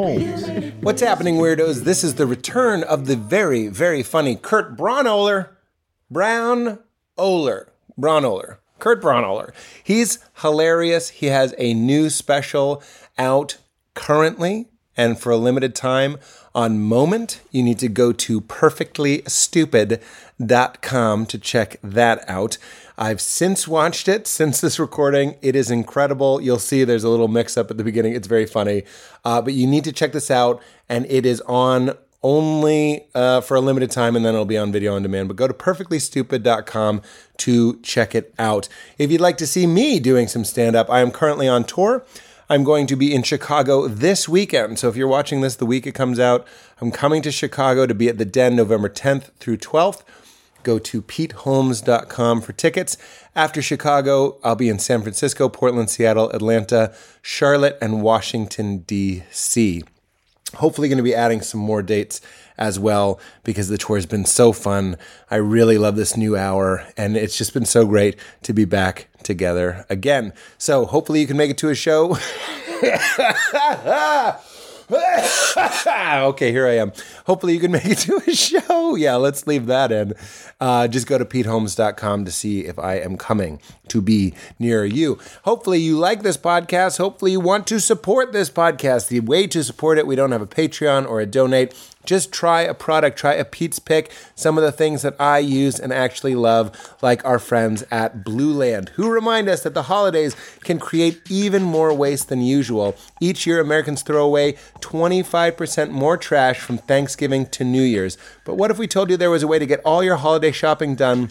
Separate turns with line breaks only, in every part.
What's happening, weirdos? This is the return of the very, very funny Kurt Braunohler. Brown Oler. Braunohler. Kurt Braunohler. He's hilarious. He has a new special out currently and for a limited time on Moment. You need to go to perfectlystupid.com to check that out. I've since watched it since this recording. It is incredible. You'll see there's a little mix up at the beginning. It's very funny. Uh, but you need to check this out, and it is on only uh, for a limited time and then it'll be on video on demand. But go to perfectlystupid.com to check it out. If you'd like to see me doing some stand up, I am currently on tour. I'm going to be in Chicago this weekend. So if you're watching this the week it comes out, I'm coming to Chicago to be at the Den November 10th through 12th. Go to peteholmes.com for tickets. After Chicago, I'll be in San Francisco, Portland, Seattle, Atlanta, Charlotte, and Washington, D.C hopefully going to be adding some more dates as well because the tour has been so fun. I really love this new hour and it's just been so great to be back together again. So hopefully you can make it to a show. okay, here I am. Hopefully you can make it to a show. Yeah, let's leave that in. Uh, just go to peteholmes.com to see if I am coming to be near you. Hopefully you like this podcast. Hopefully you want to support this podcast. The way to support it, we don't have a Patreon or a donate. Just try a product, try a Pete's Pick, some of the things that I use and actually love, like our friends at Blue Land, who remind us that the holidays can create even more waste than usual. Each year, Americans throw away 25% more trash from Thanksgiving to New Year's. But what if we told you there was a way to get all your holiday shopping done?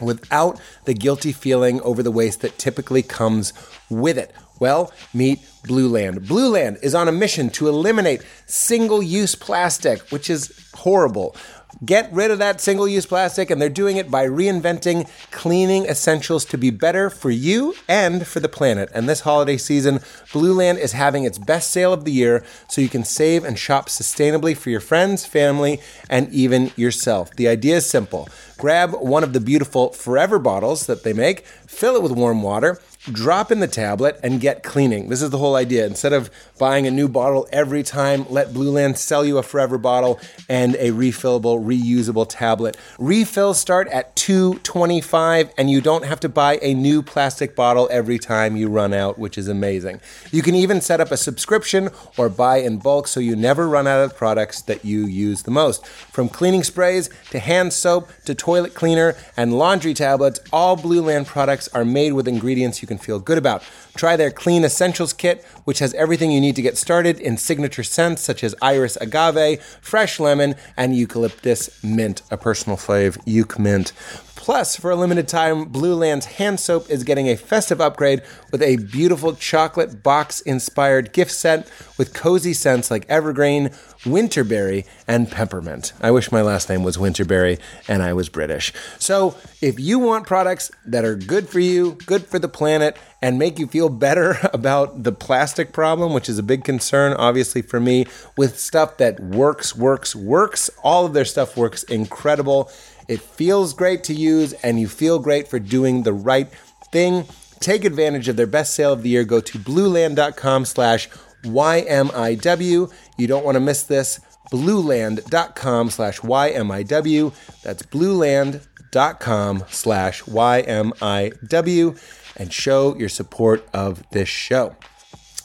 Without the guilty feeling over the waste that typically comes with it. Well, meet Blue Land. Blue Land is on a mission to eliminate single use plastic, which is horrible. Get rid of that single use plastic, and they're doing it by reinventing cleaning essentials to be better for you and for the planet. And this holiday season, Blue Land is having its best sale of the year, so you can save and shop sustainably for your friends, family, and even yourself. The idea is simple grab one of the beautiful forever bottles that they make, fill it with warm water drop in the tablet and get cleaning. This is the whole idea. Instead of buying a new bottle every time, let Blue Land sell you a forever bottle and a refillable, reusable tablet. Refills start at 225 and you don't have to buy a new plastic bottle every time you run out, which is amazing. You can even set up a subscription or buy in bulk so you never run out of products that you use the most. From cleaning sprays to hand soap to toilet cleaner and laundry tablets, all Blue Land products are made with ingredients you can feel good about. Try their Clean Essentials Kit, which has everything you need to get started in signature scents such as iris agave, fresh lemon, and eucalyptus mint, a personal fave, euc mint. Plus, for a limited time, Blue Land's hand soap is getting a festive upgrade with a beautiful chocolate box inspired gift set with cozy scents like evergreen, winterberry, and peppermint. I wish my last name was Winterberry and I was British. So, if you want products that are good for you, good for the planet, and make you feel better about the plastic problem, which is a big concern, obviously, for me, with stuff that works, works, works, all of their stuff works incredible. It feels great to use, and you feel great for doing the right thing. Take advantage of their best sale of the year. Go to blueland.com slash YMIW. You don't want to miss this. Blueland.com slash YMIW. That's blueland.com slash YMIW and show your support of this show.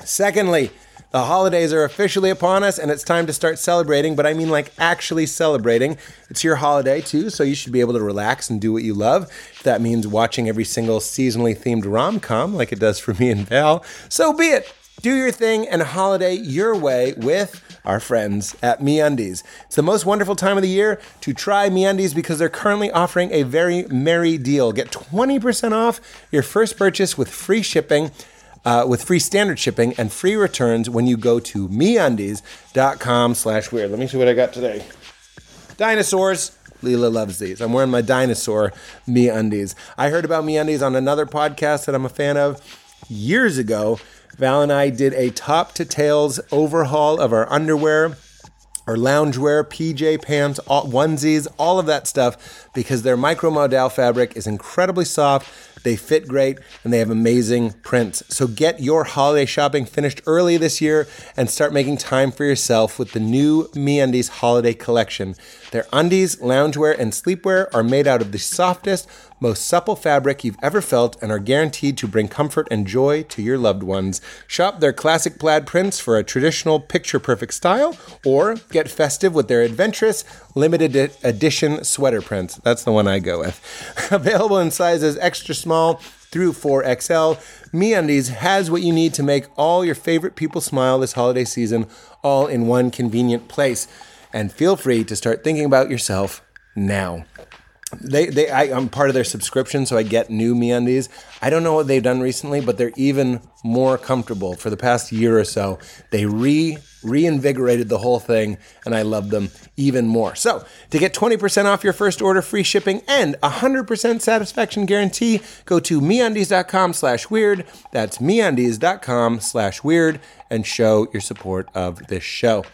Secondly, the holidays are officially upon us and it's time to start celebrating, but I mean like actually celebrating. It's your holiday too, so you should be able to relax and do what you love. If that means watching every single seasonally themed rom com like it does for me and Val, so be it. Do your thing and holiday your way with our friends at MeUndies. It's the most wonderful time of the year to try MeUndies because they're currently offering a very merry deal. Get 20% off your first purchase with free shipping, uh, with free standard shipping and free returns when you go to MeUndies.com slash weird. Let me see what I got today. Dinosaurs. Leela loves these. I'm wearing my dinosaur me undies. I heard about me undies on another podcast that I'm a fan of years ago. Val and I did a top to tails overhaul of our underwear, our loungewear, PJ pants, all, onesies, all of that stuff, because their micromodal fabric is incredibly soft, They fit great and they have amazing prints. So get your holiday shopping finished early this year and start making time for yourself with the new MeUndies holiday collection. Their undies, loungewear, and sleepwear are made out of the softest, most supple fabric you've ever felt and are guaranteed to bring comfort and joy to your loved ones. Shop their classic plaid prints for a traditional picture perfect style or get festive with their adventurous limited ed- edition sweater prints. That's the one I go with. Available in sizes extra small through 4XL, MeUndies has what you need to make all your favorite people smile this holiday season all in one convenient place. And feel free to start thinking about yourself now they they I, I'm part of their subscription, so I get new MeUndies. I don't know what they've done recently, but they're even more comfortable. For the past year or so, they re reinvigorated the whole thing, and I love them even more. So to get 20% off your first order, free shipping, and 100% satisfaction guarantee, go to MeUndies.com slash weird. That's MeUndies.com slash weird, and show your support of this show.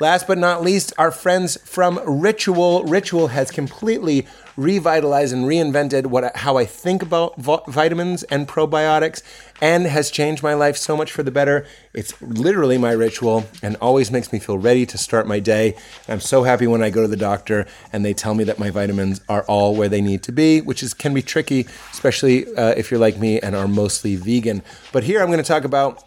Last but not least, our friends from Ritual. Ritual has completely revitalized and reinvented what how I think about vo- vitamins and probiotics and has changed my life so much for the better. It's literally my ritual and always makes me feel ready to start my day. And I'm so happy when I go to the doctor and they tell me that my vitamins are all where they need to be, which is can be tricky, especially uh, if you're like me and are mostly vegan. But here I'm going to talk about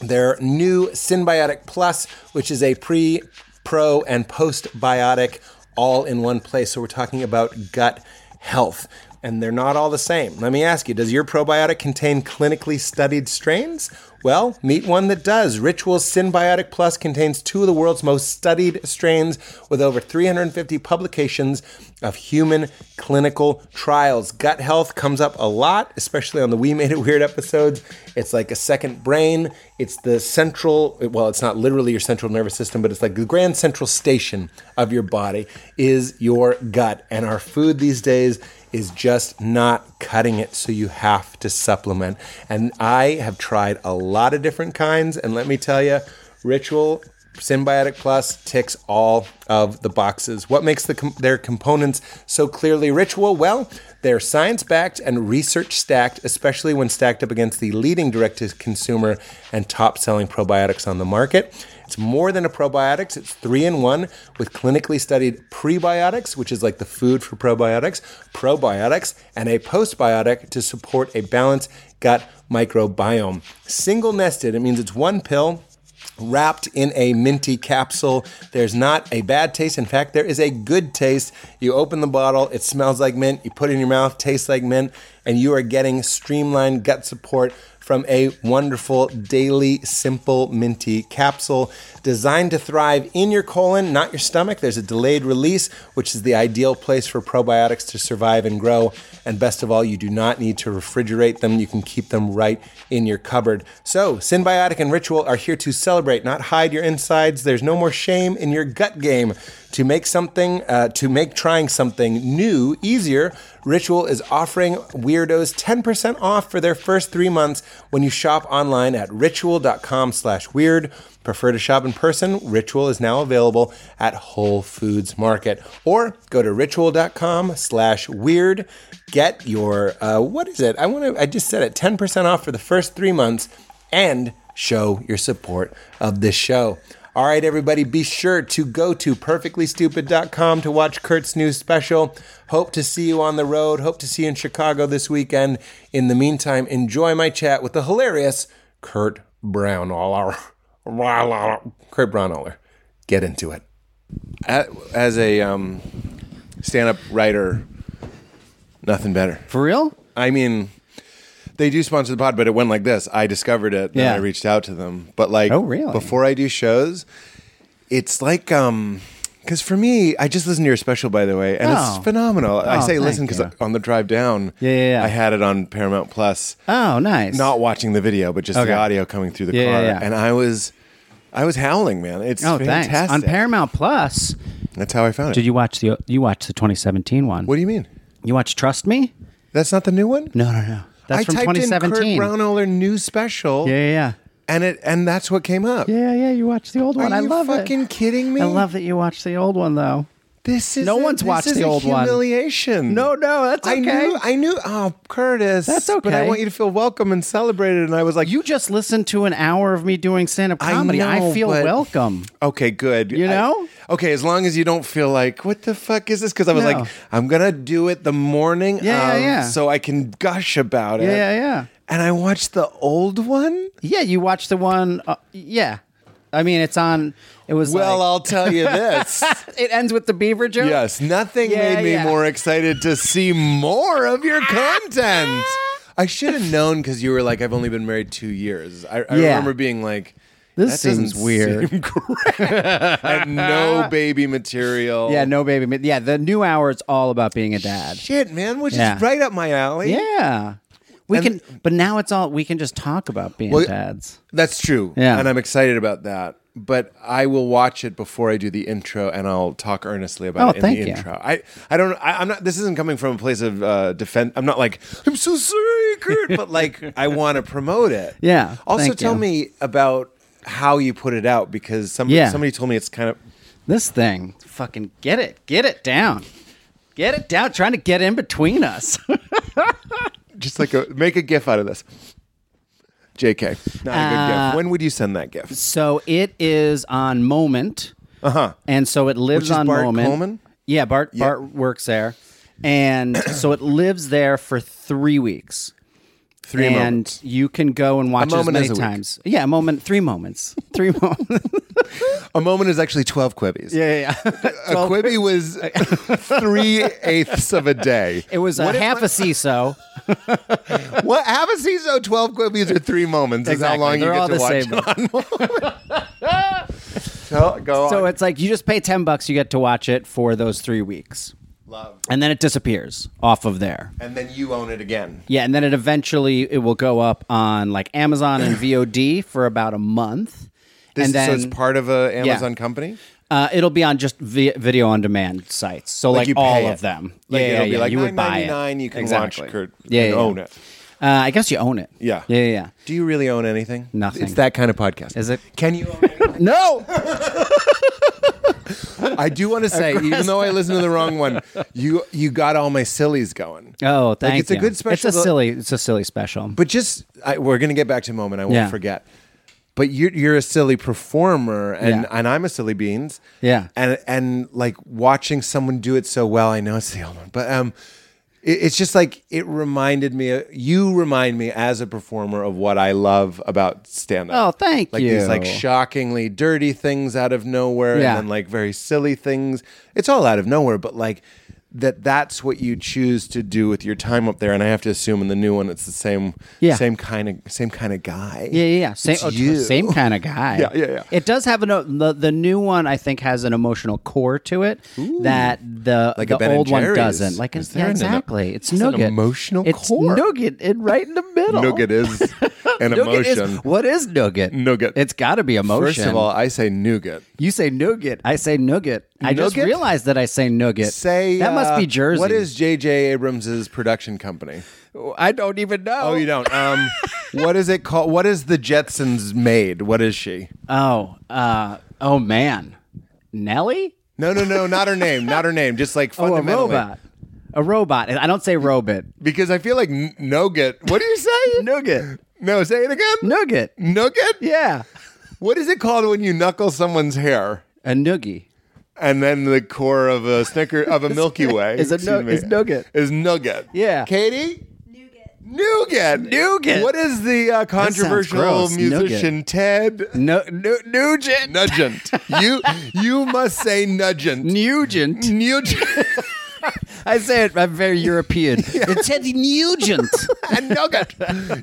their new Symbiotic Plus, which is a pre, pro, and postbiotic all in one place. So we're talking about gut health. And they're not all the same. Let me ask you Does your probiotic contain clinically studied strains? Well, meet one that does. Ritual Symbiotic Plus contains two of the world's most studied strains with over 350 publications of human clinical trials. Gut health comes up a lot, especially on the We Made It Weird episodes. It's like a second brain. It's the central, well, it's not literally your central nervous system, but it's like the grand central station of your body is your gut. And our food these days is just not cutting it, so you have to supplement. And I have tried a lot of different kinds, and let me tell you, Ritual Symbiotic Plus ticks all of the boxes. What makes the com- their components so clearly Ritual? Well, they're science backed and research stacked, especially when stacked up against the leading direct to consumer and top selling probiotics on the market. It's more than a probiotics. It's three in one with clinically studied prebiotics, which is like the food for probiotics, probiotics, and a postbiotic to support a balanced gut microbiome. Single nested, it means it's one pill wrapped in a minty capsule. There's not a bad taste. In fact, there is a good taste. You open the bottle, it smells like mint. You put it in your mouth, tastes like mint, and you are getting streamlined gut support from a wonderful daily simple minty capsule designed to thrive in your colon, not your stomach. There's a delayed release, which is the ideal place for probiotics to survive and grow. And best of all, you do not need to refrigerate them. You can keep them right in your cupboard. So, Symbiotic and Ritual are here to celebrate, not hide your insides. There's no more shame in your gut game. To make something, uh, to make trying something new easier, Ritual is offering weirdos 10% off for their first three months when you shop online at ritual.com slash weird. Prefer to shop in person? Ritual is now available at Whole Foods Market. Or go to ritual.com slash weird. Get your, uh, what is it? I want to, I just said it, 10% off for the first three months and show your support of this show. All right, everybody, be sure to go to perfectlystupid.com to watch Kurt's new special. Hope to see you on the road. Hope to see you in Chicago this weekend. In the meantime, enjoy my chat with the hilarious Kurt Brownaller. Kurt Brownaller. Get into it. As a um, stand up writer, nothing better.
For real?
I mean, they do sponsor the pod, but it went like this. I discovered it, then
Yeah.
I reached out to them. But like,
Oh, really?
Before I do shows, it's like, um, because for me, I just listened to your special, by the way, and
Oh.
it's phenomenal. I
Oh,
say
thank
listen because
you.
on the drive down,
Yeah, yeah, yeah.
I had it on Paramount Plus,
Oh, nice.
not watching the video, but just
Okay.
the audio coming through the
Yeah, yeah,
car,
yeah.
and I was, I was howling, man. It's
Oh,
fantastic.
thanks. On Paramount Plus,
That's how I found it.
did you watch the you watched the 2017 one?
what do you mean?
You watched Trust Me?
That's not the new one.
No, no, no. That's
I
from
typed in
2017.
Kurt Brownoller new special.
yeah, yeah,
and it and that's what came up.
yeah, yeah, yeah. You watched the old
Are
one. I
you
love
fucking
it.
kidding me?
I love that you watched the old one though.
This is
No
a-
one's
this
watched
is
the
a
old one.
Humiliation.
No, no, that's
I
okay.
knew. I knew. Oh, Curtis.
That's
But I
okay.
want you to feel welcome and celebrated. And I was like,
You just listened to an hour of me doing stand up
I
comedy. I,
know,
feel
but-
welcome.
Okay, good.
You
I-
know?
okay, as long as you don't feel like, what the fuck is this? Because I was
No.
like, I'm gonna do it the morning,
Yeah, yeah,
of,
yeah.
so I can gush about it.
Yeah, yeah, yeah.
And I watched the old one.
Yeah, you watched the one. Uh, yeah. I mean, it's on. It was.
Well, uh,
like-
I'll tell you this.
it ends with the beaver joke.
yes, nothing
Yeah,
made me
yeah.
more excited to see more of your content. I should have known because you were like, I've only been married two years. I, I
Yeah.
remember being like.
This
that doesn't
seems weird.
seem correct. and no baby material.
Yeah, no baby. Yeah, the new hour is all about being a dad.
Shit, man, which
Yeah.
is right up my alley.
Yeah. We can,
And-
but now it's all we can just talk about being
Well,
dads.
That's true.
Yeah.
And I'm excited about that. But I will watch it before I do the intro and I'll talk earnestly about
Oh,
it in
thank
the
you.
intro. I, I don't I, I'm not this isn't coming from a place of uh defense I'm not like, I'm so secret, but like I wanna promote it.
Yeah,
Also
thank
tell
you.
me about how you put it out because somebody
Yeah.
somebody told me it's kind of
This thing, fucking get it, get it down, get it down. Trying to get in between us.
just like a make a gif out of this. JK. Not a good
Uh,
gif. When would you send that gif?
so it is on Moment,
Uh-huh.
and so it lives
Which is
on
Bart
Moment.
Coleman?
Yeah, Bart Bart works there, and so it lives there for three weeks.
Three
and
moments.
you can go and watch it as
moment
many
is a week.
times. Yeah, a moment, three moments, three moments.
A moment is actually twelve quibbies.
yeah, yeah. yeah.
A Quibi was three eighths of a day.
It was a
what
half a CISO.
What half a season? Twelve Quibbies or three moments is
Exactly.
how long
They're
you
all
get to
the
watch.
same.
it on Moment. Tell- go
So
on.
it's like you just pay 10 bucks, you get to watch it for those three weeks.
Love.
And then it disappears off of there.
And then you own it again.
Yeah, and then it eventually it will go up on like Amazon and VOD for about a month.
This,
and then
so it's part of a Amazon company.
uh, it'll be on just vi- video on demand sites. So like,
you pay
all
it.
of them.
Like
yeah, yeah,
it'll be
yeah,
like
you would buy it.
$9.99, you can watch Kurt
Yeah,
and
yeah,
own
yeah.
it.
Uh, I guess you own it.
Yeah.
Yeah, yeah. yeah.
Do you really own anything?
Nothing.
It's that kind of podcast.
Is it?
Can you? Own anything?
No.
I do want to say, even though I listened to the wrong one, you you got all my sillies going.
Oh, thank
it's a
you.
good special
It's a
that-
silly. It's a silly special.
But just I, we're gonna get back to a moment. I won't
Yeah.
forget. But you're you're a silly performer, and
Yeah.
and I'm a silly beans.
Yeah.
And and like watching someone do it so well, I know it's the old one, but um, it, it's just like it reminded me. You remind me as a performer of what I love about stand up.
Oh, thank
like these like
you.
shockingly dirty things out of nowhere,
Yeah.
and then like very silly things. It's all out of nowhere, but like. That that's what you choose to do with your time up there, and I have to assume in the new one it's the same
Yeah.
same kind of same kind of guy.
Yeah, yeah, yeah. Same,
It's
oh,
you.
same kind of guy.
Yeah, yeah, yeah.
It does have an o- the, the new one. I think has an emotional core to it that the
Like a
the
Ben and
old one
Jerry's.
doesn't. Like
Is
it's
there
yeah,
an-
exactly. It's
It's an
nougat.
emotional
it's
core.
nougat in right in the middle.
Nougat is an
Nougat is-
emotion.
what is nougat?
Nougat.
It's got to be emotion.
First of all, I say nougat.
you say nougat. I say nougat. I just
Nougat?
realized that I say nougat.
Say
that must
uh,
be Jersey.
What is J.J. Abrams' production company?
I don't even know.
Oh, you don't. Um, what is it called? What is the Jetsons maid? What is she?
Oh, uh, oh man, Nelly.
No, no, no, not her name. Not her name. Just like
Oh, a
fundamentally.
robot. A robot. I don't say robot.
Because I feel like n- nougat. What do you say?
Nougat.
No, say it again.
Nougat.
Nougat.
Yeah.
What is it called when you knuckle someone's hair?
A noogie.
and then the core of a Snicker of a Milky Way
is a
excuse
nu-
me,
is nougat.
is nougat.
Yeah.
Katie. Nougat.
Nougat.
What is the uh, controversial
gross.
musician Ted
No, no, Nugent.
Nugent? you you must say Nugent.
Nugent.
Nugent
I say it. I'm very European. It's Teddy Nugent.
and Nougat.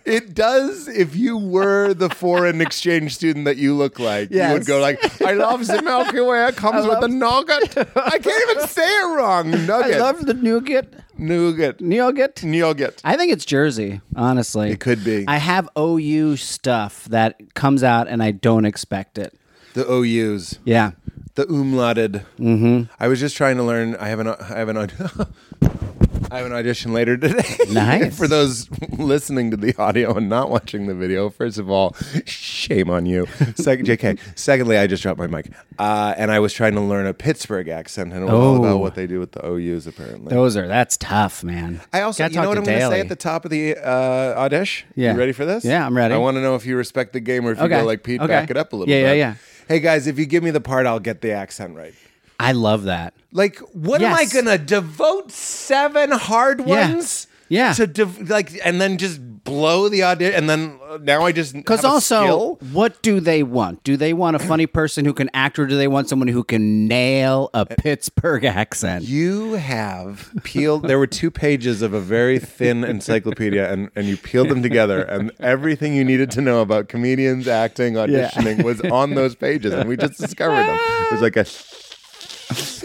It does. If you were the foreign exchange student that you look like, you would
Yes.
go like, "I love the Milky Way. It comes with the nougat." I can't even say it wrong.
I
Nugget.
love the nougat.
nougat.
Nougat.
Nougat.
I think it's Jersey, honestly. It
could be.
I have OU stuff that comes out and I don't expect it.
The OUs.
Yeah.
The umlauted. Mm-hmm. I was just trying to learn. I have an. I have an. I have an audition later today.
Nice.
For those listening to the audio and not watching the video, first of all, shame on you. Second, JK. Secondly, I just dropped my mic, uh, and I was trying to learn a Pittsburgh accent and it was all
Oh.
about what they do with the OUs. Apparently,
Those are that's tough, man.
I also,
Gotta
you know
talk
what
to
I'm going to
Daly.
say at the top of the uh, audition?
Yeah.
You ready for this?
Yeah, I'm ready.
I want to know if you respect the game or if you
Okay.
go like Pete,
Okay.
back it up a little
Yeah, yeah,
bit.
yeah.
Hey, guys, if you give me the part, I'll get the accent right.
I love that.
Like, what am I
Yes.
going to devote seven hard
Yeah.
ones?
Yeah.
To dev- like, and then just blow the audition. And then uh, now I just.
Because
Because
also,
Skill?
what do they want? Do they want a funny person who can act, or do they want someone who can nail a Pittsburgh accent?
Eh. You have peeled. There were two pages of a very thin encyclopedia, and, and you peeled them together, and everything you needed to know about comedians, acting, auditioning was on those pages, and we just discovered them. It was like a,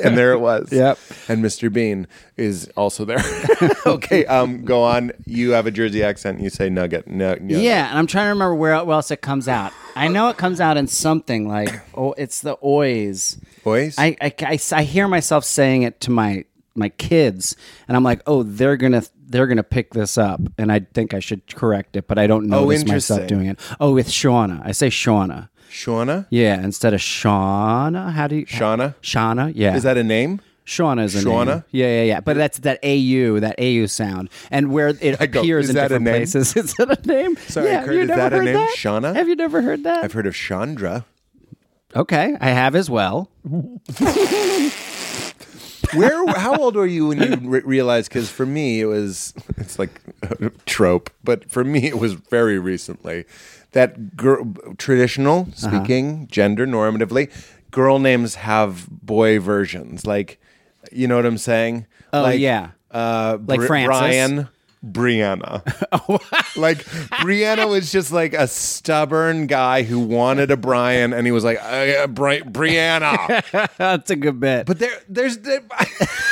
and there it was.
Yep.
And Mr. Bean is also there. okay, um, go on. You have a Jersey accent. You say nugget. No, no.
Yeah, and I'm trying to remember where where else it comes out. I know it comes out in something like oh, it's the oys.
Voice.
I, I, I s- I hear myself saying it to my my kids, and I'm like, oh, they're gonna they're gonna pick this up, and I think I should correct it, but I don't know myself
Oh, interesting.
doing it. Oh, with Shauna, I say Shauna.
Shauna.
Yeah, instead of Shauna, how do you
Shauna?
Shauna, yeah.
Is that a name?
Shauna is a
Shauna?
name. Yeah, yeah, yeah. But that's that AU, that AU sound, and where it
go,
appears
is
in
that a
different
name?
places. Is that a name?
Sorry,
yeah, have
Kurt,
you
is
never
that a
heard
name?
that?
Shauna?
Have you never heard that?
I've heard of Chandra.
okay, I have as well.
Where? How old were you when you re- realized? Because for me, it was it's like a trope, but for me, it was very recently that gir- traditional
Uh-huh.
speaking, gender normatively, girl names have boy versions. Like, you know what I'm saying?
Oh,
like,
yeah.
uh,
Like
Bri-
Frances.
Brian. Brianna. like Brianna was just like a stubborn guy who wanted a Brian, and he was like, uh, Bri- Brianna.
that's a good bit.
But there, there's. There,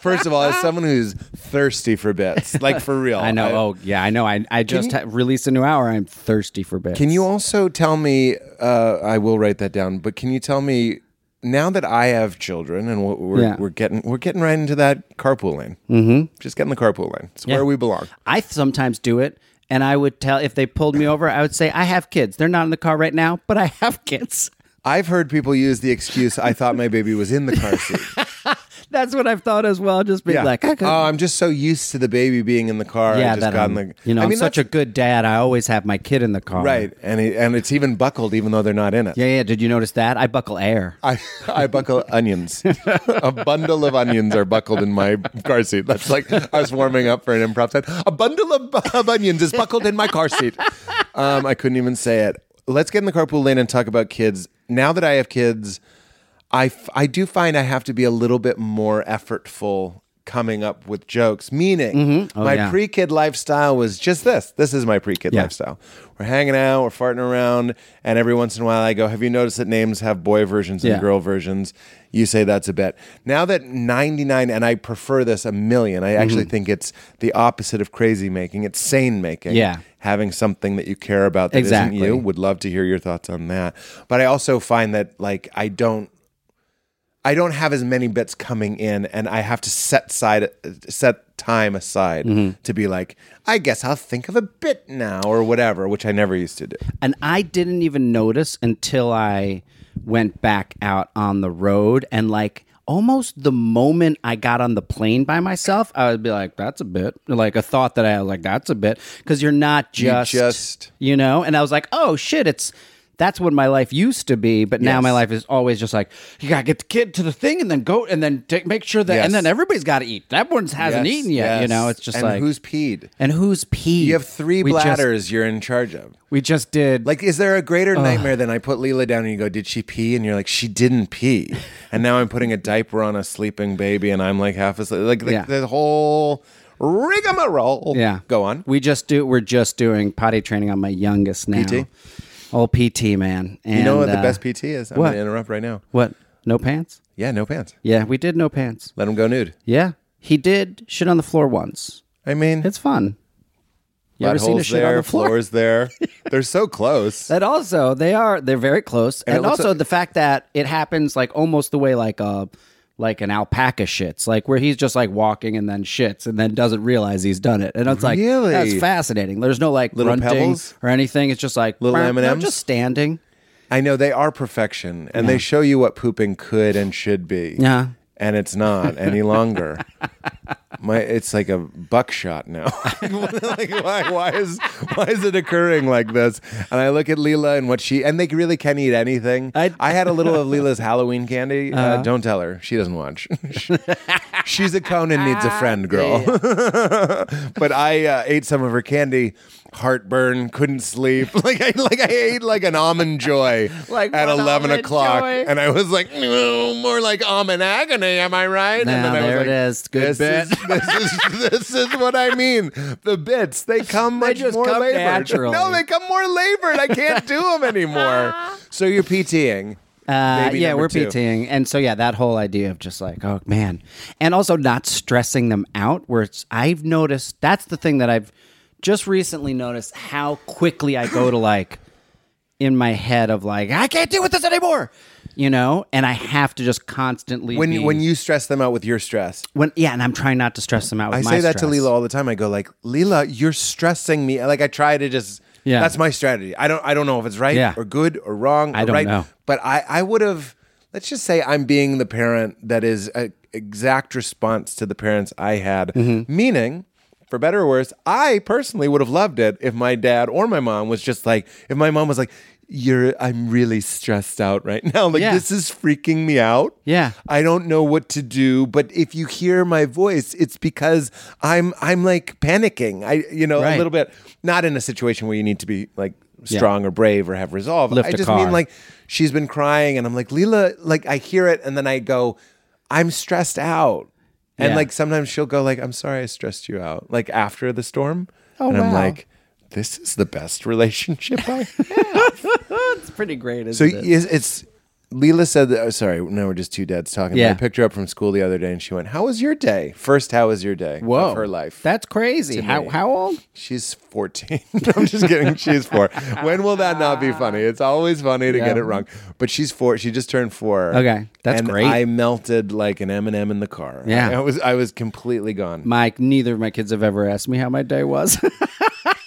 First of all, as someone who's thirsty for bits, like for real,
I know.
I-
oh, yeah, I know. I, I just ha- released a new hour. I'm thirsty for bits.
Can you also tell me? Uh, I will write that down. But can you tell me now that I have children and we're we're,
Yeah.
we're getting we're getting right into that carpool lane? Mm-hmm. Just get in the carpool lane. It's where we belong.
I sometimes do it, and I would tell if they pulled me over, I would say, I have kids. They're not in the car right now, but I have kids.
I've heard people use the excuse, "I thought my baby was in the car seat."
That's what I've thought as well. Just being like, I could.
oh, I'm just so used to the baby being in the car. I
yeah,
just
that
got in
I'm-
the-
you know, I
I
am
mean,
such a
that's-
good dad. I always have my kid in the car.
right, and it, and it's even buckled, even though they're not in it.
Yeah, yeah. Did you notice that? I buckle air.
I, I buckle onions. a bundle of onions are buckled in my car seat. That's like us warming up for an improv set. A bundle of, of onions is buckled in my car seat. Um, I couldn't even say it. Let's get in the carpool lane and talk about kids. Now that I have kids, I, f- I do find I have to be a little bit more effortful coming up with jokes. Meaning, my
yeah.
pre kid lifestyle was just this. This is my pre kid lifestyle. We're hanging out, we're farting around, and every once in a while I go, Have you noticed that names have boy versions and
Yeah.
girl versions? You say that's a bet. Now that 99, and I prefer this a million,
Mm-hmm.
I actually think it's the opposite of crazy making, it's sane making.
Yeah.
Having something that you care about that not
Exactly.
you. Would love to hear your thoughts on that. But I also find that, like, I don't. I don't have as many bits coming in, and I have to set side set time aside
Mm-hmm.
to be like, I guess I'll think of a bit now or whatever, which I never used to do.
And I didn't even notice until I went back out on the road and like almost the moment I got on the plane by myself, I would be like, that's a bit like a thought that I had, like, that's a bit because you're not just,
just-
you know, and I was like, oh shit, it's, that's what my life used to be, but now
Yes.
my life is always just like you gotta get the kid to the thing and then go and then take, make sure that
Yes.
and then everybody's got to eat. That one's hasn't
Yes,
eaten yet, you
yes.
know. It's just
and
like
who's peed?
and who's pee?
You have three
We just-
bladders you're in charge of.
we just did
Like, is there a greater nightmare than I put Leela down and you go, Did she pee? And you're like, She didn't pee. And now I'm putting a diaper on a sleeping baby and I'm like half asleep. Like, like
Yeah.
the whole rigmarole.
Yeah.
Go on.
We just do. We're just doing potty training on my youngest now.
PT?
Old PT man. And,
You know what the
uh,
best PT is? I'm
what?
going to interrupt right now.
What? No pants?
Yeah, no pants.
Yeah, we did no pants.
Let him go nude.
Yeah, he did shit on the floor once.
I mean,
It's fun. You ever seen a
buttholes
shit
there,
on the floor?
floors there. They're so close.
And also, they are they're very close. And,
it looks
also, the fact that it happens like almost the way like a like an alpaca shits, like where he's just like walking and then shits and then doesn't realize he's done it. And it's like
Really?
that's fascinating. There's no like
Little
grunting
pebbles?
or anything. It's just like
Little
"Bah," no,
M&Ms?
just standing.
I know they are perfection, and they show you what pooping could and should be.
Yeah.
and it's not any longer. My, it's like a buckshot now. like, why, why is why is it occurring like this? And I look at Leela and what she and they really can eat anything. I,
I-
had a little of Leela's Halloween candy. uh don't tell her; she doesn't watch. She's a Conan needs a
Ah,
friend girl. but I uh, ate some of her candy. Heartburn, couldn't sleep. Like I like I ate like an almond joy
Like
at
one
eleven
almond
o'clock,
joy.
and I was like, no, more like almond agony. Am I right? and
Now,
I
there
was
it is. Good
this
bit.
is this is this is what I mean. The bits they come much
just
more
come
labored.
naturally.
No, they come more labored. I can't do them anymore. so you're PTing.
Uh,
Baby
yeah,
number
we're
two.
PTing. And so, yeah, that whole idea of just like, oh, man. And also not stressing them out, where it's, I've noticed that's the thing that I've just recently noticed how quickly I go to like in my head of like, I can't deal with this anymore, you know? And I have to just constantly.
When
be-
when you stress them out with your stress,
when, yeah, and I'm trying not to stress them out with
I
my
say that
stress.
to Leela all the time. I go like, Leela, you're stressing me. Like I try to just.
Yeah.
That's my strategy. I don't. I don't know if it's right
Yeah.
or good or wrong.
I
or
don't
right.
know.
But I. I would have. Let's just say I'm being the parent that is a exact response to the parents I had.
Mm-hmm.
Meaning, for better or worse, I personally would have loved it if my dad or my mom was just like, if my mom was like, "You're. I'm really stressed out right now. Like
Yeah.
this is freaking me out.
Yeah.
I don't know what to do, but if you hear my voice, it's because I'm I'm like panicking. I you know a
Right.
little bit not in a situation where you need to be like strong or brave or have resolve.
Lift
I
a
just
car.
mean like she's been crying and I'm like Leela like I hear it and then I go I'm stressed out. And
Yeah.
like sometimes she'll go like I'm sorry I stressed you out like after the storm.
Oh,
and I'm
wow.
like this is the best relationship I
It's pretty great,
so
isn't it?
it's, it's Leela said that. Oh, sorry, now we're just two dads talking.
Yeah.
I picked her up from school the other day, and she went, "How was your day?" First, how was your day? of her life.
That's crazy. How,
me.
how old?
She's fourteen. I'm just kidding. She's four. When will that not be funny? It's always funny to get it wrong. But she's four. She just turned four.
Okay, that's
and
great.
I melted like an M and m in the car.
Yeah.
I was I was completely gone.
My, neither of my kids have ever asked me how my day was.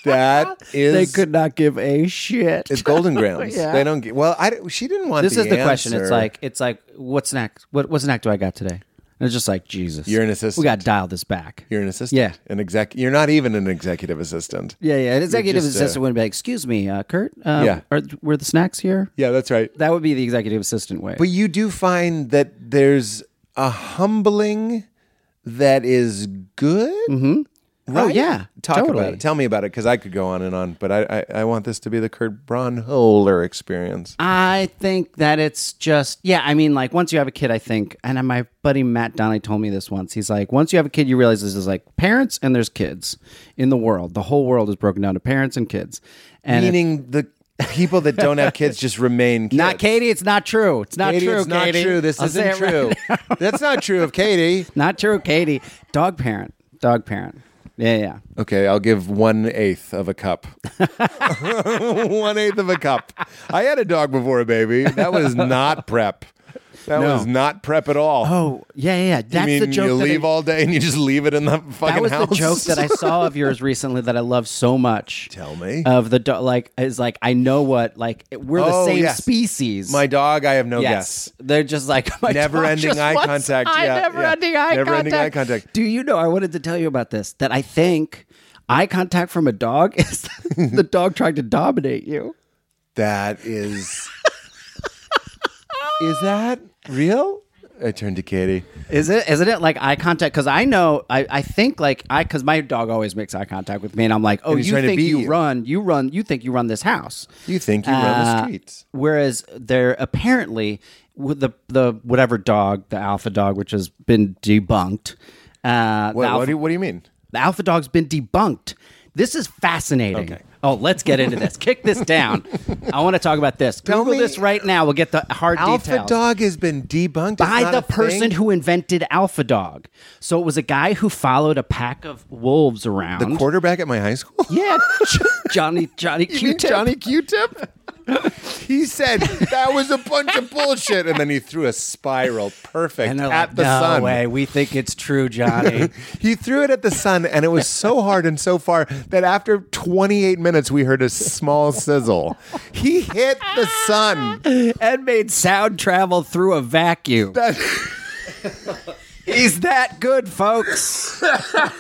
That is
they could not give a shit.
It's golden grounds.
Yeah.
They don't get well. I don't- she didn't want.
this is the question. It's
answer.
like it's like what's next? What what's next do I got today? And it's just like Jesus.
You're an
We
assistant.
got to dial this back.
You're an assistant.
Yeah.
An exec. You're not even an executive assistant.
yeah, yeah. An executive
just, uh,
assistant wouldn't be like, "Excuse me, uh, Kurt. Um,
Yeah.
Are were the snacks here?"
Yeah, that's right.
That would be the executive assistant way.
But you do find that there's a humbling that is good. Mm-hmm. Right?
Oh, yeah,
Talk about
totally.
it. Tell me about it because I could go on and on, but I, I, I want this to be the Kurt Braunholer experience.
I think that it's just yeah. I mean, like once you have a kid, I think, and my buddy Matt Donnelly told me this once. He's like, once you have a kid, you realize this is like parents and there's kids in the world. The whole world is broken down to parents and kids. And if-
Meaning the people that don't have kids just remain kids.
not Katie, it's not true. It's not
Katie,
true.
it's not
Katie.
true. This
I'll say
isn't
it right
true. That's not true of Katie.
Not true, Katie. Dog parent. Dog parent. Yeah, yeah.
Okay, I'll give one eighth of a cup. one eighth of a cup. I had a dog before a baby. That was not prep. That
No.
was not prep at all.
Oh, yeah, yeah. yeah. That's
you mean
the joke.
you
that
leave
I,
all day and you just leave it in the fucking
that was
house?
the joke that I saw of yours recently that I love so much.
Tell me.
Of the dog, like is like I know what like we're the
Oh,
same
yes.
species.
My dog, I have no
yes,
guess.
they're just like my
Never
dog
ending
just
eye
wants
contact.
Eye,
Yeah,
never
yeah.
ending eye
Never
contact.
ending eye contact.
Do you know? I wanted to tell you about this that I think eye contact from a dog is the dog trying to dominate you.
That is. is that real? I turned to Katie.
Is it? Isn't it like eye contact? Because I know, I, I think like I, because my dog always makes eye contact with me, and I'm like, oh,
And he's
you
trying to
think
beat
you,
you.
run, you run, you think you run this house.
You think you run the
Uh,
streets?
Whereas they're apparently with the the whatever dog, the alpha dog, which has been debunked. Uh,
What,
the, alpha,
what, do you, what do you mean?
the alpha dog's been debunked. This is fascinating. Oh, let's get into this. Kick this down. I want to talk about this.
Tell
Google
me-
this right now. We'll get the hard
Alpha
details
dog has been debunked It's
by
not
the
a thing?
person who invented Alpha Dog. So it was a guy who followed a pack of wolves around.
quarterback at my high school.
yeah, Johnny Johnny Q-tip.
Johnny Q-tip. He said that was a bunch of bullshit, and then he threw a spiral, perfect
And
at
they're like,
the
no
sun.
way, we think it's true, Johnny.
He threw it at the sun, and it was so hard and so far that after 28 minutes, we heard a small sizzle. He hit the sun.
and made sound travel through a vacuum. He's that good, folks.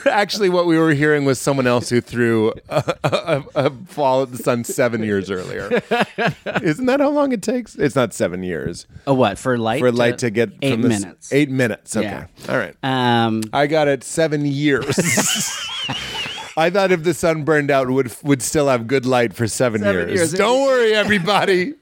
Actually, what we were hearing was someone else who threw a, a, a, a fall at the sun seven years earlier. Isn't that how long it takes? It's not seven years
A what for light?
for light to get
eight
from the s-
minutes.
Eight minutes. Okay.
Yeah.
All right.
Um,
I got it seven years. I thought if the sun burned out, would would still have good light for seven,
Seven
years.
years.
Don't worry, everybody.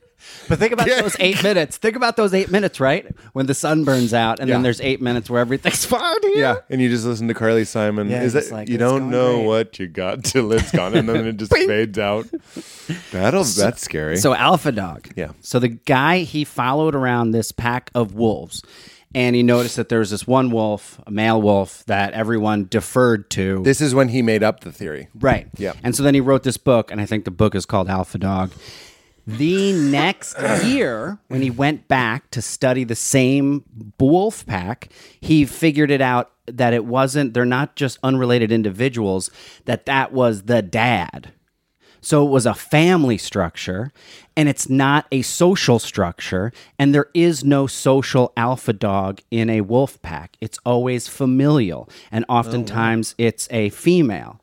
but think about those eight minutes. Think about those eight minutes, right? When the sun burns out, and
Yeah.
then there's eight minutes where everything's fine. Here.
Yeah, and you just listen to Carly Simon.
Yeah,
Is
it's
that
like,
you
it's
don't
going
know
great.
what you got till it's gone, and then it just fades out. That'll that's scary.
So Alpha Dog.
Yeah.
So the guy he followed around this pack of wolves, and he noticed that there was this one wolf, a male wolf, that everyone deferred to.
this is when he made up the theory.
Right.
Yeah.
And so then he wrote this book, and I think the book is called Alpha Dog. The next year, when he went back to study the same wolf pack, he figured it out that it wasn't, they're not just unrelated individuals, that that was the dad. So it was a family structure, and it's not a social structure, and there is no social alpha dog in a wolf pack. It's always familial, and
Oh,
oftentimes it's a female.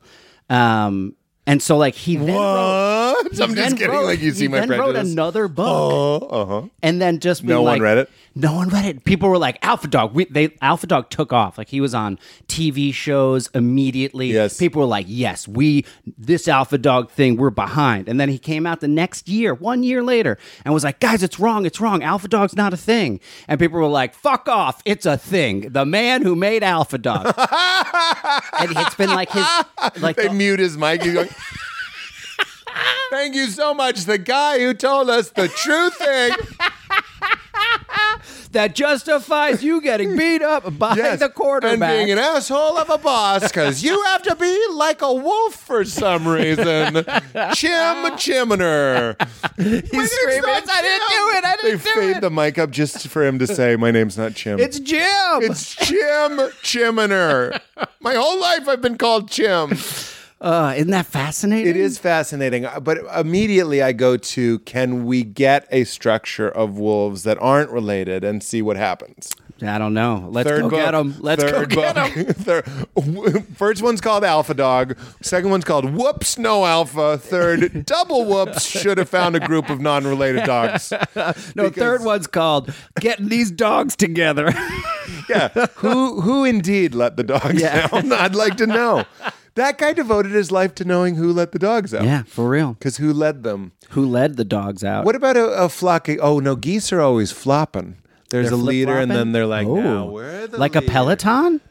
Um, and so, like he then wrote,
What?
he
I'm
then
just kidding.
wrote-
like you see
he
my
then wrote
prejudice.
another book,
uh huh.
and then just being
No one
like-
read it?
No one read it. People were like, Alpha Dog. We, they Alpha Dog took off. Like he was on TV shows immediately.
Yes.
People were like, Yes, we this Alpha Dog thing, we're behind. And then he came out the next year, one year later, and was like, Guys, it's wrong. It's wrong. Alpha Dog's not a thing. And people were like, Fuck off. It's a thing. The man who made Alpha Dog. and it's been like his like
They
the-
mute his mic. He's going. Thank you so much. The guy who told us the true thing.
that justifies you getting beat up by the quarterback.
And being an asshole of a boss because you have to be like a wolf for some reason. Chim Chiminer. He's
screaming, "I didn't do it, I didn't
they
do
fade
it."
the mic up just for him to say, My name's not Chim.
it's Jim.
It's Chim Chiminer. My whole life I've been called Chim.
Uh, isn't that fascinating?
It is fascinating, uh, but immediately I go to can we get a structure of wolves that aren't related and see what happens?
I don't know. Let's
Third
go
book.
get them. Let's
Third
go get them.
book. Third- First one's called Alpha Dog. Second one's called Whoops No Alpha. Third, Double Whoops should have found a group of non-related dogs.
No, third one's called "Getting These Dogs Together."
Yeah, who who indeed let the dogs
Yeah.
down? I'd like to know. That guy devoted his life to knowing who let the dogs out.
yeah, for real.
because who led them?
Who led the dogs out?
What about a, a flock? Of, oh no, geese are always flopping. There's
They're
a leader, and
flip-flopping?
then they're like,
Ooh.
"Now, where the
Oh. like a
leader?"
peloton?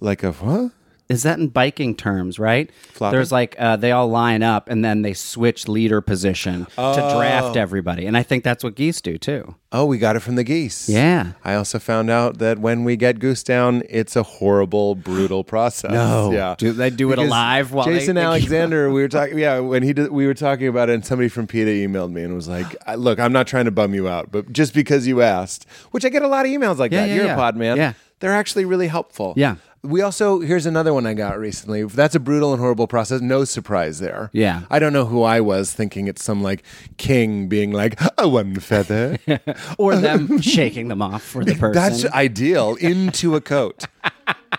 like a what?
Is that in biking terms, right?
Flopping?
There's like uh, they all line up and then they switch leader position to draft everybody, and I think that's what geese do too.
Oh, we got it from the geese.
Yeah.
I also found out that when we get goose down, it's a horrible, brutal process.
No.
yeah,
Do they do it alive while they-
Jason
they keep-
Alexander, we were talking. Yeah, when he did, we were talking about it, and somebody from PETA emailed me and was like, I- "Look, I'm not trying to bum you out, but just because you asked, which I get a lot of emails like
Yeah,
that.
yeah,
You're a
yeah.
pod man.
Yeah.
they're actually really helpful.
Yeah.
We also here's another one I got recently. That's a brutal and horrible process. No surprise there.
Yeah.
I don't know who I was thinking it's some like king being like a one feather.
Or them shaking them off for the person.
That's ideal into a coat.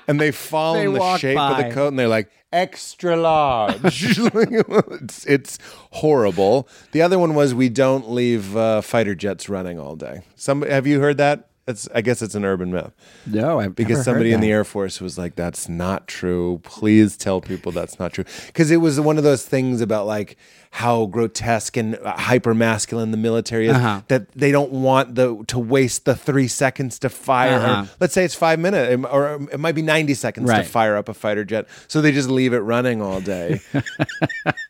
And they fall
They
in the
walk
shape of
by.
the coat and they're like, extra large. it's, it's horrible. The other one was we don't leave uh, fighter jets running all day. Some, have you heard that? It's, I guess it's an urban myth.
no, I've
Because
never
somebody
heard
in the
that.
Air Force was like, that's not true. Please tell people that's not true. Because it was one of those things about like how grotesque and hyper masculine the military is
Uh-huh.
that they don't want the to waste the three seconds to fire. or-
Uh-huh.
let's say it's five minutes, or um, it might be 90 seconds
Right.
to fire up a fighter jet. So they just leave it running all day.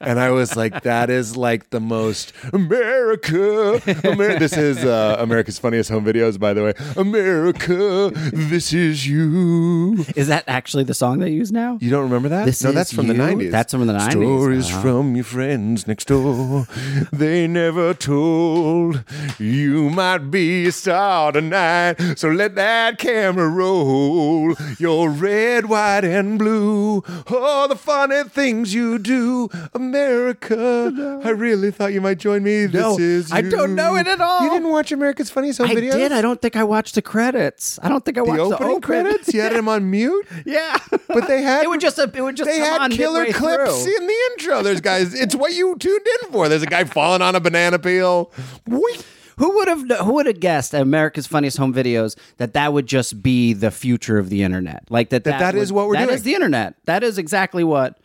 and I was like, that is like the most America. Amer- this is uh, America's Funniest Home Videos, by the way. America, this is you.
Is that actually the song they use now?
You don't remember that?
This
no,
is
that's from the
you?
90s.
That's from the 90s.
Stories
Uh-huh.
from your friends next door. they never told. You might be a star tonight. So let that camera roll. Your red, white, and blue. All the funny things you do. America, I really thought you might join me. This
No,
is
I don't
you.
know it at all.
You didn't watch America's Funniest Home
I
Videos?
did. I don't think I watched the credits. I don't think I
the
watched
opening
the open.
credits? You had him on mute?
yeah,
But they had
it would just it would just
they
come
had
on
killer
midway
clips
through.
in the intro. There's guys. It's what you tuned in for. There's a guy falling on a banana peel. Wheat.
Who would have who would have guessed at America's Funniest Home Videos that that would just be the future of the internet? Like that that,
that
would-
is what we're
That
doing.
is the internet. That is exactly what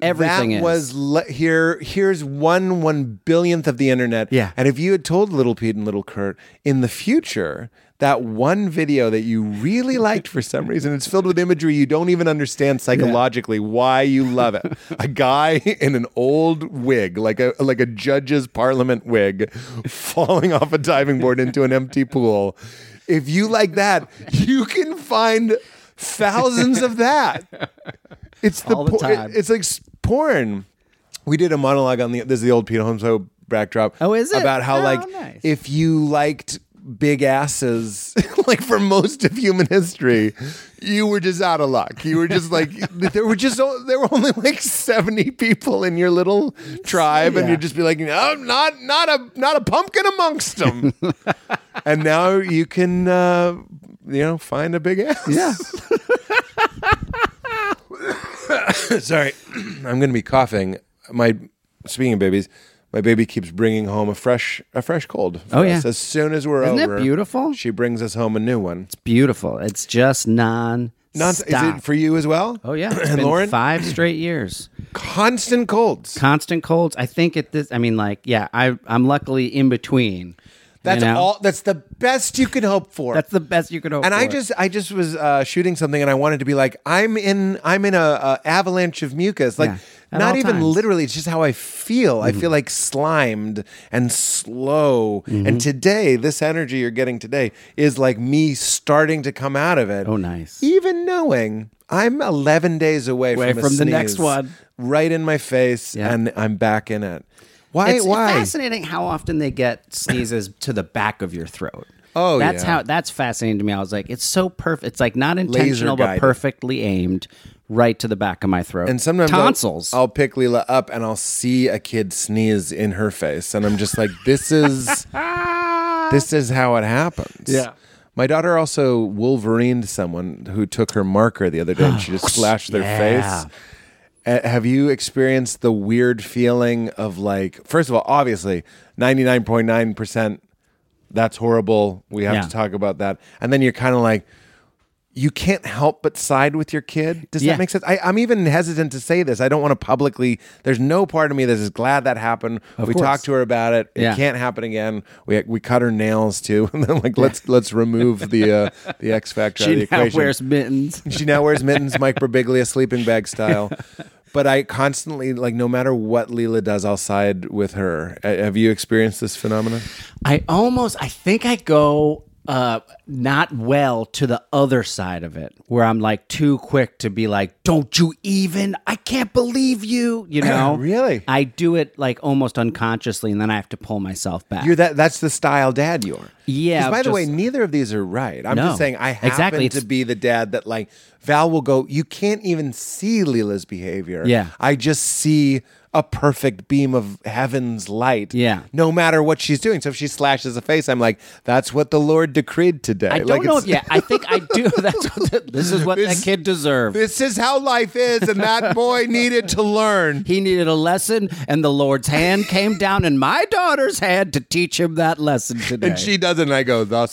everything
that
is.
was le- here. Here's one one billionth of the internet.
Yeah.
And if you had told Little Pete and Little Kurt in the future that one video that you really liked for some reason, it's filled with imagery you don't even understand psychologically why you love it. a guy in an old wig, like a like a judge's parliament wig, falling off a diving board into an empty pool. If you like that, you can find thousands of that. It's the,
All the
por-
time.
It's like s- porn. We did a monologue on the. This is the old Pete Holmes show backdrop.
Oh, is it?
about how
Oh,
like
nice.
if you liked big asses, like for most of human history, you were just out of luck. You were just like there were just o- there were only like seventy people in your little tribe, and
Yeah.
you'd just be like, no, not not a not a pumpkin amongst them. and now you can uh, you know find a big ass.
yeah.
Sorry, I'm going to be coughing. My speaking of babies, my baby keeps bringing home a fresh a fresh cold. for
Oh, yeah.
us. As soon as we're
Isn't that
over,
beautiful?
She brings us home a new one.
Beautiful. It's just non
Not is it for you as well?
Oh yeah, it's
and
been
Lauren,
five straight years,
constant colds.
constant colds. I think at this, I mean, like, yeah, I I'm luckily in between.
That's
you know?
all. That's the best you can hope for.
That's the best you could hope.
and I
for.
just, I just was uh, shooting something, and I wanted to be like, I'm in, I'm in a, a avalanche of mucus, like
Yeah. At
not
all
even
times. Mm-hmm.
literally. It's just how I feel. I feel like slimed and slow.
Mm-hmm.
And today, this energy you're getting today is like me starting to come out of it.
oh nice.
Even knowing I'm 11 days away
Away
from, a
from the next
sneeze,
one.
right in my face,
Yeah.
and I'm back in it. Why?
It's
why?
fascinating how often they get sneezes to the back of your throat.
Oh,
that's
yeah.
how that's fascinating to me. I was like, it's so perfect. It's like not intentional, but
guided.
perfectly aimed right to the back of my throat.
And sometimes I'll-
tonsils.
I'll, pick Leela up and I'll see a kid sneeze in her face, and I'm just like, this is this is how it happens.
Yeah.
My daughter also Wolverined someone who took her marker the other day and she just splashed their
Yeah.
face. Uh, have you experienced the weird feeling of like, first of all, obviously, 99.9%, that's horrible. We have
Yeah.
to talk about that. And then you're kind of like, you can't help but side with your kid. Does
Yeah.
that make sense? I, I'm even hesitant to say this. I don't want to publicly. There's no part of me that is glad that happened. we
course.
talked to her about it. It
Yeah.
can't happen again. We we cut her nails too, and then like let's let's remove the uh, the X factor out of the
she now
equation.
wears mittens.
She now wears mittens, Mike Birbiglia sleeping bag style. But I constantly like no matter what Leela does, I'll side with her. Uh, have you experienced this phenomenon?
I almost I think I go uh not well to the other side of it where I'm like too quick to be like don't you even I can't believe you you know
Really?
I do it like almost unconsciously and then I have to pull myself back
You're that. That's the style dad you are.
Yeah,
'Cause by the
just-
way, neither of these are right. I'm
No.
just saying I happen
Exactly,
to
it's-
be the dad that like Val will go. You can't even see Leela's behavior.
Yeah.
I just see a perfect beam of heaven's light.
Yeah.
no matter what she's doing. So if she slashes a face, I'm like, that's what the Lord decreed today.
I
like
don't know if yeah I think I do that's what this is what
This-
that kid deserved
This is how life is, and that boy needed to learn.
he needed a lesson and the Lord's hand came down in my daughter's hand to teach him that lesson today
And she doesn't. I go, thus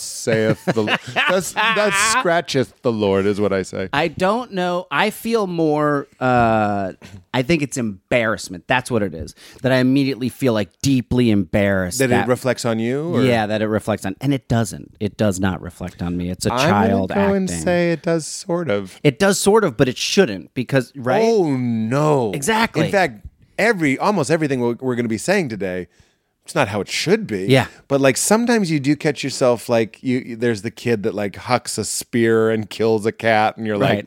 saith the. thus, thus scratcheth the Lord is what I say.
I don't know. I feel more. Uh, I think it's embarrassment. That's what it is. That I immediately feel like deeply embarrassed.
that, it reflects on you. Or?
yeah, that it reflects on, and it doesn't. It does not reflect on me. It's a
I'm gonna
child
go
acting.
and say it does sort of.
it does sort of, but it shouldn't because right.
Oh no!
Exactly.
In fact, every almost everything we're, we're going to be saying today it's not how it should be.
Yeah.
But like sometimes you do catch yourself like you you- there's the kid that like hucks a spear and kills a cat and you're
Right.
like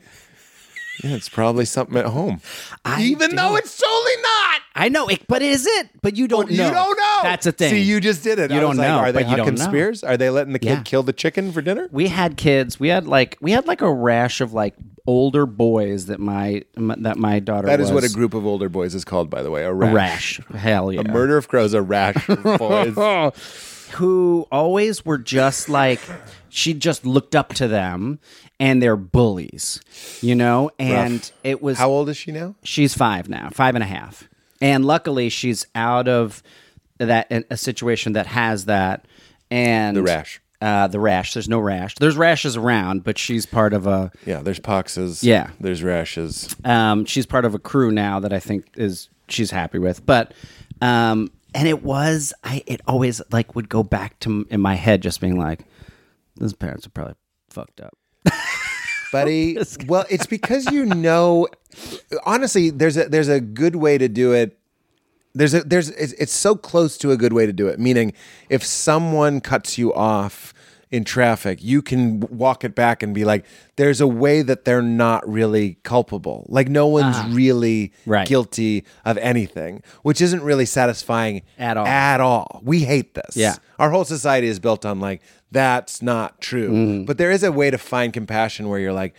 yeah, it's probably something at home.
I
Even though
don't-
it's totally not.
I know, it, but is it? But you don't know.
Oh, You don't know.
That's a thing.
See, you just did it.
You
I was
don't
like,
know,
Are they
but you don't
hucking
know.
spears? Are they letting the kid
Yeah.
kill the chicken for dinner?
we had kids. We had like we had like a rash of like older boys that my m- that my daughter
That is
was
what a group of older boys is called, by the way. A
a
rash.
rash. Hell yeah.
Murder of crows, a rash of boys.
who always were just like she just looked up to them and they're bullies, you know? And it was
How old is she now?
she's five now, five and a half. And luckily, she's out of that a situation that has that and
The rash.
Uh, the rash. There's no rash. There's rashes around, but she's part of a
Yeah, there's poxes.
Yeah.
There's rashes.
um, she's part of a crew now that I think is she's happy with. But um, and it was I it always like would go back to m- in my head just being like, those parents are probably fucked up.
buddy. Well, it's because you know. Honestly, there's a there's a good way to do it. There's a there's it's, it's so close to a good way to do it. Meaning, if someone cuts you off in traffic, you can walk it back and be like, "There's a way that they're not really culpable. Like no one's really
Ah. Right.
guilty of anything," which isn't really satisfying
At all.
At all. We hate this.
Yeah.
Our whole society is built on like that's not true.
Mm-hmm.
But there is a way to find compassion where you're like,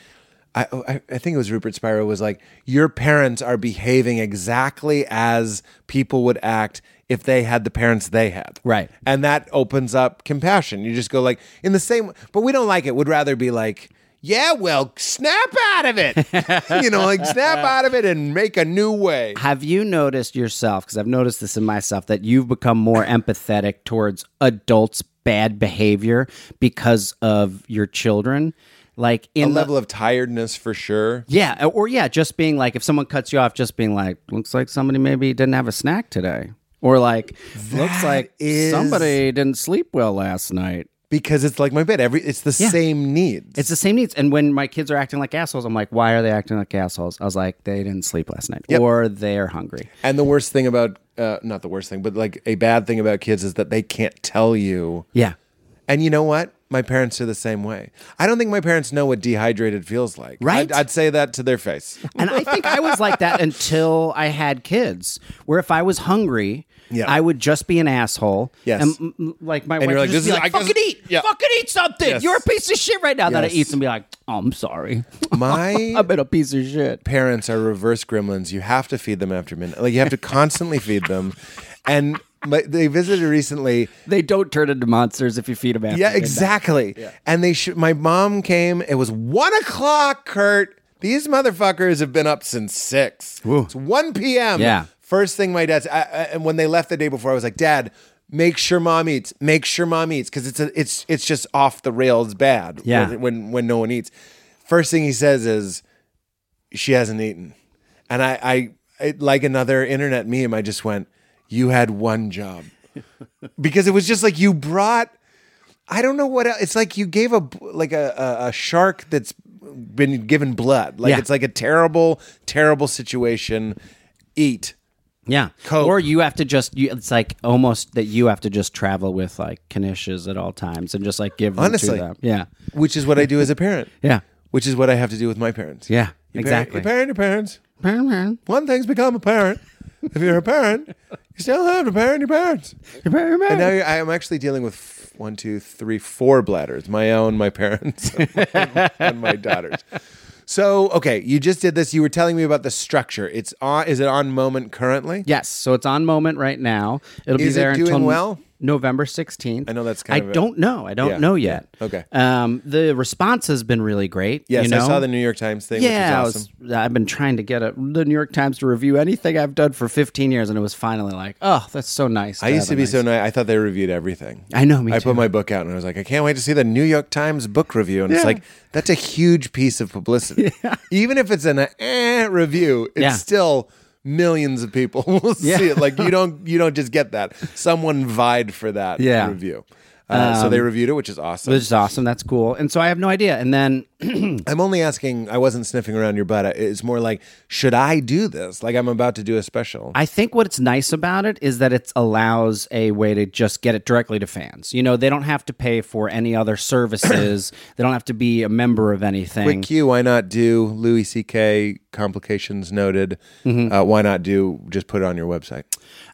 I, oh, I, I think it was Rupert Spiro was like, your parents are behaving exactly as people would act if they had the parents they had.
Right.
And that opens up compassion. You just go like in the same, but we don't like it. Would rather be like. Yeah, well, snap out of it. you know, like snap out of it and make a new way.
Have you noticed yourself? Because I've noticed this in myself that you've become more empathetic towards adults' bad behavior because of your children. Like in
A
the-
level of tiredness for sure.
Yeah, uh, or yeah, just being like if someone cuts you off, just being like, looks like somebody maybe didn't have a snack today, or like looks like
is-
somebody didn't sleep well last night.
because it's like my bed. Every it's the same needs.
It's the same needs. And when my kids are acting like assholes, I'm like, why are they acting like assholes? I was like, they didn't sleep last night, or they're hungry.
and the worst thing about uh, not the worst thing, but like a bad thing about kids is that they can't tell you.
Yeah,
And you know what? My parents are the same way. I don't think my parents know what dehydrated feels like.
Right?
I'd, I'd say that to their face.
and I think I was like that until I had kids, where if I was hungry.
Yeah.
I would just be an asshole.
Yes.
And mm, mm, like my wife
you're
would
like,
just
this
be
is-
like,
I guess-
fucking eat.
yeah.
Fucking eat something.
Yes.
You're a piece of shit right now that I
Yes.
eat and be like, oh, I'm sorry.
My
I've been a piece of shit.
parents are reverse gremlins. You have to feed them after midnight. Like you have to constantly feed them. And my, they visited recently.
They don't turn into monsters if you feed them after.
Yeah,
midnight.
exactly. And they should. My mom came. It was one o'clock. Kurt, these motherfuckers have been up since six. It's one p.m.
Yeah.
First thing my dad's. I, I, and when they left the day before, I was like, Dad. Make sure mom eats. Make sure mom eats because it's a, it's it's just off the rails bad.
Yeah.
When, when when no one eats, first thing he says is, she hasn't eaten. And I, I, it, like another internet meme, I just went, you had one job. because it was just like you brought, I don't know what else. It's like you gave a, like a, a, a shark that's been given blood. Like
Yeah.
it's like a terrible, terrible situation. Eat.
Yeah.
Coke.
Or you have to just, you, it's like almost that you have to just travel with like Kanishas at all times and just like give them
Honestly.
to them. Yeah.
Which is what I do as a parent.
Yeah.
Which is what I have to do with my parents.
Yeah.
You parent-
exactly.
you parent your parents.
Parent, parent.
One thing's become a parent. if you're a parent, you still have to parent your parents.
Parent, parent.
And now you're- I'm actually dealing with f- one, two, three, four bladders my own, my parents, and my daughter's. So, okay, you just did this. You were telling me about the structure. It's on, is it on moment currently?
Yes, so it's on moment right now. It'll
Is
be
it
there
doing
until
well?
November sixteenth.
I know that's kind
I
of a-
don't know. I don't
Yeah,
know yet.
yeah, okay.
Um, the response has been really great.
Yes,
you know?
I saw the New York Times thing,
yeah, I
which is awesome.
was, uh, I've been trying to get a, the New York Times to review anything I've done for 15 years, and it was finally like, oh, that's so nice.
I used
have
to
a
be
nice-
so nice. I thought they reviewed everything.
I know, me
I
too.
put my book out and I was like, I can't wait to see the New York Times book review. And it's like, that's a huge piece of publicity. Even if it's an eh, review, it's
Yeah.
still millions of people will see it. Like you don't you don't just get that. Someone vied for that
Yeah. Um,
review. Uh, so they reviewed it, which is awesome.
Which is awesome. That's cool. And so I have no idea. And then
I'm only asking. I wasn't sniffing around your butt. It's more like, should I do this? Like I'm about to do a special.
I think what's nice about it is that it allows a way to just get it directly to fans. You know, they don't have to pay for any other services. they don't have to be a member of anything.
Q, why not do Louis C.K. complications noted?
Mm-hmm.
Uh, why not do just put it on your website?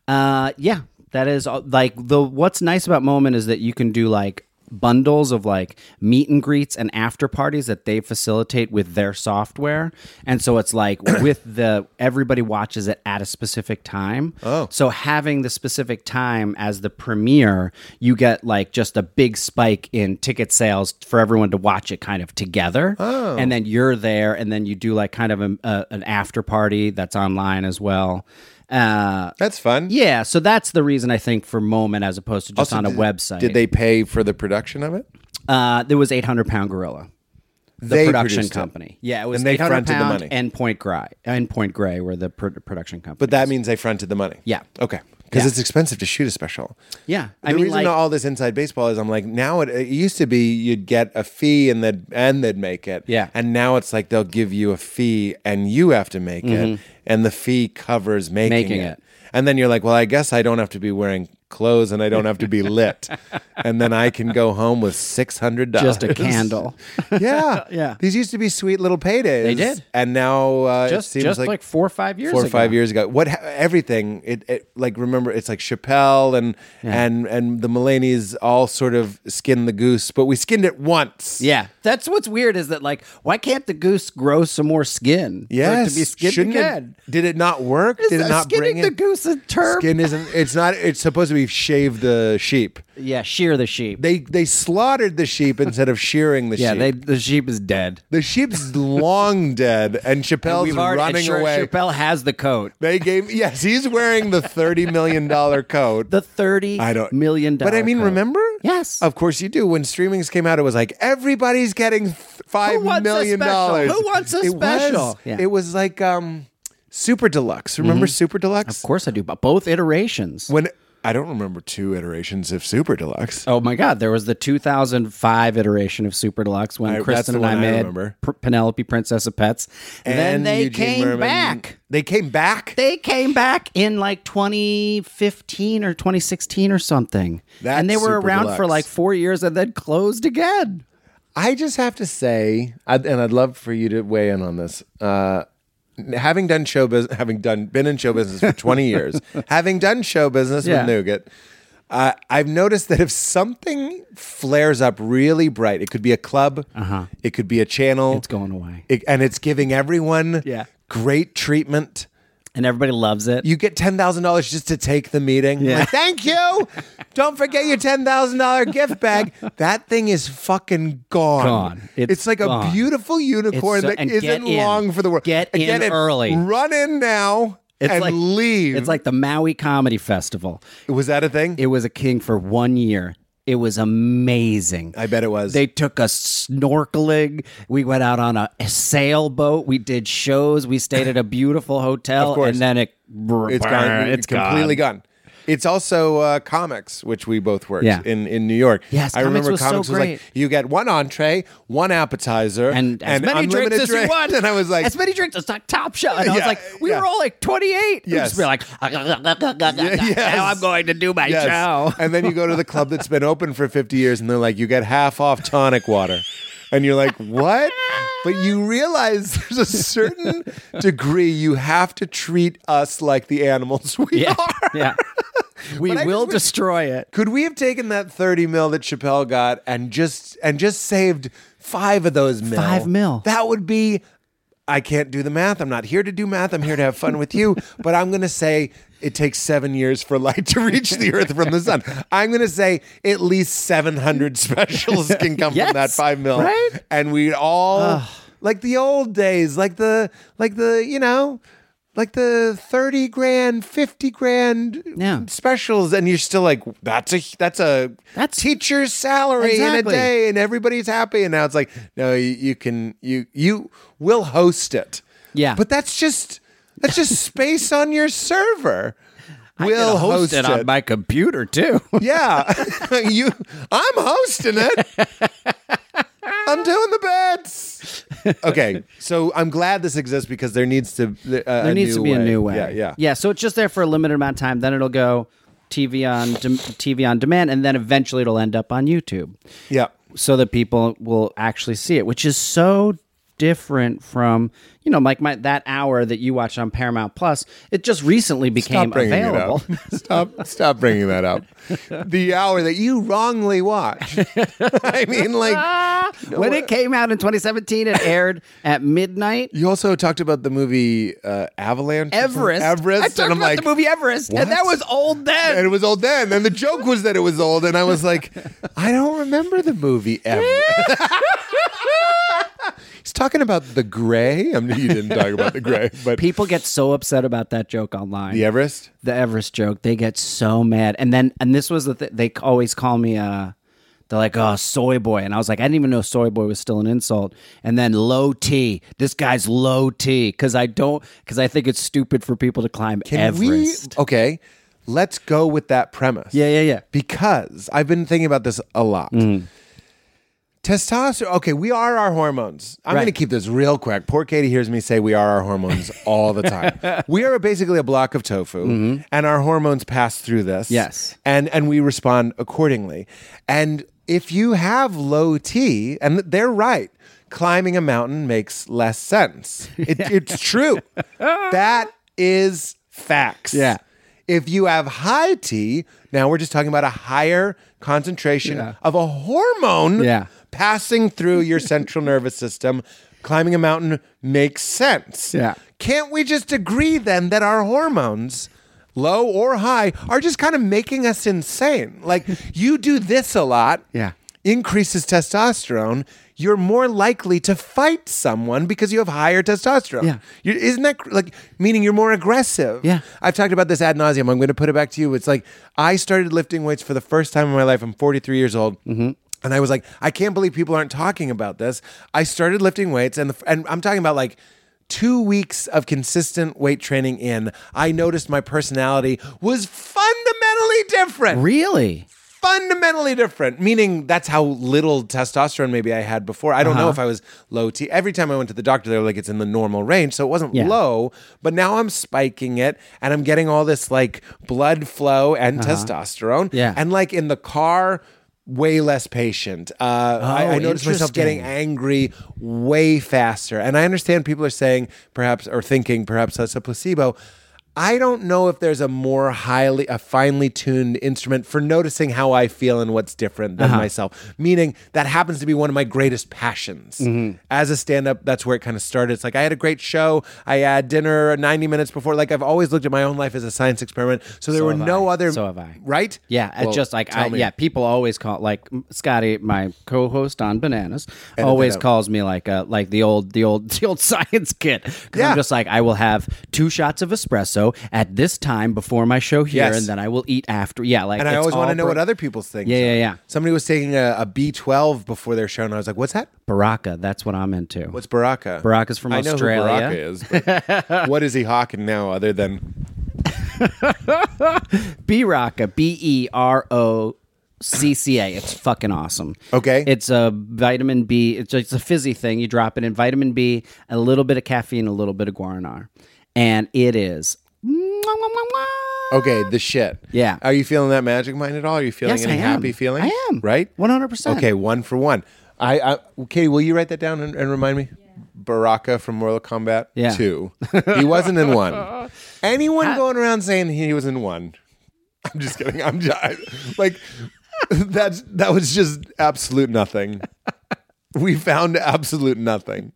Uh, yeah, that is uh, like the what's nice about Moment is that you can do like bundles of like meet and greets and after parties that they facilitate with their software and so it's like with the everybody watches it at a specific time oh so having the specific time as the premiere you get like just a big spike in ticket sales for everyone to watch it kind of together oh. and then you're there and then you do like kind of a, a, an after party that's online as well uh,
That's fun.
yeah, so that's the reason I think for moment as opposed to just on a website.
Did they pay for the production of it?
Uh, there was 800 pound gorilla. The
They
production
produced it.
company. Yeah, it was
And they
800
fronted the
pound
money.
and Point Gray. And Point Gray were the pro- production company.
But that means they fronted the money.
Yeah.
Okay. Because
Yeah.
it's expensive to shoot a special.
yeah, I
the
mean,
reason
like,
all this inside baseball is, I'm like, now it, it used to be you'd get a fee and they'd and they'd make it,
Yeah.
And now it's like they'll give you a fee and you have to make it, and the fee covers making,
Mm-hmm. Making
it.
it.
And then you're like, well, I guess I don't have to be wearing clothes and I don't have to be lit, and then I can go home with six hundred dollars,
just a candle.
yeah,
Yeah.
These used to be sweet little paydays. They
did.
and now uh, it
just
seems
just like,
like,
four or five years
four or
ago.
five years ago. What ha- everything it, it like remember it's like Chappelle and and and the Mulaney's all sort of skinned the goose, but we skinned it once.
Yeah, that's what's weird is that like, why can't the goose grow some more skin? for it
Yes.
to be skinned
Shouldn't
again.
It, did it not work?
Is
did it
that
not
skinning
bring
the
in-
goose a term?
Skin isn't. It's not. It's supposed to be shave the sheep.
yeah, shear the sheep.
They they slaughtered the sheep instead of shearing the
yeah,
sheep.
they the sheep is dead.
the sheep's long dead, and Chappelle's
We've already,
running
and Ch-
away.
Chappelle has the coat.
They gave yes, he's wearing the thirty million dollar coat.
The thirty
I don't
million dollar.
But I mean,
coat.
remember?
Yes.
of course you do. When streamings came out, it was like everybody's getting th- five
Who wants a
million
special?
dollars.
Who wants a
it Was,
special? Yeah. Mm-hmm.
It was like um, Super Deluxe. Remember Super Deluxe?
Of course I do, but both iterations.
When I don't remember two iterations of Super Deluxe.
Oh my God! There was the 2005 iteration of Super Deluxe when
that's
Kristen
the
and I
one I
made
remember.
P- Penelope, Princess of Pets. then
And
they
Eugene
came
Merman-
back.
They came back.
They came back in like 2015 or 2016 or something,
That's
and they were
Super
around for
Deluxe.
like four years and then closed again.
I just have to say, i and I'd love for you to weigh in on this. Uh, having done show business, having done been in show business for twenty years, having done show business
Yeah.
with Nougat, uh, I've noticed that if something flares up really bright, it could be a club, uh-huh. it could be a channel,
It's going away,
it, and it's giving everyone
Yeah.
great treatment
and everybody loves it.
you get ten thousand dollars just to take the meeting. Like, Thank you. Don't forget your ten thousand dollar gift bag. That thing is fucking gone.
Gone.
It's,
It's
like a
gone.
beautiful unicorn
It's so-
that
and
isn't
get in.
long for the world.
Get
And
in early.
Run in now
it's
and
like
leave.
It's like the Maui Comedy Festival.
was that a thing?
It was a king for one year. It was amazing.
I bet it was.
They took us snorkeling. We went out on a, a sailboat. We did shows. We stayed at a beautiful hotel,
Of course.
and then it
it's gone.
It's
completely
completely
gone. It's also uh, comics, which we both worked
Yeah.
in, in New York.
Yes,
I
comics
remember
was so
comics was like
great.
you get one entree, one appetizer,
And as many drinks
unlimited
as you
drink.
want.
And I was like,
as many drinks as like top shelf. And I
Yeah,
was like, we
yeah.
were all like twenty eight.
Yes.
Just be like,
yes.
now I'm going to do my
Yes.
show.
And then you go to the club that's been open for 50 years and they're like, you get half off tonic water. And you're like, what? But you realize there's a certain degree you have to treat us like the animals we
Yeah,
are.
yeah. We
But I
will
just-
destroy it.
Could we have taken that 30 mil that Chappelle got and just and just saved five of those mil?
Five mil.
That would be I can't do the math. I'm not here to do math. I'm here to have fun with you. But I'm gonna say it takes seven years for light to reach the earth from the sun. I'm gonna say at least seven hundred specials can come from
Yes,
that five mil.
right?
And we all like the old days, like the like the, you know. Like the thirty grand, fifty grand,
Yeah.
specials and you're still like that's a that's a
That's-
teacher's salary in a
Exactly.
day and everybody's happy and now it's like no you, you can you you will host it
Yeah.
but that's just that's just space on your server will host, it.
on my computer too.
yeah, you. I'm hosting it. I'm doing the bets. Okay, so I'm glad this exists because there needs to uh,
there needs to be a new way.
Yeah, yeah,
Yeah, so it's just there for a limited amount of time. Then it'll go TV on dem- TV on demand, and then eventually it'll end up on YouTube,
yeah.
so that people will actually see it, which is so different from you know like my that hour that you watched on Paramount Plus. It just recently became
Stop bringing
available.
it up. Stop, stop bringing that up. The hour that you wrongly watched. I mean, like
when it came out in 2017, it aired at midnight.
you also talked about the movie uh, Avalanche, or something?
Everest.
Everest,
I talked
and I'm
about
like,
the movie Everest,
"What?"
and that was old then.
and it was old then. And the joke was that it was old, and I was like, I don't remember the movie Everest. He's talking about the Gray. I mean, you didn't talk about the Gray, but
People get so upset about that joke online.
the Everest.
the Everest joke. They get so mad, and then and this was the th- they always call me. Uh, they're like, oh, soy boy, and I was like, I didn't even know soy boy was still an insult. And then low T. This guy's low T because I don't because I think it's stupid for people to climb
Can we-
Everest.
okay, let's go with that premise.
Yeah, yeah, yeah.
because I've been thinking about this a lot. Testosterone. Okay, we are our hormones. I'm going to keep this real quick. Poor Katie hears me say we are our hormones all the time. we are basically a block of tofu, and our hormones pass through this.
Yes.
and and we respond accordingly. And if you have low T, and they're right. Climbing a mountain makes less sense. It, it's true. That is facts.
Yeah.
If you have high T, now we're just talking about a higher concentration of a hormone
Yeah.
passing through your central nervous system. Climbing a mountain makes sense.
Yeah.
Can't we just agree then that our hormones, low or high, are just kind of making us insane? Like you do this a lot.
Yeah.
Increases testosterone, you're more likely to fight someone because you have higher testosterone.
Yeah.
You- isn't that cr- like meaning you're more aggressive?
Yeah.
I've talked about this ad nauseum. I'm going to put it back to you. It's like I started lifting weights for the first time in my life. I'm 43 years old. And I was like, I can't believe people aren't talking about this. I started lifting weights, and the, and I'm talking about like two weeks of consistent weight training in. I noticed my personality was fundamentally different
Really?
fundamentally different. Meaning that's how little testosterone maybe I had before. I don't
Uh-huh.
know if I was low T. Every time I went to the doctor, they were like, it's in the normal range. So it wasn't
Yeah.
low, but now I'm spiking it and I'm getting all this like blood flow and testosterone.
Uh-huh. Yeah.
And like in the car, way less patient. Uh, I, I
Oh,
noticed myself getting
interesting.
angry way faster. And I understand people are saying perhaps or thinking perhaps that's a placebo. I don't know if there's a more highly a finely tuned instrument for noticing how I feel and what's different
Uh-huh.
than myself. Meaning that happens to be one of my greatest passions.
Mm-hmm.
As a stand-up, that's where it kind of started. It's like I had a great show. I had dinner 90 minutes before. Like I've always looked at my own life as a science experiment. So there were
have
no
I.
other
So have I.
Right?
Yeah, it's
Well,
just like
tell
I,
me.
yeah, people always call like Scotty, my co-host on Bananas, always
out.
calls me like uh like the old the old the old science kid. 'Cause
Yeah.
I'm just like I will have two shots of espresso at this time before my show here,
Yes.
and then I will eat after. Yeah, like
And I
it's
always want
all
to know
Bar-
what other people's things.
Yeah,
are.
yeah, yeah.
Somebody was taking a, a B12 before their show, and I was like, "What's that?
Baraka. That's what I'm into.
What's Baraka?
Baraka's from
I
Australia.
know who Baraka is. But what is he hawking now, other than
B Raka, B E R O C C A. It's fucking awesome.
Okay.
It's a vitamin B. It's it's a fizzy thing. You drop it in vitamin B, a little bit of caffeine, a little bit of guaranar, and it is.
okay, the shit?
Yeah.
Are you feeling that magic mind at all? Are you feeling
Yes,
any
I am.
happy feeling?
I am.
Right.
100%.
Okay, one for one. I, I Katie, will you write that down and, and remind me? Baraka from Mortal Kombat
Yeah.
2. He wasn't in one. Anyone going around saying he was in one? I'm just kidding. I'm just, like that's that was just absolute nothing. We found absolute nothing.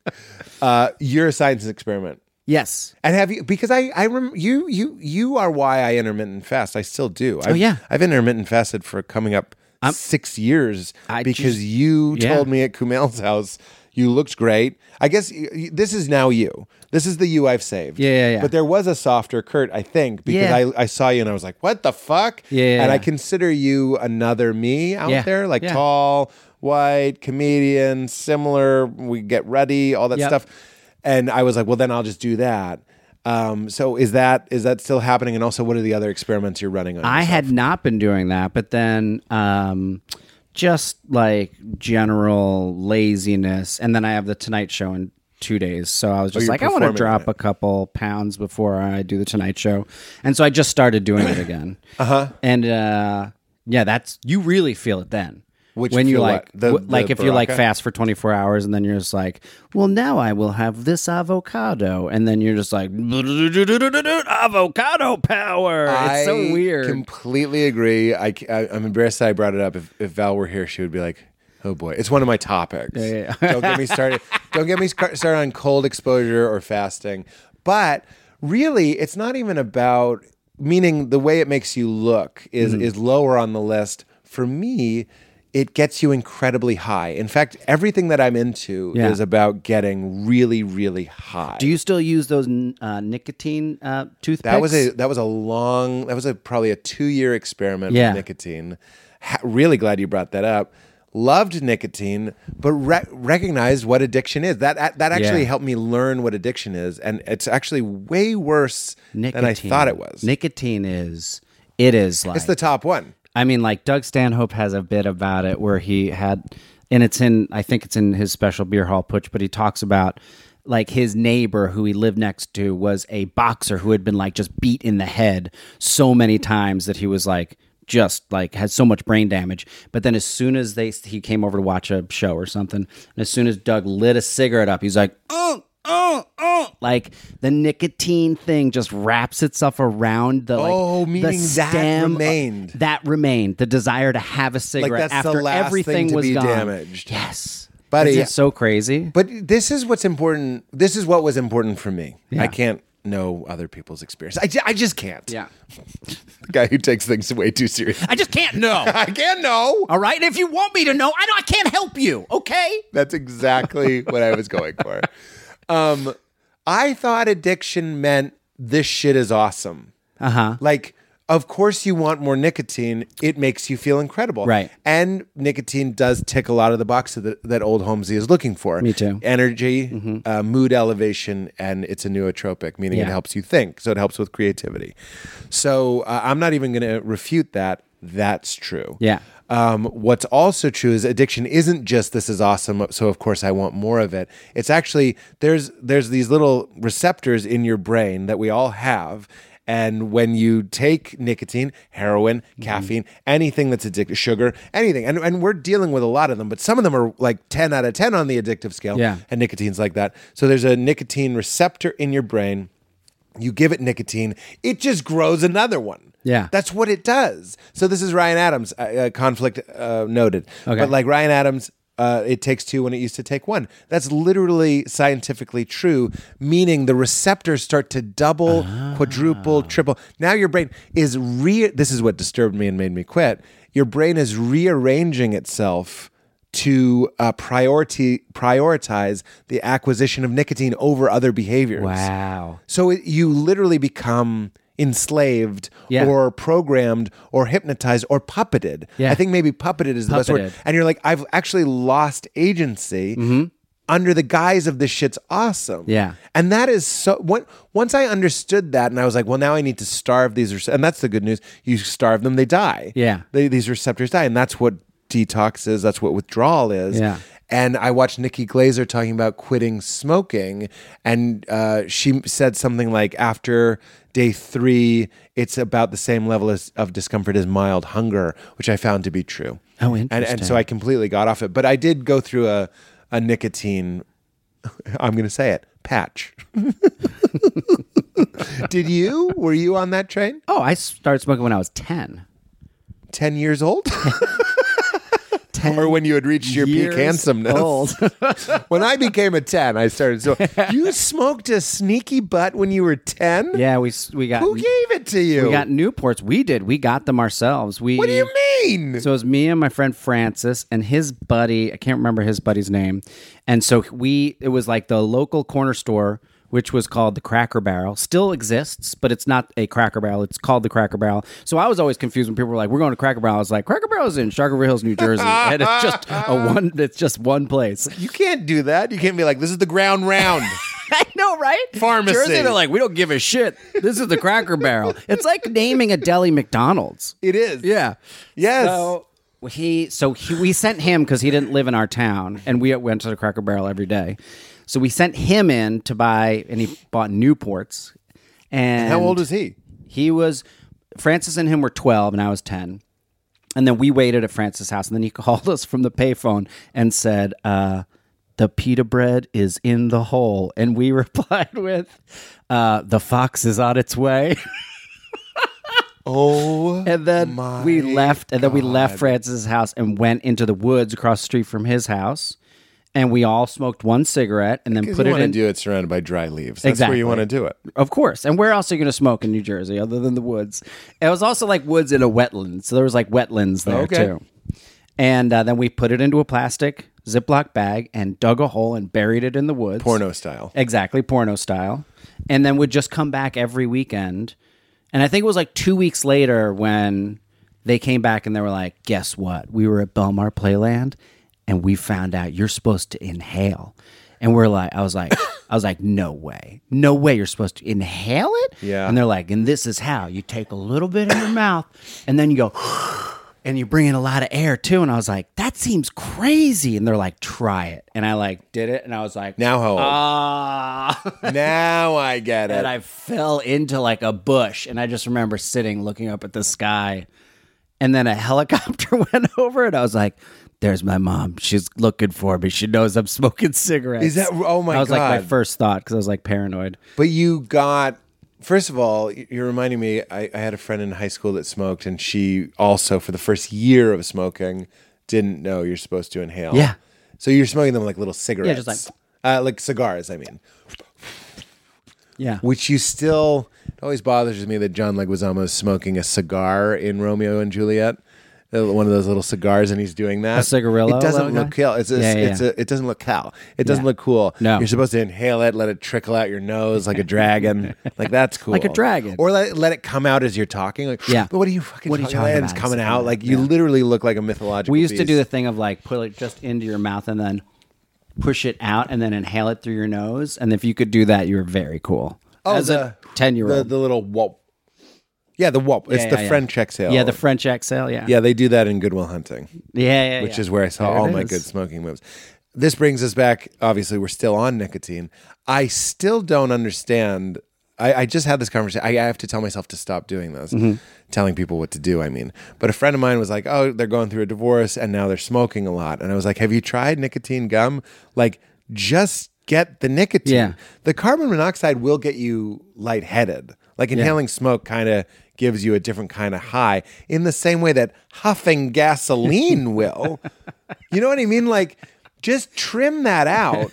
Uh, you're a science experiment.
Yes.
And have you? Because I, I rem, you, you, you are why I intermittent fast. I still do. I've,
Oh, yeah.
I've intermittent fasted for coming up six years
I
because
just-
you
yeah.
told me at Kumail's house you looked great. I guess y- y- this is now you. This is the you I've saved.
Yeah, yeah, yeah.
But there was a softer Kurt, I think, because
Yeah.
I, I saw you and I was like, what the fuck?
Yeah, yeah,
And I
yeah.
consider you another me out
Yeah,
there, like
yeah.
tall, white, comedian, similar. We get ready, all that
Yep.
stuff. And I was like, well, then I'll just do that. Um, so is that is that still happening? And also, what are the other experiments you're running on?
I had not been doing that, but then um, just like general laziness, and then I have the Tonight Show in two days, so I was just
Oh, you're
like, I want to
performing
drop
on it.
a couple pounds before I do the Tonight Show, and so I just started doing it again. uh-huh. And, uh yeah, that's you really feel it then.
Which
when you
feel
like,
what? The-
w- like
the
if you like
Baraka?
fast for 24 hours and then you're just like, well, now I will have this avocado. And then you're just like, avocado power. It's so weird.
I completely agree. I, am embarrassed that I brought it up. If, if Val were here, she would be like, "Oh boy, it's one of my topics." don't get me started. Don't get me scar- started on cold exposure or fasting. But really, it's not even about meaning the way it makes you look is
Mm.
is lower on the list for me. It gets you incredibly high. In fact, everything that I'm into
Yeah.
is about getting really, really high.
Do you still use those n- uh, nicotine uh, toothpicks?
That was a that was a long that was a probably a two year experiment
Yeah.
with nicotine. Ha- really glad you brought that up. Loved nicotine, but re- recognized what addiction is. That that that actually
Yeah.
helped me learn what addiction is, and it's actually way worse
nicotine.
than I thought it was.
Nicotine is it is like
it's the top one.
I mean, like Doug Stanhope has a bit about it where he had, and it's in, I think it's in his special beer hall putsch, but he talks about like his neighbor who he lived next to was a boxer who had been like just beat in the head so many times that he was like, just like had so much brain damage but then as soon as they he came over to watch a show or something and as soon as doug lit a cigarette up he's like oh oh oh like the nicotine thing just wraps itself around the like
Oh,
the
meaning that
stem-
remained.
that remained the desire to have a cigarette
that's the
after
last
everything
thing to
was
be
gone.
damaged.
Yes,
Buddy.
Isn't it so crazy.
But this is what's important. This is what was important for me. I can't know other people's experience. I, ju- I just can't.
yeah,
The guy who takes things way too seriously.
I just can't know.
I can't know.
All right, if you want me to know, I know I can't help you. Okay.
That's exactly what I was going for. Um, I thought addiction meant this shit is awesome. Uh
Uh-huh.
huh. Like, of course, you want more nicotine. It makes you feel incredible.
Right.
And nicotine does tick a lot of the boxes that, that old Holmesy is looking for. Me
too. Mm-hmm.
Energy, uh, mood elevation, and it's a nootropic, meaning it
Yeah.
helps you think. So it helps with creativity. So uh, I'm not even going to refute that. That's true.
Yeah.
Um, what's also true is addiction isn't just this is awesome, so of course I want more of it. It's actually there's there's these little receptors in your brain that we all have. And when you take nicotine, heroin,
Mm-hmm.
caffeine, anything that's addictive, sugar, anything, and, and we're dealing with a lot of them, but some of them are like 10 out of 10 on the addictive scale.
Yeah.
And nicotine's like that. So there's a nicotine receptor in your brain. You give it nicotine, it just grows another one.
Yeah.
That's what it does. So this is Ryan Adams, uh, uh, conflict uh, noted. But like Ryan Adams, uh, it takes two when it used to take one. That's literally scientifically true, meaning the receptors start to double, quadruple, triple. Now your brain is re. This is what disturbed me and made me quit. Your brain is rearranging itself to uh, priority prioritize the acquisition of nicotine over other behaviors.
Wow.
So it, you literally become enslaved
Yeah.
or programmed or hypnotized or puppeted.
Yeah.
I think maybe puppeted is the best word.
Puppeted. Mm-hmm.
And you're like, I've actually lost agency under the guise of this shit's awesome.
Yeah.
And that is so. When, once I understood that, and I was like, well, now I need to starve these. rece- And that's the good news. You starve them, they die.
Yeah.
They, these receptors die. And that's what detox is. That's what withdrawal is.
Yeah.
And I watched Nikki Glazer talking about quitting smoking, and uh, she said something like, "After day three, it's about the same level as, of discomfort as mild hunger," which I found to be true.
Oh,
And, and so I completely got off it, but I did go through a a nicotine. I'm going to say it patch. did you? Were you on that train?
Oh, I started smoking when I was ten.
Ten years old,
Ten.
or when you had reached your peak
years
handsomeness?
old.
when I became a 10, I started. So you smoked a sneaky butt when you were 10?
yeah, we s- we got
Who gave it to you?
we got Newports. We did. We got them ourselves. We.
what do you mean?
So it was me and my friend Francis and his buddy. I can't remember his buddy's name. And so we, it was like the local corner store, which was called the Cracker Barrel, still exists, but it's not a Cracker Barrel. It's called the Cracker Barrel. So I was always confused when people were like, "We're going to Cracker Barrel." I was like, "Cracker Barrel is in Shark River Hills, New Jersey, and it's just a one. It's just one place."
you can't do that. You can't be like, this is the ground round.
I know, right?
Pharmacy.
Jersey, they're like, we don't give a shit. This is the Cracker Barrel. It's like naming a deli McDonald's.
It is.
Yeah.
Yes.
So he, so he, we sent him because he didn't live in our town, and we went to the Cracker Barrel every day. So we sent him in to buy, and he bought Newports. And
How old is he?
he was Francis and him were 12 and I was 10. And then we waited at Francis' house and then he called us from the payphone and said, uh, the pita bread is in the hole. And we replied with, uh, the fox is on its way.
Oh.
And then we left and then we left Francis's house and went into the woods across the street from his house. And we all smoked one cigarette and then put
you
it
want to
in.
do it surrounded by dry leaves. That's where
Exactly.
you want to do it.
Of course. And where else are you going to smoke in New Jersey other than the woods? It was also like woods in a wetland. So there was like wetlands there
Okay.
too. And uh, then we put it into a plastic Ziploc bag and dug a hole and buried it in the woods.
Porno style.
Exactly, porno style. And then would just come back every weekend. And I think it was like two weeks later when they came back and they were like, guess what? We were at Belmar Playland and we found out you're supposed to inhale. And we're like, I was like, I was like, no way. No way you're supposed to inhale it.
Yeah.
And they're like, and this is how you take a little bit in your mouth and then you go, and you bring in a lot of air too. And I was like, that seems crazy. And they're like, try it. And I like did it. And I was like,
Now how old?
ah.
now I get it.
and I fell into like a bush. And I just remember sitting looking up at the sky. And then a helicopter went over, and I was like, there's my mom. She's looking for me. She knows I'm smoking cigarettes.
Is that- oh my
I was like my
God.
first thought because I was like paranoid.
But you got. First of all, y- you're reminding me. I, I had a friend in high school that smoked, and she also, for the first year of smoking, didn't know you're supposed to inhale.
Yeah.
So you're smoking them like little cigarettes.
just like-
uh, like cigars. I mean,
Yeah.
which you still. It always bothers me that John Leguizamo is smoking a cigar in Romeo and Juliet. uh, One of those little cigars, and he's doing that.
cigarillo
It doesn't
little
look
guy?
cool. It's a,
Yeah, yeah,
it's
yeah.
a, it doesn't look cool. It doesn't look cool.
No.
you're supposed to inhale it, let it trickle out your nose like a dragon. like that's cool.
Like a dragon.
Or let, let it come out as you're talking. Like
Yeah.
But what are you fucking
What are you
talking,
talking
about? It's
about?
coming
It's
out
coming
like
out.
you literally look like a mythological.
We used to do
beast.
the thing of like put it just into your mouth and then push it out and then inhale it through your nose. And if you could do that, you were very cool.
Oh,
As a ten year
the,
old.
the little whoop. Yeah, the whoop. it's
Yeah,
the
yeah, yeah.
French exhale.
Yeah, the French exhale. Yeah.
Yeah, they do that in Goodwill Hunting.
Yeah. yeah
which
yeah.
is where I saw
There it
all my
is.
good smoking moves. This brings us back. Obviously, we're still on nicotine. I still don't understand. I, I just had this conversation. I, I have to tell myself to stop doing this,
Mm-hmm.
telling people what to do. I mean, but a friend of mine was like, "Oh, they're going through a divorce and now they're smoking a lot." And I was like, "Have you tried nicotine gum? Like, just get the nicotine.
Yeah.
The carbon monoxide will get you lightheaded. Like inhaling smoke kind of gives you a different kind of high in the same way that huffing gasoline will. You know what I mean? Like, just trim that out.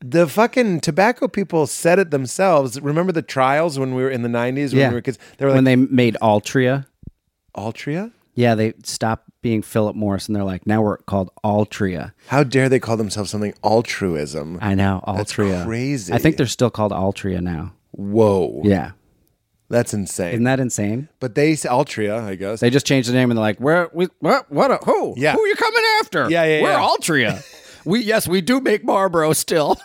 The fucking tobacco people said it themselves. Remember the trials when we were in the 90s when
Yeah.
we were kids? They were
when
like,
they made Altria.
Altria?
Yeah, they stopped being Philip Morris and they're like, now we're called Altria.
How dare they call themselves something altruism?
I know, Altria.
That's crazy.
I think they're still called Altria now.
Whoa.
Yeah.
That's insane.
Isn't that insane?
but they, Altria, I guess.
They just changed the name and they're like, "Where we what what a, who?
Yeah.
Who are you coming after?
Yeah, yeah,
We're
yeah.
Altria. we yes, we do make Marlboro still.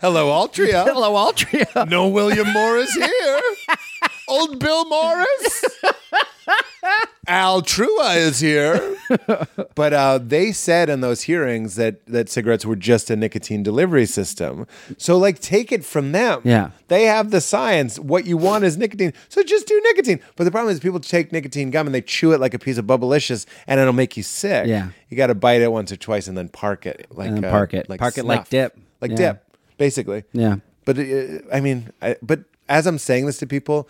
Hello, Altria.
Hello Altria.
No William Morris here. Old Bill Morris. Al Trua is here. But uh, they said in those hearings that that cigarettes were just a nicotine delivery system. So like take it from them.
Yeah.
They have the science. What you want is nicotine. So just do nicotine. But the problem is people take nicotine gum and they chew it like a piece of bubblicious and it'll make you sick.
Yeah.
You gotta bite it once or twice and then park it. Like
And then park it. Park it like dip.
Like
Yeah.
dip, basically.
Yeah.
But uh, I mean, I, but as I'm saying this to people,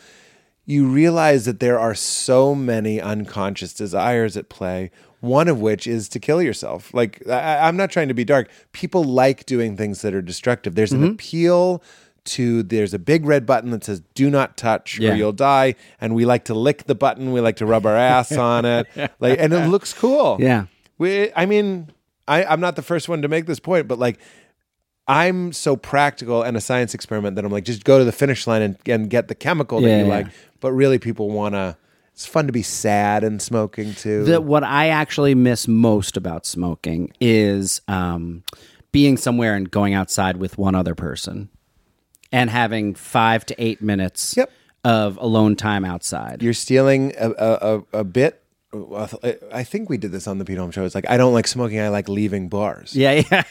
you realize that there are so many unconscious desires at play. One of which is to kill yourself. Like I, I'm not trying to be dark. People like doing things that are destructive. There's
Mm-hmm.
an appeal to there's a big red button that says do not touch
Yeah.
or you'll die and we like to lick the button we like to rub our ass on it like and it looks cool
Yeah.
we, I mean, I, I'm not the first one to make this point, but like, I'm so practical and a science experiment that I'm like, just go to the finish line and, and get the chemical that
Yeah,
you
yeah.
like. But really, people want to. It's fun to be sad and smoking too.
That what I actually miss most about smoking is um, being somewhere and going outside with one other person and having five to eight minutes
Yep.
of alone time outside.
You're stealing a, a, a, a bit. I think we did this on the Pete Holmes show. It's like I don't like smoking. I like leaving bars.
yeah, yeah.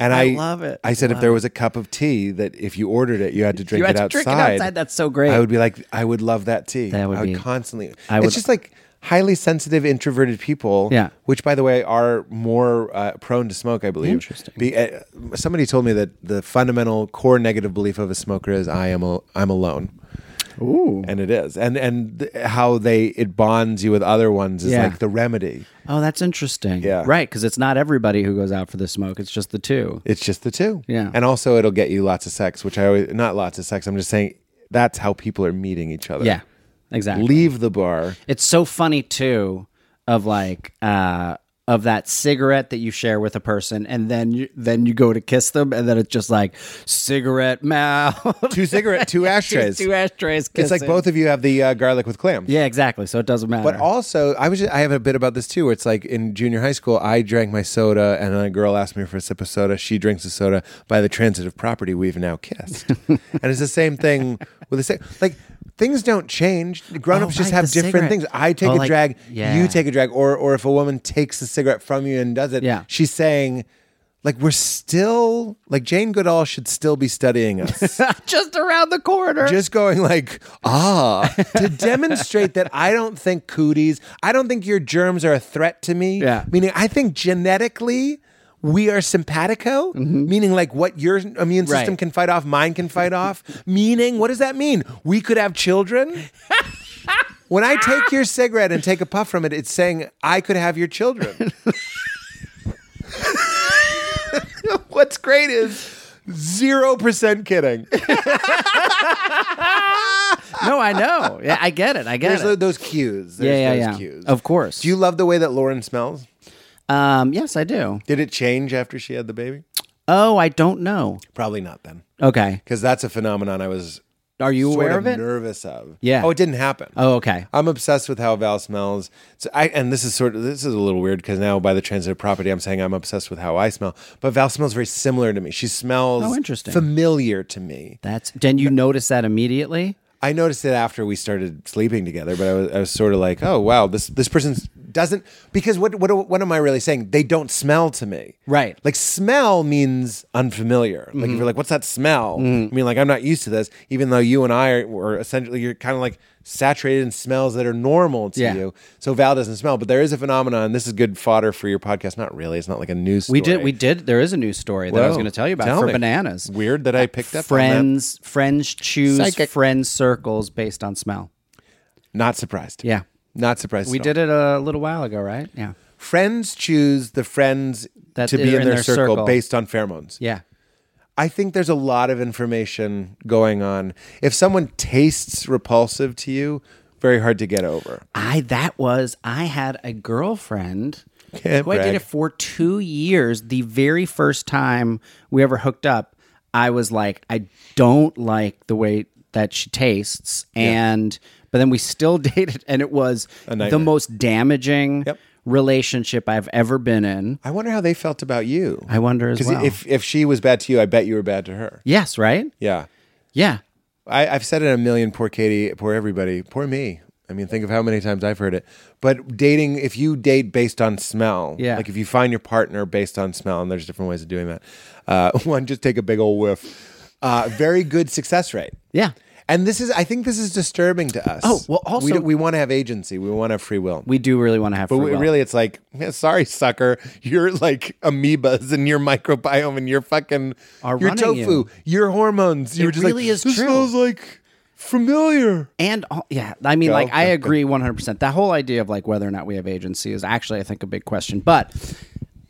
And I,
I love it.
I said if there was a cup of tea that if you ordered it, you had to drink,
you had
it,
to
outside,
drink it outside. That's so great.
I would be like, I would love that tea.
That would
I would
be-
constantly.
I would-
it's just like highly sensitive, introverted people.
Yeah.
Which, by the way, are more uh, prone to smoke. I believe. Interesting. Be, uh, somebody told me that the fundamental core negative belief of a smoker is I am al- I'm alone. Ooh. And it is, and and th- how they it bonds you with other ones is
Yeah.
like the remedy.
oh, that's interesting.
Yeah.
Right. Because it's not everybody who goes out for the smoke, it's just the two.
It's just the two.
Yeah.
And also it'll get you lots of sex, which I always not lots of sex. I'm just saying that's how people are meeting each other.
Yeah, exactly.
Leave the bar.
It's so funny too, of like uh, of that cigarette that you share with a person, and then you, then you go to kiss them, and then it's just like cigarette mouth,
Two cigarette, two ashtrays.
two ashtrays. Kissing.
it's like both of you have the uh, garlic with clam.
Yeah, exactly. So it doesn't matter.
But also, I was just, I have a bit about this too. Where it's like in junior high school, I drank my soda, and then a girl asked me for a sip of soda. She drinks the soda. By the transitive property, we've now kissed, and it's the same thing with the same like. Things don't change. Grown ups
Oh,
just
right,
have
the
different
cigarette.
things. I take
Oh,
a
like-
drag,
yeah.
you take a drag, or or if a woman takes a cigarette from you and does it,
Yeah.
she's saying, like we're still like Jane Goodall should still be studying us.
just around the corner.
just going like ah to demonstrate that I don't think cooties, I don't think your germs are a threat to me.
Yeah.
meaning I think genetically we are simpatico, meaning like what your immune system
Right.
can fight off, mine can fight off. Meaning, what does that mean? We could have children. when I take your cigarette and take a puff from it, it's saying I could have your children. What's great is. Zero percent kidding.
no, I know. Yeah, I get it. I get
There's tho-
it.
those cues. There's
yeah,
those
yeah, yeah.
cues.
Of course.
Do you love the way that Lauren smells?
um, yes, I do.
Did it change after she had the baby?
Oh, I don't know.
Probably not then,
Okay.
because that's a phenomenon I was
Are you
sort
aware
of
of it?
nervous of.
Yeah.
Oh, it didn't happen.
oh, okay.
I'm obsessed with how Val smells. So I and this is sort of this is a little weird because now by the transitive property, I'm saying I'm obsessed with how I smell. But Val smells very similar to me. She smells
Oh, interesting.
familiar to me.
That's then you notice that immediately.
I noticed it after we started sleeping together, but I was, I was sort of like, oh wow, this this person doesn't because what what what am I really saying? They don't smell to me,
Right. Mm-hmm.
Like smell means unfamiliar. Like if you're like, what's that smell? I mean, like I'm not used to this, even though you and I are were essentially you're kind of like saturated in smells that are normal to
Yeah.
you. So Val doesn't smell, but there is a phenomenon. This is good fodder for your podcast. Not really. It's not like a news.
We
story.
did. We did. There is a news story that I was
Whoa.
going to tell you about
Tell
for
me.
bananas.
Weird that I picked up on that.
friends, friends choose
Psychic.
friends circles based on smell.
Not surprised.
Yeah,
Not surprised.
we
at all.
did it a little while ago, right? Yeah,
friends choose the friends
That
to be
they're
in their, circle,
circle.
based on pheromones.
yeah.
I think there's a lot of information going on. If someone tastes repulsive to you, very hard to get over.
I that was I had a girlfriend
Can't
who I
brag.
dated for two years. The very first time we ever hooked up, I was like, I don't like the way that she tastes, and but then we still dated, and it was the
nightmare.
most damaging
Yep.
relationship I've ever been in.
I wonder how they felt about you.
I wonder as
Because
well.
if, if she was bad to you, I bet you were bad to her.
yes, right?
Yeah.
Yeah.
I, I've said it a million, poor Katie, poor everybody, poor me. I mean, think of how many times I've heard it. But dating, if you date based on smell,
Yeah.
like if you find your partner based on smell, and there's different ways of doing that. Uh, one, just take a big old whiff. Uh, very good success rate.
Yeah.
And this is, I think this is disturbing to us.
Oh, well, also-
we, do- we want to have agency. We want to have free will.
We do really want to have
but
free
we,
will.
really, it's like, yeah, sorry, sucker. You're like amoebas and your microbiome and your fucking,
Are
your tofu,
running you.
your hormones. You
It
were just
really
like,
is
this
true.
smells like familiar.
and all- yeah, I mean, like, I
go, go.
agree 100%. That whole idea of like whether or not we have agency is actually, I think, a big question. But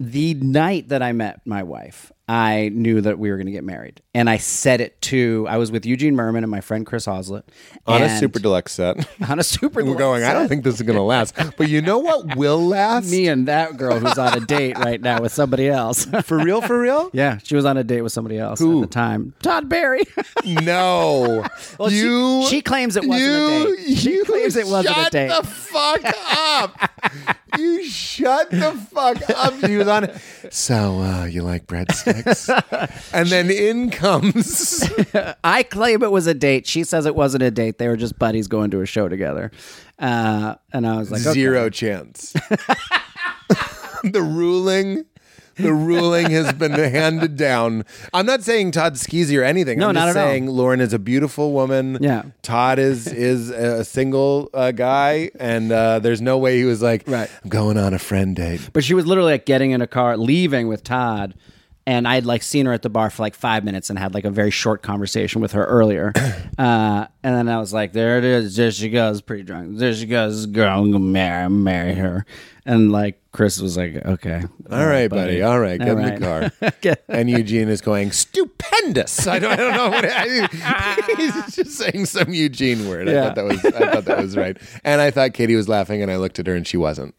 the night that I met my wife, I knew that we were going to get married. And I said it to, I was with Eugene Merman and my friend Chris Hoslett.
On a
and-
super deluxe set.
On a super
We're going, I don't think this is going to last. But you know what will last?
Me and that girl who's on a date right now with somebody else.
For real, for real?
yeah, she was on a date with somebody else at the time. Todd Barry.
No.
Well, she-
you.
she claims it wasn't a date. She
you
claims it wasn't a
shut
date.
the fuck up. you shut the fuck up. She was on. So uh, you like breadsticks? and then in comes.
I claim it was a date. She says it wasn't a date. They were just buddies going to a show together. Uh, and I was like, okay.
Zero chance. the ruling, the ruling has been handed down. I'm not saying Todd's skeezy or anything.
No,
I'm just
not at all.
saying Lauren is a beautiful woman.
Yeah.
Todd is is a single uh, guy, and uh, there's no way he was like,
Right.
I'm going on a friend date.
But she was literally like getting in a car, leaving with Todd. And I had like seen her at the bar for like five minutes and had like a very short conversation with her earlier. Uh, and then I was like, there it is. There she goes, pretty drunk. There she goes, this girl. I'm going to marry, marry her. And like Chris was like, okay.
All right, buddy. All right, get
All
in the car. and Eugene is going stupendous. I don't, I don't know what I, he's just saying some Eugene word. I
Yeah.
thought that was I thought that was right. And I thought Katie was laughing, and I looked at her, and she wasn't,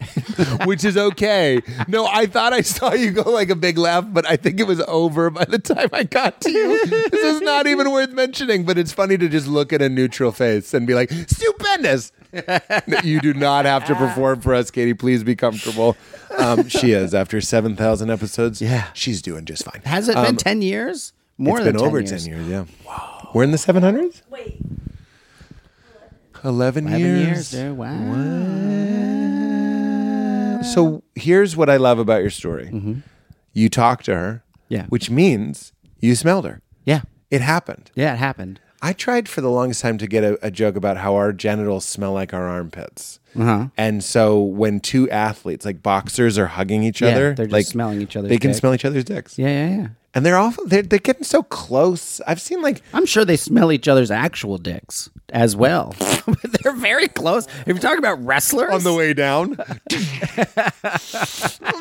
which is okay. No, I thought I saw you go like a big laugh, but I think it was over by the time I got to you. this is not even worth mentioning. But it's funny to just look at a neutral face and be like stupendous. No, you do not have to perform for us, Katie. Please be comfortable. Um, she is after seven thousand episodes.
Yeah.
she's doing just fine.
Has it been 10 years? More
It's
than
been over ten years. Yeah. Wow. We're in the seven hundreds.
Wait.
Eleven,
11
years.
years. dude. Wow.
So here's what I love about your story. You talked to her.
Mm-hmm. Yeah.
Which means you smelled her.
Yeah.
It happened.
Yeah, it happened.
I tried for the longest time to get a, a joke about how our genitals smell like our armpits.
Uh-huh.
And so when two athletes, like boxers, are hugging each
Yeah,
other,
they're just
like,
smelling each other's
They can
dick.
smell each other's dicks.
Yeah, yeah, yeah.
And they're awful. They're, they're getting so close. I've seen like
I'm sure they smell each other's actual dicks as well. They're very close. If you're talking about wrestlers,
way down.
or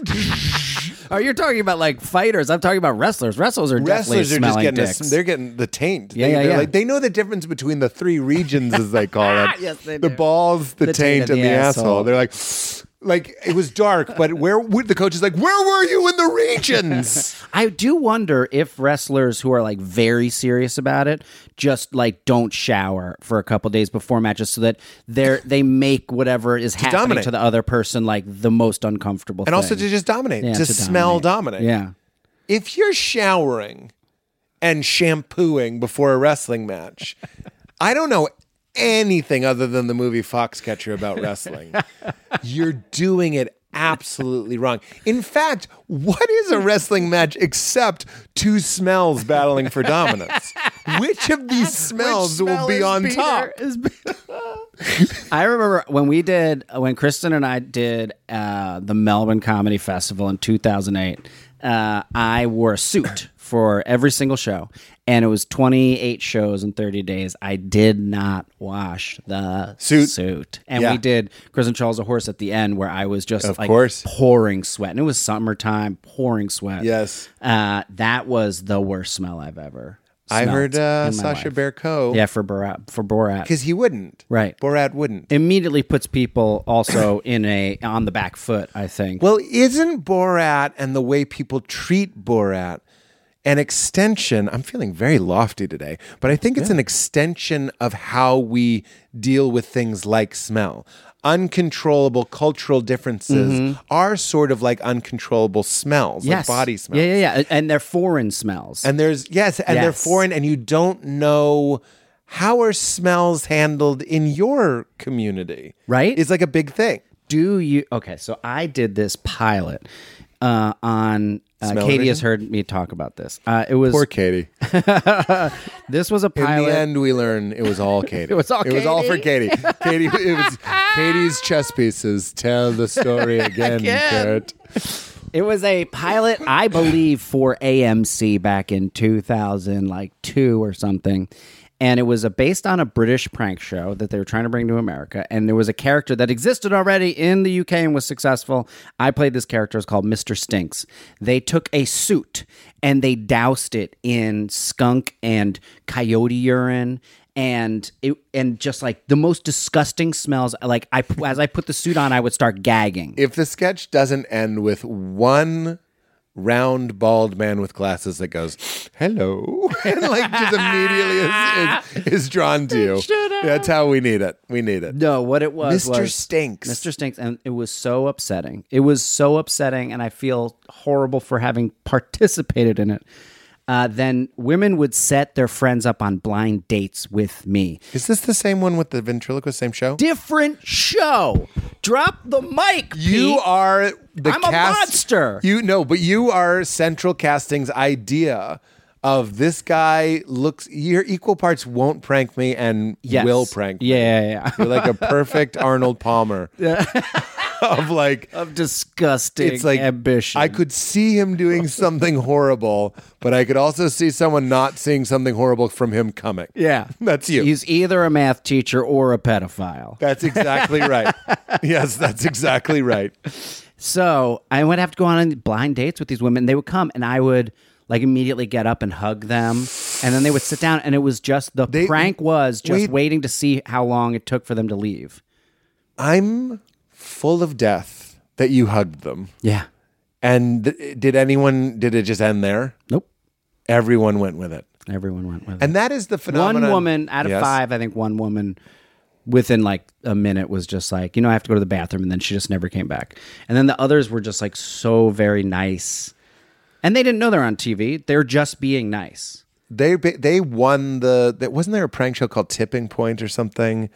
Oh, you're talking about like fighters, I'm talking about wrestlers. Wrestlers are
Wrestlers
definitely
are just
smelling
getting a,
dicks.
they're getting the taint.
Yeah,
they,
yeah,
they're
yeah.
Like, they know the difference between the three regions, as they call it.
Yes, they
the
do.
balls, the,
The
taint, and the, asshole.
asshole.
They're like, like it was dark, but where would the coach is like, where were you in the regions?
I do wonder if wrestlers who are like very serious about it just like don't shower for a couple days before matches so that they're they make whatever is happening
dominate.
to the other person like the most uncomfortable
and also
thing.
to just dominate,
Yeah,
to, smell
dominate.
dominate.
Yeah.
If you're showering and shampooing before a wrestling match, I don't know anything other than the movie Foxcatcher about wrestling. you're doing it absolutely wrong. In fact, what is a wrestling match except two smells battling for dominance? Which of these smells will be on top?
I remember when we did when Kristen and I did uh, the Melbourne Comedy Festival in 2008. Uh, I wore a suit for every single show, and it was 28 shows in 30 days. I did not wash the
Suit.
and
Yeah.
we did Kristen Charles a horse at the end where I was just like
course.
pouring sweat, and it was summertime, pouring sweat.
Yes.
uh, that was the worst smell I've ever.
I heard
smelled
uh,
in my
Sasha
life.
Baron Cohen
Yeah, for Borat. For Borat,
because he wouldn't.
Right.
Borat wouldn't.
immediately puts people also in a on the back foot. I think.
Well, isn't Borat and the way people treat Borat an extension? I'm feeling very lofty today, but I think it's an extension of how we deal with things like smell. Uncontrollable cultural differences are sort of like uncontrollable smells,
Mm-hmm. yes,
like body smells.
Yeah, yeah, yeah, and they're foreign smells.
And there's yes, and they're
Yes.
foreign, and you don't know how are smells handled in your community.
Right?
It's like a big thing.
do you okay so i did this pilot uh, on uh,
Smell
katie
vision?
has heard me talk about this uh, it was
Katie.
this was a
In
pilot
the end, we learn it was all Katie. it
was all
It was all for Katie.
Katie.
Katie, it was Katie's chess pieces. Tell the story again, Kurt.
it was a pilot i believe for amc back in 2000 like two or something and it was a, based on a british prank show that they were trying to bring to america and there was a character that existed already in the uk and was successful i played this character it's called mr stinks they took a suit and they doused it in skunk and coyote urine and it and just like the most disgusting smells like i as i put the suit on i would start gagging
If the sketch doesn't end with one round bald man with glasses that goes hello and like just immediately is, is, is drawn to you that's how we need it we need it
No, what it was,
mr
was-
stinks
Mr. Stinks, and it was so upsetting. It was so upsetting, and I feel horrible for having participated in it. Uh, then women would set their friends up on blind dates with me.
is this the same one with the ventriloquist same show
Different show. Drop the mic.
You
Pete.
are the
I'm a
cast-
monster.
You know, but you are Central Casting's idea of this guy looks your equal parts won't prank me and
Yes.
will prank me.
Yeah, yeah, yeah.
You're like a perfect Arnold Palmer of like
of disgusting
it's like
ambition.
I could see him doing something horrible, but I could also see someone not seeing something horrible from him coming.
yeah,
That's you.
He's either a math teacher or a pedophile.
that's exactly right. yes, that's exactly right.
So I would have to go on blind dates with these women. They would come, and I would like immediately get up and hug them, and then they would sit down, and it was just the prank was just
wait.
waiting to see how long it took for them to leave.
I'm full of death that you hugged them.
Yeah.
And th- did anyone? Did it just end there?
Nope.
Everyone went with it,
Everyone went with it.
and that is the
one
phenomenon.
woman out of
Yes.
five, I think one woman within like a minute was just like, you know, I have to go to the bathroom, and then she just never came back. And then the others were just like so very nice, and they didn't know they're on TV. They're just being nice.
They ba- they won the. That wasn't there a prank show called Tipping Point or something.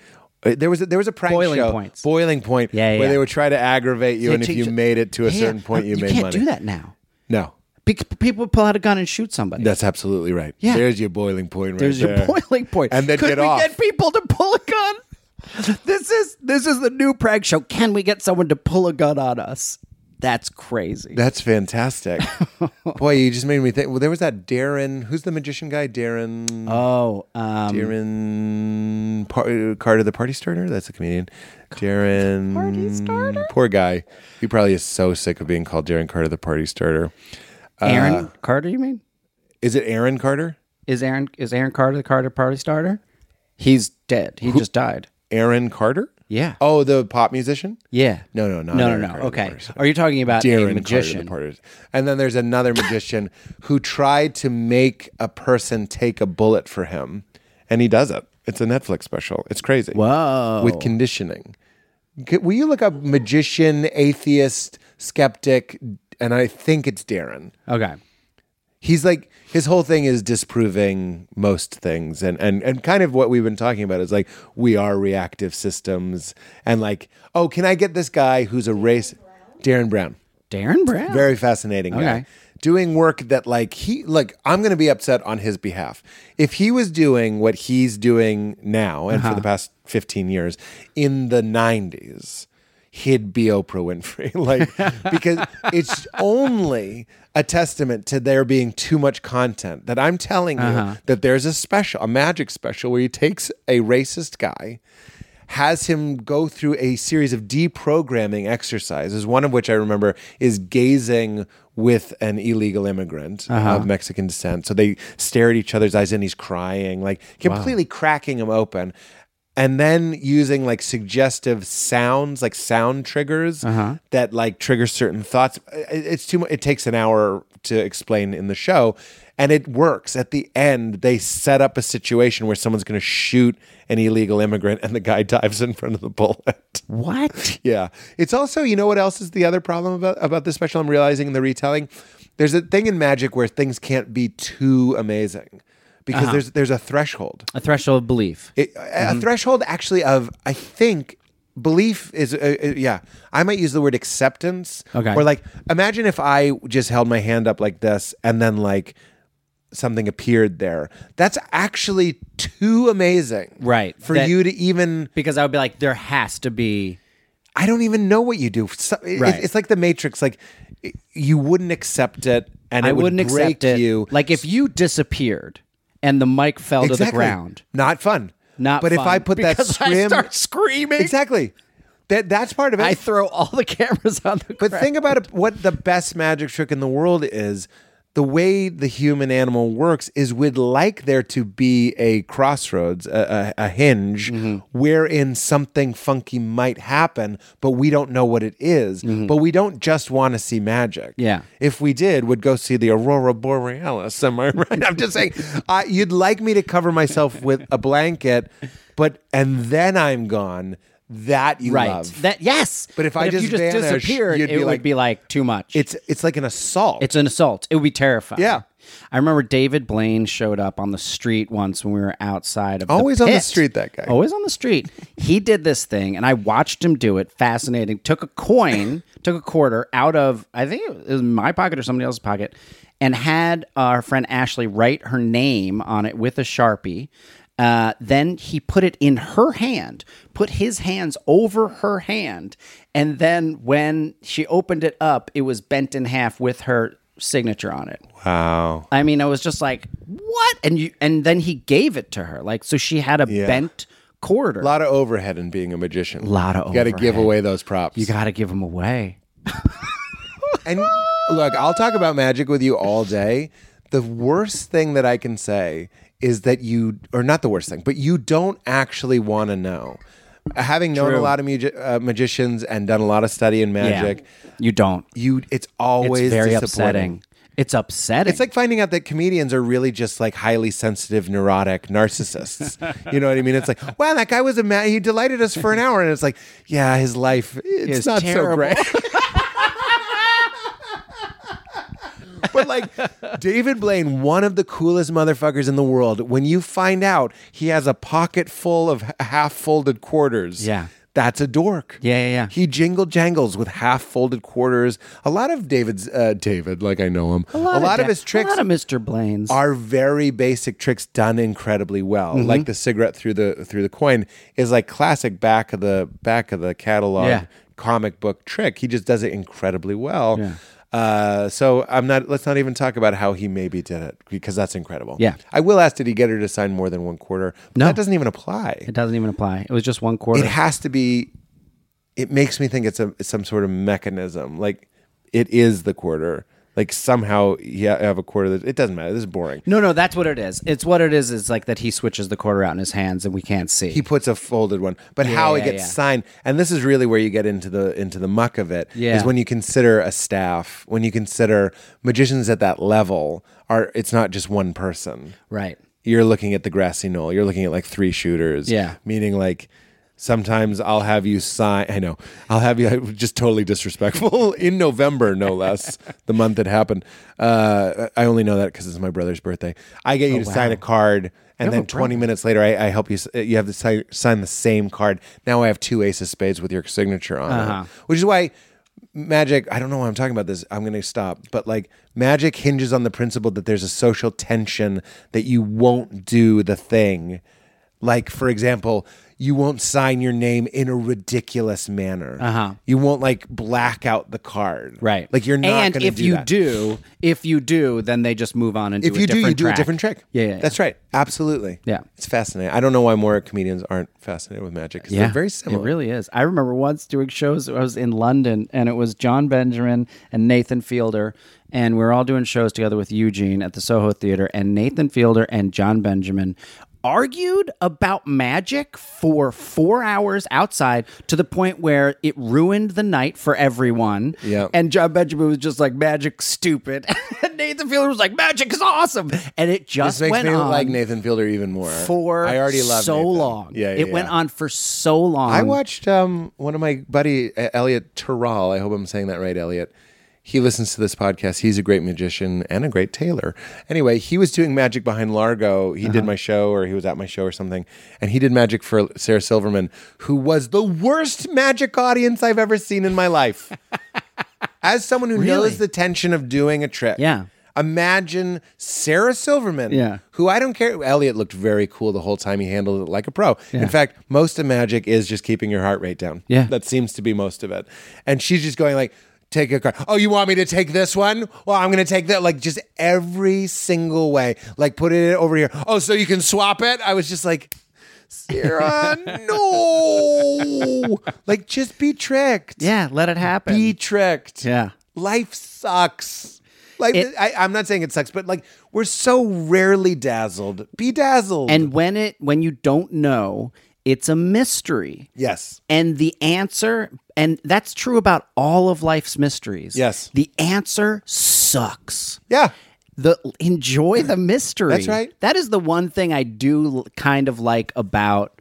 Uh, There was a, there was a prank
Boiling
show,
Points.
boiling point,
Yeah, yeah,
where
yeah.
they would try to aggravate you, and if
They
you
teach-
made it to
Yeah,
a
uh,
certain point, you, made
can't
money.
do that now.
No,
Bec- people pull out a gun and shoot somebody.
that's absolutely right.
Yeah.
there's your boiling point. Right
There's your
there.
boiling point.
and then
Could
get
we
off.
get people to pull a gun? This is this is the new prank show. Can we get someone to pull a gun on us? That's crazy.
That's fantastic. Boy, you just made me think. Well, there was that Darren. Who's the magician guy? Darren.
Oh, um,
Darren Par- Carter, the party starter. That's a comedian. Darren, party starter. Poor guy. He probably is so sick of being called Darren Carter, the party starter. uh,
Aaron Carter. You mean
Is it Aaron Carter?
is Aaron is Aaron Carter the Carter party starter? He's dead. He just died.
Aaron Carter?
Yeah.
Oh, the pop musician.
Yeah.
No, no, not
No,
Aaron
no, no.
Carter, the
okay.
party
Are you talking about
Darren
a magician?
Carter, the party. And then there's another magician who tried to make a person take a bullet for him, and he does it. It's a Netflix special. It's crazy.
Whoa.
with conditioning. C- Will you look up magician, atheist, skeptic, and I think it's Darren.
okay.
He's like his whole thing is disproving most things, and and and kind of what we've been talking about is like we are reactive systems, and like oh, can I get this guy who's a race, Darren Brown,
Darren Brown.
very fascinating guy.
Okay.
Doing work that like he like I'm going to be upset on his behalf. If he was doing what he's doing now and for the past 15 years in the 90s, he'd be Oprah Winfrey like because it's only a testament to there being too much content that I'm telling you that there's a special, a magic special where he takes a racist guy has him go through a series of deprogramming exercises, one of which I remember is gazing with an illegal immigrant of Mexican descent. So they stare at each other's eyes and he's crying, like completely cracking him open. And then using like suggestive sounds, like sound triggers that like trigger certain thoughts. It- It's too much. It takes an hour to explain in the show. And it works. At the end, they set up a situation where someone's going to shoot an illegal immigrant and the guy dives in front of the bullet.
What?
yeah. It's also, you know what else is the other problem about, about this special I'm realizing in the retelling? There's a thing in magic where things can't be too amazing because there's there's a threshold.
A threshold of belief.
It, a-
Mm-hmm.
A threshold actually of I think belief is uh, uh, yeah. I might use the word acceptance.
Okay.
Or like imagine if I just held my hand up like this and then like something appeared there. That's actually too amazing.
Right.
For
That-
you to even
because I would be like, there has to be.
I don't even know what you do. So, it-
Right.
it's, it's like the Matrix. Like i- you wouldn't accept it, and it
I wouldn't
would break
accept it.
you.
Like if you disappeared and the mic fell to the ground.
Not fun.
Not
But if
fun,
I put that
because I
scrim,
start screaming.
Exactly. That that's part of it.
I throw all the cameras on the
But
ground.
think about it, what the best magic trick in the world is. the way the human animal works is we'd like there to be a crossroads, a, a, a hinge,
Mm-hmm.
wherein something funky might happen, but we don't know what it is. But we don't just want to see magic.
Mm-hmm. Yeah.
If we did, would go see the aurora borealis. Am I right? I'm just saying, I, you'd like me to cover myself with a blanket, but and then I'm gone. That you
right.
love.
That yes.
But if I
you
just
just
vanish,
disappeared,
you'd
it
be
would
like-
be like too much.
it's it's like an assault.
It's an assault. It would be terrifying.
Yeah.
I remember David Blaine showed up on the street once when we were outside of
Always
the
on the
pit.
street, that guy.
Always on the street. he did this thing, and I watched him do it. Fascinating. Took a coin, took a quarter out of I think it was my pocket or somebody else's pocket, and had our friend Ashley write her name on it with a sharpie. Uh, then he put it in her hand, put his hands over her hand, and then when she opened it up, it was bent in half with her signature on it.
wow.
I mean, I was just like, "What?" And you, and then he gave it to her, like so she had a bent quarter.
A lot of overhead in being a magician. A
Lot of
You got to give
overhead.
away those props.
you got to give them away.
and look, I'll talk about magic with you all day. The worst thing that I can say is that you, or not the worst thing, but you don't actually want to know. Having known a lot of magi- uh, magicians and done a lot of study in magic,
you don't.
you it's
It's
always
very
disappointing.
upsetting. It's upsetting.
It's like finding out that comedians are really just like highly sensitive, neurotic narcissists. you know what I mean? It's like, wow, that guy was a man. He delighted us for an hour, and it's like, yeah, his life it's
It's
not
terrible.
so great. but like David Blaine, one of the coolest motherfuckers in the world. When you find out he has a pocket full of half folded quarters,
Yeah.
that's a dork.
Yeah, yeah, yeah.
He jingle jangles with half folded quarters. A lot of David's uh, David, like I know him. A lot, of,
da-
his tricks
a lot of Mr. Blaine's.
are very basic tricks done incredibly well.
Mm-hmm.
Like the cigarette through the through the coin is like classic back of the back of the catalog
Yeah.
comic book trick. He just does it incredibly well. Uh, so I'm not. Let's not even talk about how he maybe did it because that's incredible.
Yeah.
I will ask. Did he get her to sign more than one quarter? But
No.
that doesn't even apply.
it doesn't even apply. It was just one quarter.
It has to be. It makes me think it's a it's some sort of mechanism. Like it is the quarter. Like somehow yeah, I have a quarter. That, it doesn't matter. This is boring.
no, no, that's what it is. It's what it is. It's like that he switches the quarter out in his hands and we can't see.
he puts a folded one but how it
yeah,
gets
yeah.
signed and this is really where you get into the into the muck of it is
Yeah.
when you consider a staff when you consider magicians at that level are it's not just one person
right.
you're looking at the grassy knoll you're looking at like three shooters
Yeah.
meaning like sometimes i'll have you sign i know i'll have you just totally disrespectful in november no less the month it happened uh, i only know that because it's my brother's birthday i get you to sign a card and then 20 minutes later I, I help you s- uh, you have to sign, sign the same card now i have two ace of spades with your signature on it which is why magic i don't know why i'm talking about this i'm gonna stop but like magic hinges on the principle that there's a social tension that you won't do the thing like for example you won't sign your name in a ridiculous manner uh-huh. you won't like black out the card
Right.
like you're not
And
gonna
if
do
you
that.
do, if you do, then they just move on and
if
do
you
a
do you
different
do
track.
a different trick
Yeah, yeah, yeah.
that's right absolutely
Yeah.
it's fascinating i don't know why more comedians aren't fascinated with magic because they're very similar
It really is. I remember once doing shows. I was in London, and it was John Benjamin and Nathan Fielder, and we were all doing shows together with Eugene at the Soho Theater. And Nathan Fielder and John Benjamin argued about magic for four hours outside to the point where it ruined the night for everyone.
Yeah.
And John Benjamin was just like, "Magic, stupid." and Nathan Fielder was like, "Magic is awesome," and it just
this makes
went
me
on.
like nathan fielder even more
for
i already love
so
Nathan.
long.
yeah, yeah
it went
yeah.
on for so long.
I watched um, one of my buddy uh, Elliot Terrell. I hope I'm saying that right, Elliot. He listens to this podcast. He's a great magician and a great tailor. Anyway, he was doing magic behind Largo. He
Uh-huh.
did my show, or he was at my show, or something. And he did magic for Sarah Silverman, who was the worst magic audience I've ever seen in my life. As someone who knows the tension of doing a trick,
Yeah.
Imagine Sarah Silverman,
Yeah.
who I don't care. Elliot looked very cool the whole time. He handled it like a pro. In fact, most of magic is just keeping your heart rate down.
Yeah.
that seems to be most of it. And she's just going like, "Take a card. Oh, you want me to take this one? Well, I'm going to take that. Like just every single way. Like put it over here. Oh, so you can swap it. I was just like. Sarah, no! Like, just be tricked.
Yeah, let it happen.
Be tricked.
Yeah.
Life sucks. Like I, I'm not saying it sucks, but like we're so rarely dazzled. Be dazzled.
And when it when you don't know, it's a mystery.
yes.
And the answer, and that's true about all of life's mysteries.
Yes.
The answer sucks.
Yeah.
The enjoy the mystery.
That's right.
That is the one thing I do l- kind of like about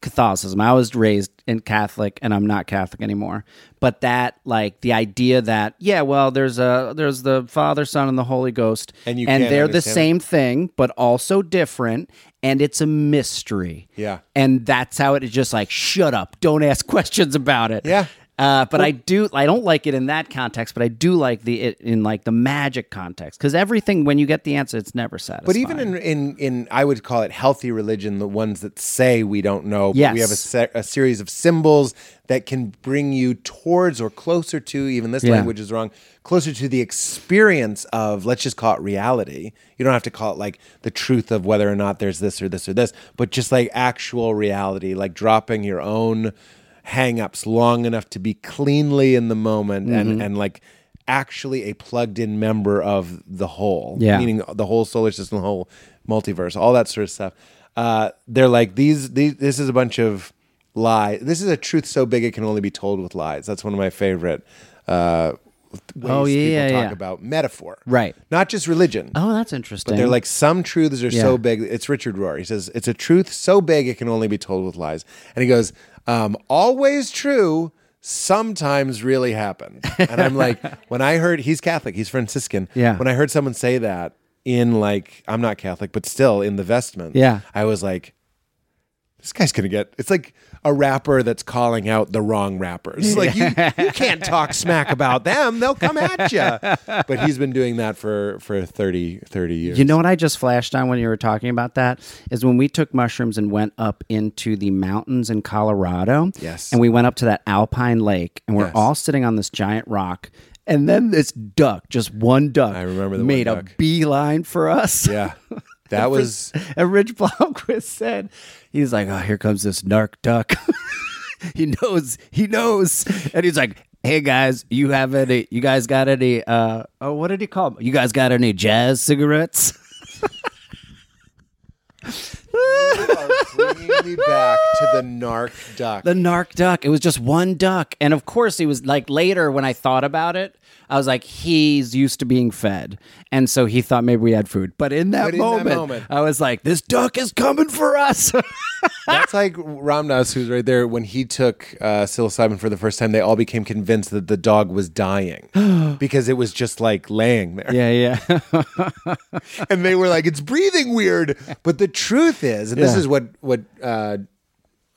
Catholicism. I was raised in Catholic and I'm not Catholic anymore. But that like the idea that yeah, well there's a there's the Father, Son and the Holy Ghost
And you
and
can't
they're the
understand it.
same thing but also different and it's a mystery.
Yeah.
And that's how it is just like, shut up. Don't ask questions about it.
Yeah.
Uh, but I do, I don't like it in that context, but I do like the, it in like the magic context. Cause everything, when you get the answer, it's never satisfying.
But even in, in in I would call it healthy religion, the ones that say we don't know, but we
Yes.
have a, se- a series of symbols that can bring you towards or closer to even this language is wrong, closer to the experience of let's just call it reality. You don't have to call it like the truth of whether or not there's this or this or this, but just like actual reality, like dropping your own hang-ups long enough to be cleanly in the moment and and like actually a plugged-in member of the whole
Yeah.
meaning the whole solar system, the whole multiverse, all that sort of stuff. Uh, they're like these, these. This is a bunch of lie. This is a truth so big it can only be told with lies. That's one of my favorite uh, ways
Oh, yeah,
people
yeah,
talk
yeah.
about metaphor,
Right.
Not just religion.
oh, that's interesting.
They're like some truths are so
Yeah.
big. It's Richard Rohr. He says it's a truth so big it can only be told with lies. And he goes, um, always true. Sometimes really happened. And I'm like, when I heard he's Catholic, he's Franciscan.
Yeah.
When I heard someone say that in like, I'm not Catholic, but still in the vestment.
Yeah.
I was like, this guy's gonna get. It's like a rapper that's calling out the wrong rappers. Like you, you can't talk smack about them; they'll come at you. But he's been doing that for for 30, 30 years.
you know what I just flashed on when you were talking about that is when we took mushrooms and went up into the mountains in Colorado.
Yes.
And we went up to that alpine lake and we're all sitting on this giant rock. And then this duck, just one duck, I
remember the
made
one
a
duck.
beeline for us.
yeah, that was
And Rich Blomquist said, he's like, oh, here comes this narc duck. he knows, he knows. And he's like, hey guys, you have any, you guys got any, uh, oh, what did he call 'em? You guys got any jazz cigarettes?
bringing me back to the narc duck.
The narc duck. It was just one duck. And of course, he was like, later when I thought about it, I was like, he's used to being fed. And so he thought maybe we had food. But in that,
But in that
moment,
moment-
I was like, this duck is coming for us.
That's like Ramdas, who's right there. When he took uh, psilocybin for the first time, they all became convinced that the dog was dying because it was just like laying there.
yeah, yeah.
and they were like, "It's breathing weird." But the truth is, and this
Yeah.
is what what uh,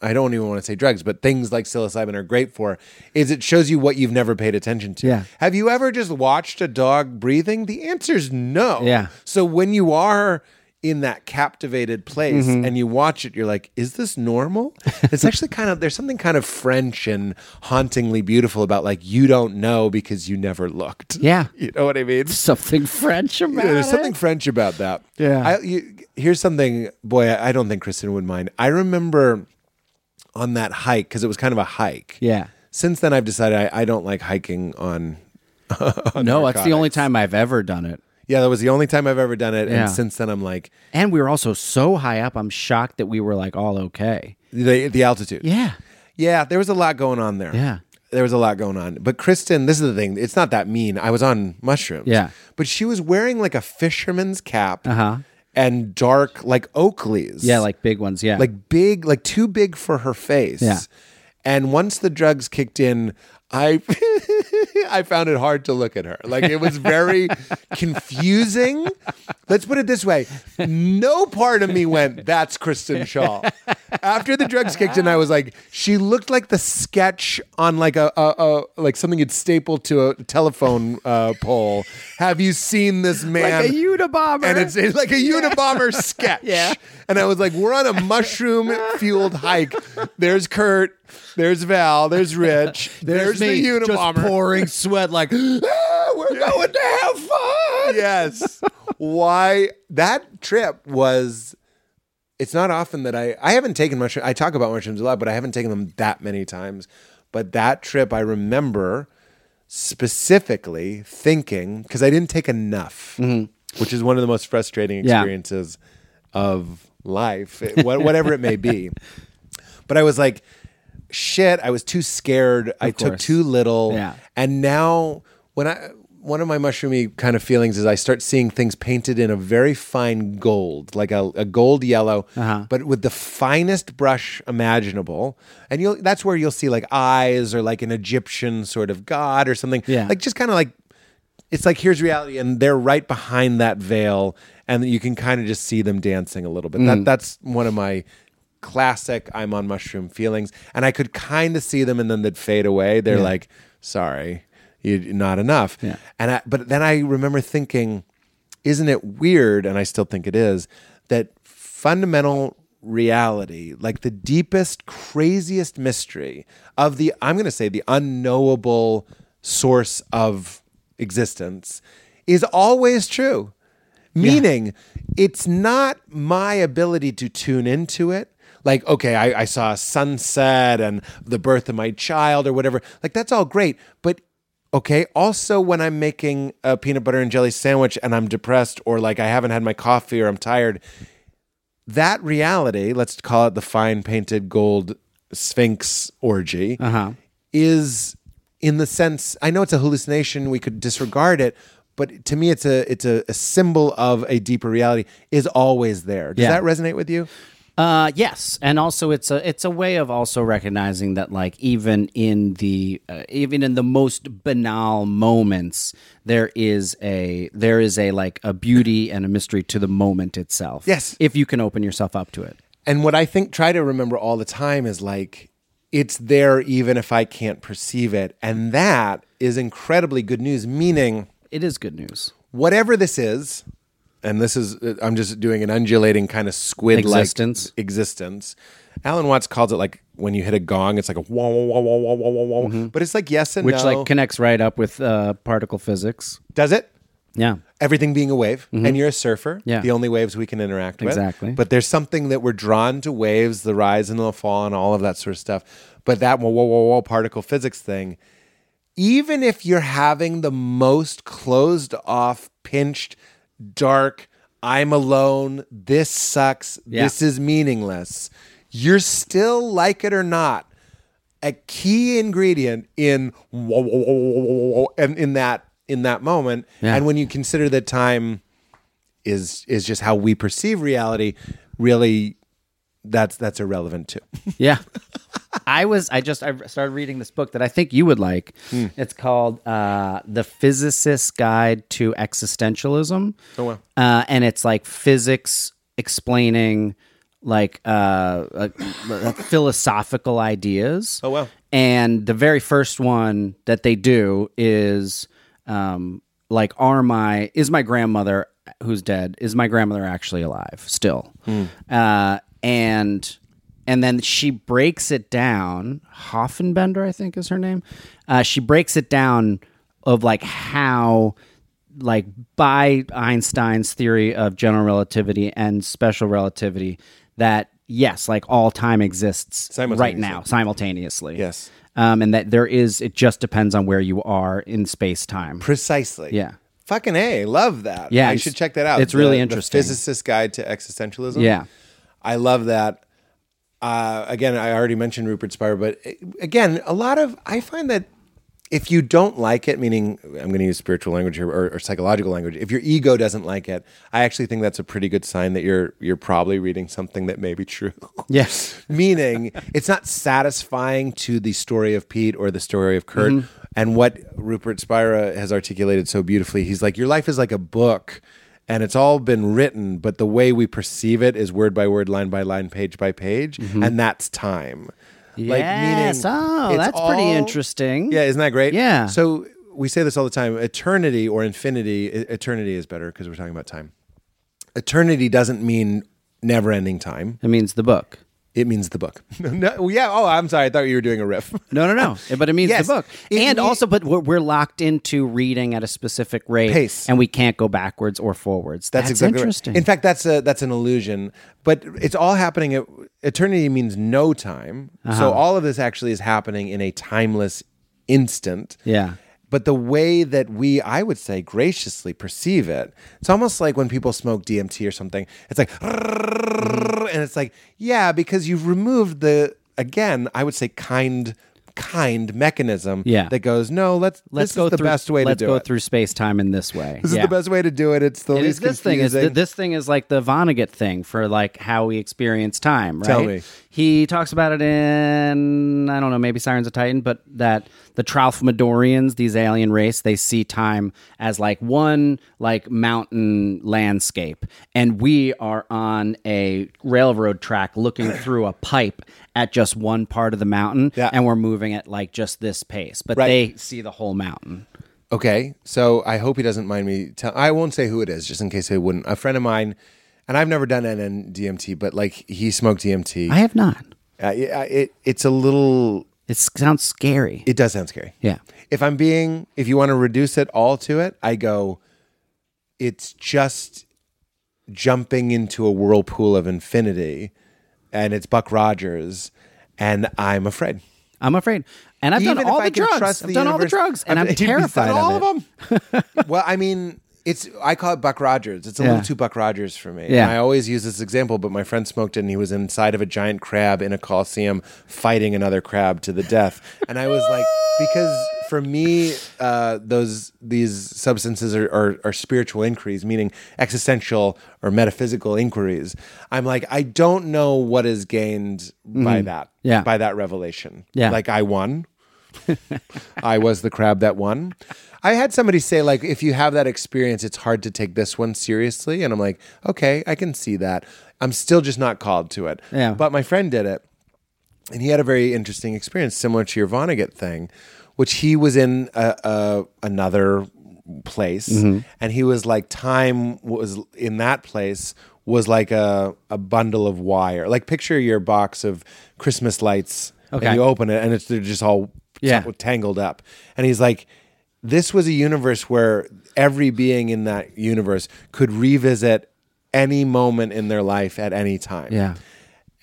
I don't even want to say drugs, but things like psilocybin are great for, is it shows you what you've never paid attention to.
Yeah.
Have you ever just watched a dog breathing? The answer's no.
Yeah.
So when you are in that captivated place
Mm-hmm.
and you watch it, you're like, is this normal? It's actually kind of, there's something kind of French and hauntingly beautiful about like, you don't know because you never looked.
Yeah.
You know what I mean?
Something French about
Yeah, there's
it.
something French about that.
Yeah.
I, you, here's something, boy, I, I don't think Kristen would mind. I remember on that hike, because it was kind of a hike.
Yeah.
Since then, I've decided I, I don't like hiking on.
No, Oh, that's the only time I've ever done it.
Yeah, that was the only time I've ever done it.
Yeah.
And since then, I'm like,
And we were also so high up, I'm shocked that we were like all okay.
the, the altitude.
Yeah.
Yeah, there was a lot going on there.
Yeah.
There was a lot going on. But Kristen, this is the thing. It's not that mean. I was on mushrooms.
Yeah.
But she was wearing like a fisherman's cap
Uh-huh.
and dark, like Oakleys.
Yeah, like big ones. Yeah.
like big, like too big for her face.
Yeah.
And once the drugs kicked in, I I found it hard to look at her. Like it was very confusing. Let's put it this way. No part of me went, that's Kristen Shaw. After the drugs kicked in, I was like, she looked like the sketch on like a, a, a like something you'd staple to a telephone uh, pole. Have you seen this man?
a Unabomber.
and it's, it's like a Unabomber sketch.
Yeah.
And I was like, we're on a mushroom fueled hike. There's Kurt. There's Val. There's Rich. There's,
me,
the Unabomber.
Just pouring sweat like "Ah, we're going to have fun.
yes. Why that trip was it's not often that I I haven't taken mushrooms. I talk about mushrooms a lot, but I haven't taken them that many times. But that trip I remember specifically thinking because I didn't take enough, which is one of the most frustrating
Mm-hmm. Yeah.
experiences of life, it- wha- whatever it may be. But I was like, shit, I was too scared. I took
course.
too little.
Yeah.
And now when I one of my mushroomy kind of feelings is I start seeing things painted in a very fine gold, like a, a gold yellow, but with the finest brush imaginable. And you'll that's where you'll see like eyes or like an Egyptian sort of god or something.
Yeah.
Like just kind of like it's like here's reality and they're right behind that veil and you can kind of just see them dancing a little bit
Mm.
that that's one of my classic i'm on mushroom feelings and i could kind of see them and then they'd fade away they're like sorry you not enough
Yeah.
and I, but then i remember thinking isn't it weird and i still think it is that fundamental reality like the deepest craziest mystery of the i'm going to say the unknowable source of existence is always true meaning it's not my ability to tune into it like okay I, I saw a sunset and the birth of my child or whatever like that's all great but okay also when i'm making a peanut butter and jelly sandwich and i'm depressed or like i haven't had my coffee or i'm tired that reality let's call it the fine painted gold sphinx orgy
Uh-huh.
is in the sense I know it's a hallucination we could disregard it but to me it's a it's a, a symbol of a deeper reality is always there does
Yeah.
that resonate with you
Uh, yes, and also it's a it's a way of also recognizing that like even in the uh, even in the most banal moments there is a there is a like a beauty and a mystery to the moment itself.
Yes.
if you can open yourself up to it.
and what I think try to remember all the time is like it's there even if I can't perceive it and that is incredibly good news meaning
It is good news.
whatever this is, and this is uh, I'm just doing an undulating kind of squid like
Existence.
Existence. Alan Watts calls it like when you hit a gong, it's like a wah wah wah wah wah wah wah wah. But it's like yes and
Mm-hmm. which
no.
like connects right up with uh, particle physics.
Does it?
Yeah,
Everything being a wave, and you're a surfer.
Mm-hmm. Yeah.
The only waves we can interact with.
Exactly.
But there's something that we're drawn to waves, the rise and the fall, and all of that sort of stuff. But that whoa, whoa, whoa, whoa particle physics thing, even if you're having the most closed off, pinched, dark, I'm alone, this sucks,
Yeah.
this is meaningless, you're still, like it or not, a key ingredient in whoa, whoa, whoa, whoa, whoa, whoa, whoa, and in that in that moment.
Yeah.
And when you consider that time is is just how we perceive reality, really that's that's irrelevant too.
yeah. I was I just I started reading this book that I think you would like.
Hmm.
It's called uh, The Physicist's Guide to Existentialism.
Oh, wow.
Uh, and it's like physics explaining like uh, uh, uh, philosophical ideas.
Oh, wow.
And the very first one that they do is um, like, are my, is my grandmother who's dead, is my grandmother actually alive still? Uh, and, and then she breaks it down. Hoffenbender, I think is her name. Uh, she breaks it down of like how like by Einstein's theory of general relativity and special relativity that yes, like all time exists right
Simultaneously.
now simultaneously.
Yes.
Um, and that there is it just depends on where you are in space time.
Precisely.
Yeah.
Fucking A, love that.
Yeah,
I
it's-
should check that out.
it's really
The-
interesting.
The Physicist's Guide to Existentialism.
Yeah.
I love that. Uh, again, I already mentioned Rupert Spira, but uh, again, a lot of I find that if you don't like it, meaning I'm going to use spiritual language here or, or psychological language, if your ego doesn't like it, I actually think that's a pretty good sign that you're you're probably reading something that may be true.
Yes.
meaning it's not satisfying to the story of Pete or the story of Kurt.
Mm-hmm.
And what Rupert Spira has articulated so beautifully, he's like, Your life is like a book and it's all been written, but the way we perceive it is word by word, line by line, page by page. And that's time.
Mm-hmm. Yes. Oh,
it's
that's pretty interesting.
Yeah, isn't that great?
Yeah.
So we say this all the time eternity or infinity, e- eternity is better because we're talking about time. Eternity doesn't mean never ending time.
It means the book.
It means the book. no, yeah. Oh, I'm sorry. I thought you were doing a riff.
No, no, no. But it means
Oh. Yes.
the book.
It
and
mea-
also, but we're, we're locked into reading at a specific rate.
Pace.
And we can't go backwards or forwards. That's,
exactly right.
interesting.
In fact, that's a that's an illusion. But it's all happening. At, eternity means no
Uh-huh.
time. So all of this actually is happening in a timeless instant.
yeah.
but the way that we, I would say, graciously perceive it, it's almost like when people smoke DMT or something. It's like,
Mm-hmm.
and it's like, yeah, because you've removed the again. I would say kind, kind mechanism.
Yeah.
that goes no. Let's
Let's
this
go
is the
through,
best way to
let's
do
go
it.
through space time in this way.
this
yeah.
is the best way to do it. It's the
It is
least
this thing
confusing.
is th- this thing is like the Vonnegut thing for like how we experience time, right?
Tell me.
He talks about it in I don't know, maybe Sirens of Titan, but that the Tralfmadorians, these alien race, they see time as like one like mountain landscape, and we are on a railroad track looking through a pipe at just one part of the mountain,
Yeah.
and we're moving at like just this pace, but
Right.
they see the whole mountain.
Okay, so I hope he doesn't mind me. Tell- I won't say who it is, just in case he wouldn't. A friend of mine, and I've never done NN DMT, but like he smoked DMT.
I have not.
uh, it, uh, it it's a little.
It sounds scary.
It does sound scary.
yeah.
If I'm being, if you want to reduce it all to it, I go. It's just jumping into a whirlpool of infinity, and it's Buck Rogers, and I'm afraid.
I'm afraid. And I've done
Even
all
if I
the
could
drugs.
trust
I've done all the
universe-
drugs, and
I've-
I'm
you've done
terrified of
all
it.
them. well, I mean, it's I call it Buck Rogers. It's a
Yeah.
little too Buck Rogers for me.
Yeah.
And I always use this example, but my friend smoked it, and he was inside of a giant crab in a coliseum fighting another crab to the death. And I was like, because for me, uh, those these substances are, are are spiritual inquiries, meaning existential or metaphysical inquiries. I'm like, I don't know what is gained by that.
Mm-hmm. Yeah.
By that revelation.
Yeah.
Like I won. I was the crab that won. I had somebody say like if you have that experience it's hard to take this one seriously and I'm like, okay, I can see that. I'm still just not called to it.
Yeah.
But my friend did it and he had a very interesting experience similar to your Vonnegut thing, which he was in a, a another place,
Mm-hmm.
and he was like, time was in that place was like a a bundle of wire. Like picture your box of Christmas lights,
Okay.
and you open it, and it's they're just all
Yeah.
tangled up, and he's like. This was a universe where every being in that universe could revisit any moment in their life at any time
Yeah.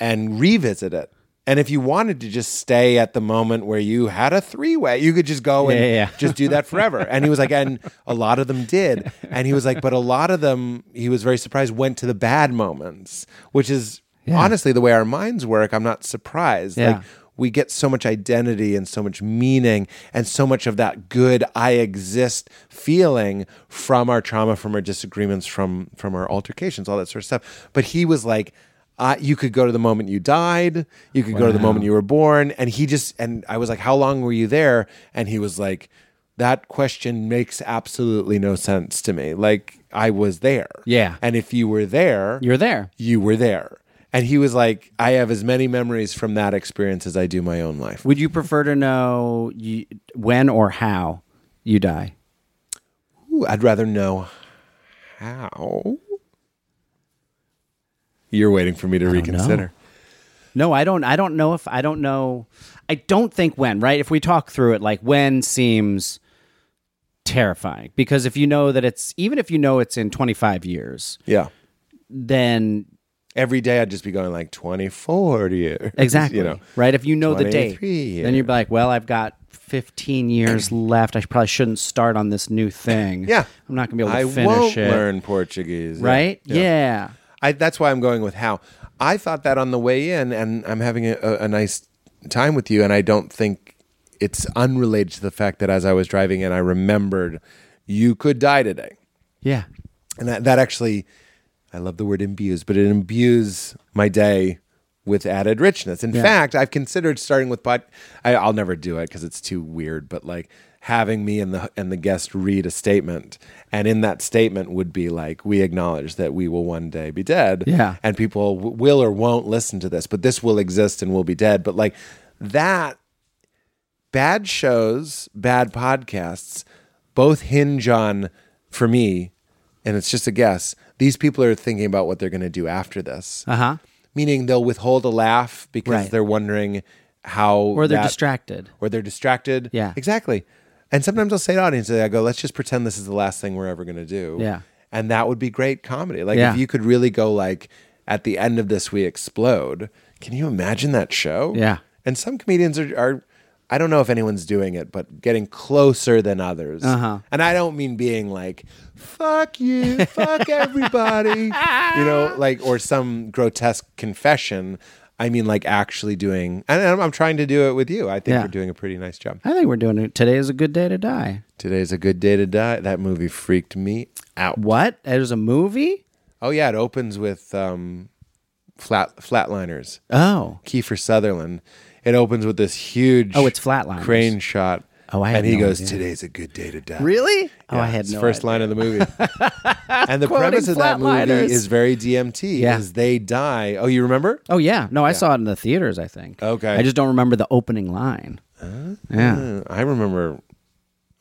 and revisit it. And if you wanted to just stay at the moment where you had a three way, you could just go and
Yeah, yeah, yeah.
just do that forever. And he was like, and a lot of them did. And he was like, but a lot of them, he was very surprised, went to the bad moments, which is honestly the way our minds work. I'm not surprised.
Yeah.
Like, we get so much identity and so much meaning and so much of that good I exist feeling from our trauma, from our disagreements, from from our altercations, all that sort of stuff. But he was like, uh, you could go to the moment you died, you could go to the moment you were born, and he just and I was like, how long were you there? And he was like, that question makes absolutely no sense to me. Like I was there,
Yeah.
and if you were there,
You're there.
you were there. And he was like, I have as many memories from that experience as I do my own life.
Would you prefer to know you, when or how you die?
Ooh, I'd rather know how. You're waiting for me to reconsider.
No, I don't. I don't know if I don't know. I don't think when. Right? If we talk through it, like when seems terrifying because if you know that it's even if you know it's in 25 years,
Yeah.
then
Every day I'd just be going like 24 years.
Exactly.
You know,
right? If you know the date,
23
then you'd be like, well, I've got 15 years left. I should- probably shouldn't start on this new thing.
Yeah.
I'm not going to be able to
I
finish
won't
it.
learn Portuguese. Yeah.
Right? Yeah.
I, that's why I'm going with how. I thought that on the way in, and I'm having a, a, a nice time with you, and I don't think it's unrelated to the fact that as I was driving in, I remembered you could die today.
Yeah.
And that, that actually, I love the word imbues, but it imbues my day with added richness. In fact, I've considered starting with pod. I, I'll never do it because it's too weird. But like having me and the and the guest read a statement, and in that statement would be like, "We acknowledge that we will one day be dead."
Yeah.
and people w- will or won't listen to this, but this will exist and will be dead. But like that bad shows, bad podcasts, both hinge on, for me, and it's just a guess, these people are thinking about what they're going to do after this.
Uh huh.
Meaning they'll withhold a laugh because
Right.
they're wondering how.
Or they're
that-
distracted.
Or they're distracted.
Yeah.
Exactly. And sometimes I'll say to audiences, I go, let's just pretend this is the last thing we're ever going to do.
Yeah.
And that would be great comedy. Like
Yeah.
if you could really go like, at the end of this, we explode. Can you imagine that show?
Yeah.
And some comedians are, are I don't know if anyone's doing it, but getting closer than others. Uh-huh. And I don't mean being like, fuck you, fuck everybody, you know, like, or some grotesque confession. I mean, like, actually doing, and I'm, I'm trying to do it with you. I think
Yeah.
we're doing a pretty nice job.
I think we're doing it. Today is a good day to die.
Today's a good day to die. That movie freaked me out.
What? There's a movie?
Oh, yeah, it opens with um, flat Flatliners.
Oh.
Kiefer Sutherland. It opens with this huge
Oh, it's Flatliners.
crane shot.
Oh, I had
and he
no
goes,
idea.
"Today's a good day to die."
Really? Oh,
Yeah,
I had
it's
no
first
idea.
line of the movie. and the
Quoting
premise of that movie
Flatliners.
is very DMT.
Yeah.
Is they die? Oh, you remember?
Oh yeah. No, I saw it in the theaters, I think.
Okay.
I just don't remember the opening line. yeah.
Uh, I remember.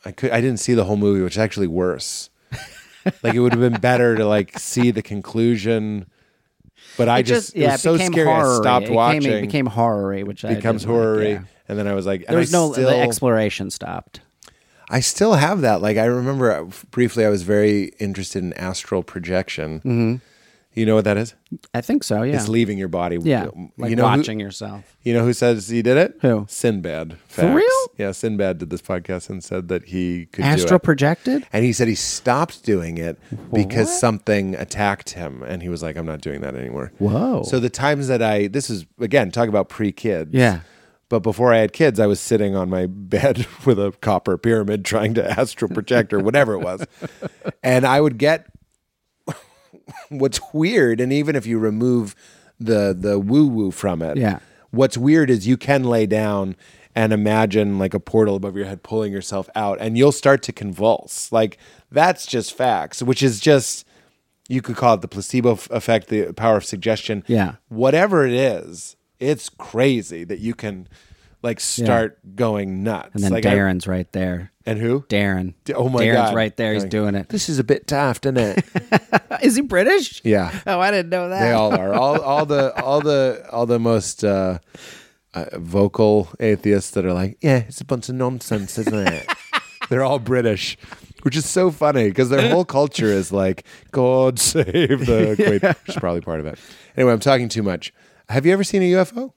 I could. I didn't see the whole movie, which is actually worse. like it would have been better to like see the conclusion. But I
It
just,
yeah,
it was so
became
scary. I
horror-y.
stoppy
it
watching.
Became, it became horror, which I
becomes
didn't like,
horror,
yeah.
and then I was like, and
There was
I
no
still,
the exploration stopped.
I still have that. Like I remember uh, f- briefly, I was very interested in astral projection. Mm-hmm. You know what that is?
I think so. Yeah.
It's leaving your body.
yeah.
You
Like
know who-
watching yourself.
you know who says he did it?
Who?
Sinbad.
For real?
Facts. Yeah, Sinbad did this podcast and said that he could do
Astral
it.
projected.
and he said he stopped doing it because something attacked him, and he was like, "I'm not doing that anymore."
Whoa.
So the times that I this is again talk about pre kids.
Yeah.
But before I had kids, I was sitting on my bed with a copper pyramid trying to astral project or whatever it was. And I would get what's weird, and even if you remove the the woo woo from it,
Yeah.
what's weird is you can lay down and imagine like a portal above your head pulling yourself out, and you'll start to convulse. Like that's just facts, which is just you could call it the placebo f- effect, the power of suggestion.
Yeah.
whatever it is, it's crazy that you can like start going nuts.
and then
like I-
Darren's right there.
and who?
Darren.
D- oh my
Darren's
God.
right there. He's
Like,
doing it.
This is a bit daft, isn't it?
Is he British?
yeah.
Oh, I didn't know that.
They all are. All all the all the all the most uh, uh, vocal atheists that are like, yeah, it's a bunch of nonsense, isn't it? they're all British, which is so funny because their whole culture is like, God save the Queen, which is probably part of it. Anyway, I'm talking too much. Have you ever seen a UFO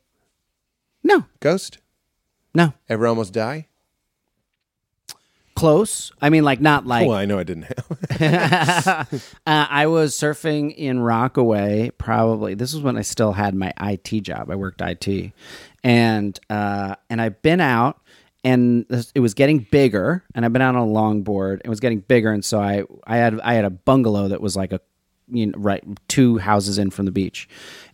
No.
ghost?
No.
Ever almost die?
Close. I mean, like not like
Well, Oh, I know I didn't. Have.
Uh, I was surfing in Rockaway, probably. This was when I still had my IT job. I worked IT, and uh, and I've been out, and this- it was getting bigger, and I've been out on a longboard. It was getting bigger, and so I I had I had a bungalow that was like a you know, right two houses in from the beach,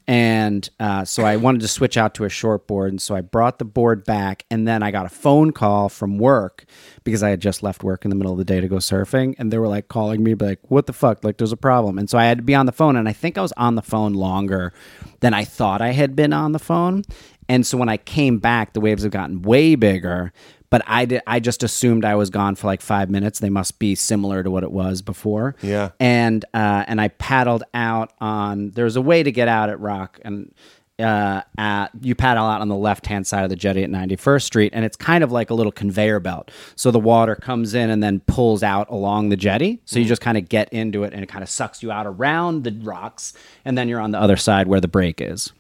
and uh, so I wanted to switch out to a short board, and so I brought the board back, and then I got a phone call from work because I had just left work in the middle of the day to go surfing, and they were like calling me, like, "What the fuck? Like, there's a problem." And so I had to be on the phone, and I think I was on the phone longer than I thought I had been on the phone, and so when I came back, the waves have gotten way bigger. But I did. I just assumed I was gone for like five minutes. They must be similar to what it was before
Yeah.
and uh, and I paddled out on. There's a way to get out at Rock, and uh, at, you paddle out on the left hand side of the jetty at 91st Street, and it's kind of like a little conveyor belt. So the water comes in and then pulls out along the jetty. So you just kind of get into it, and it kind of sucks you out around the rocks, and then you're on the other side where the break is.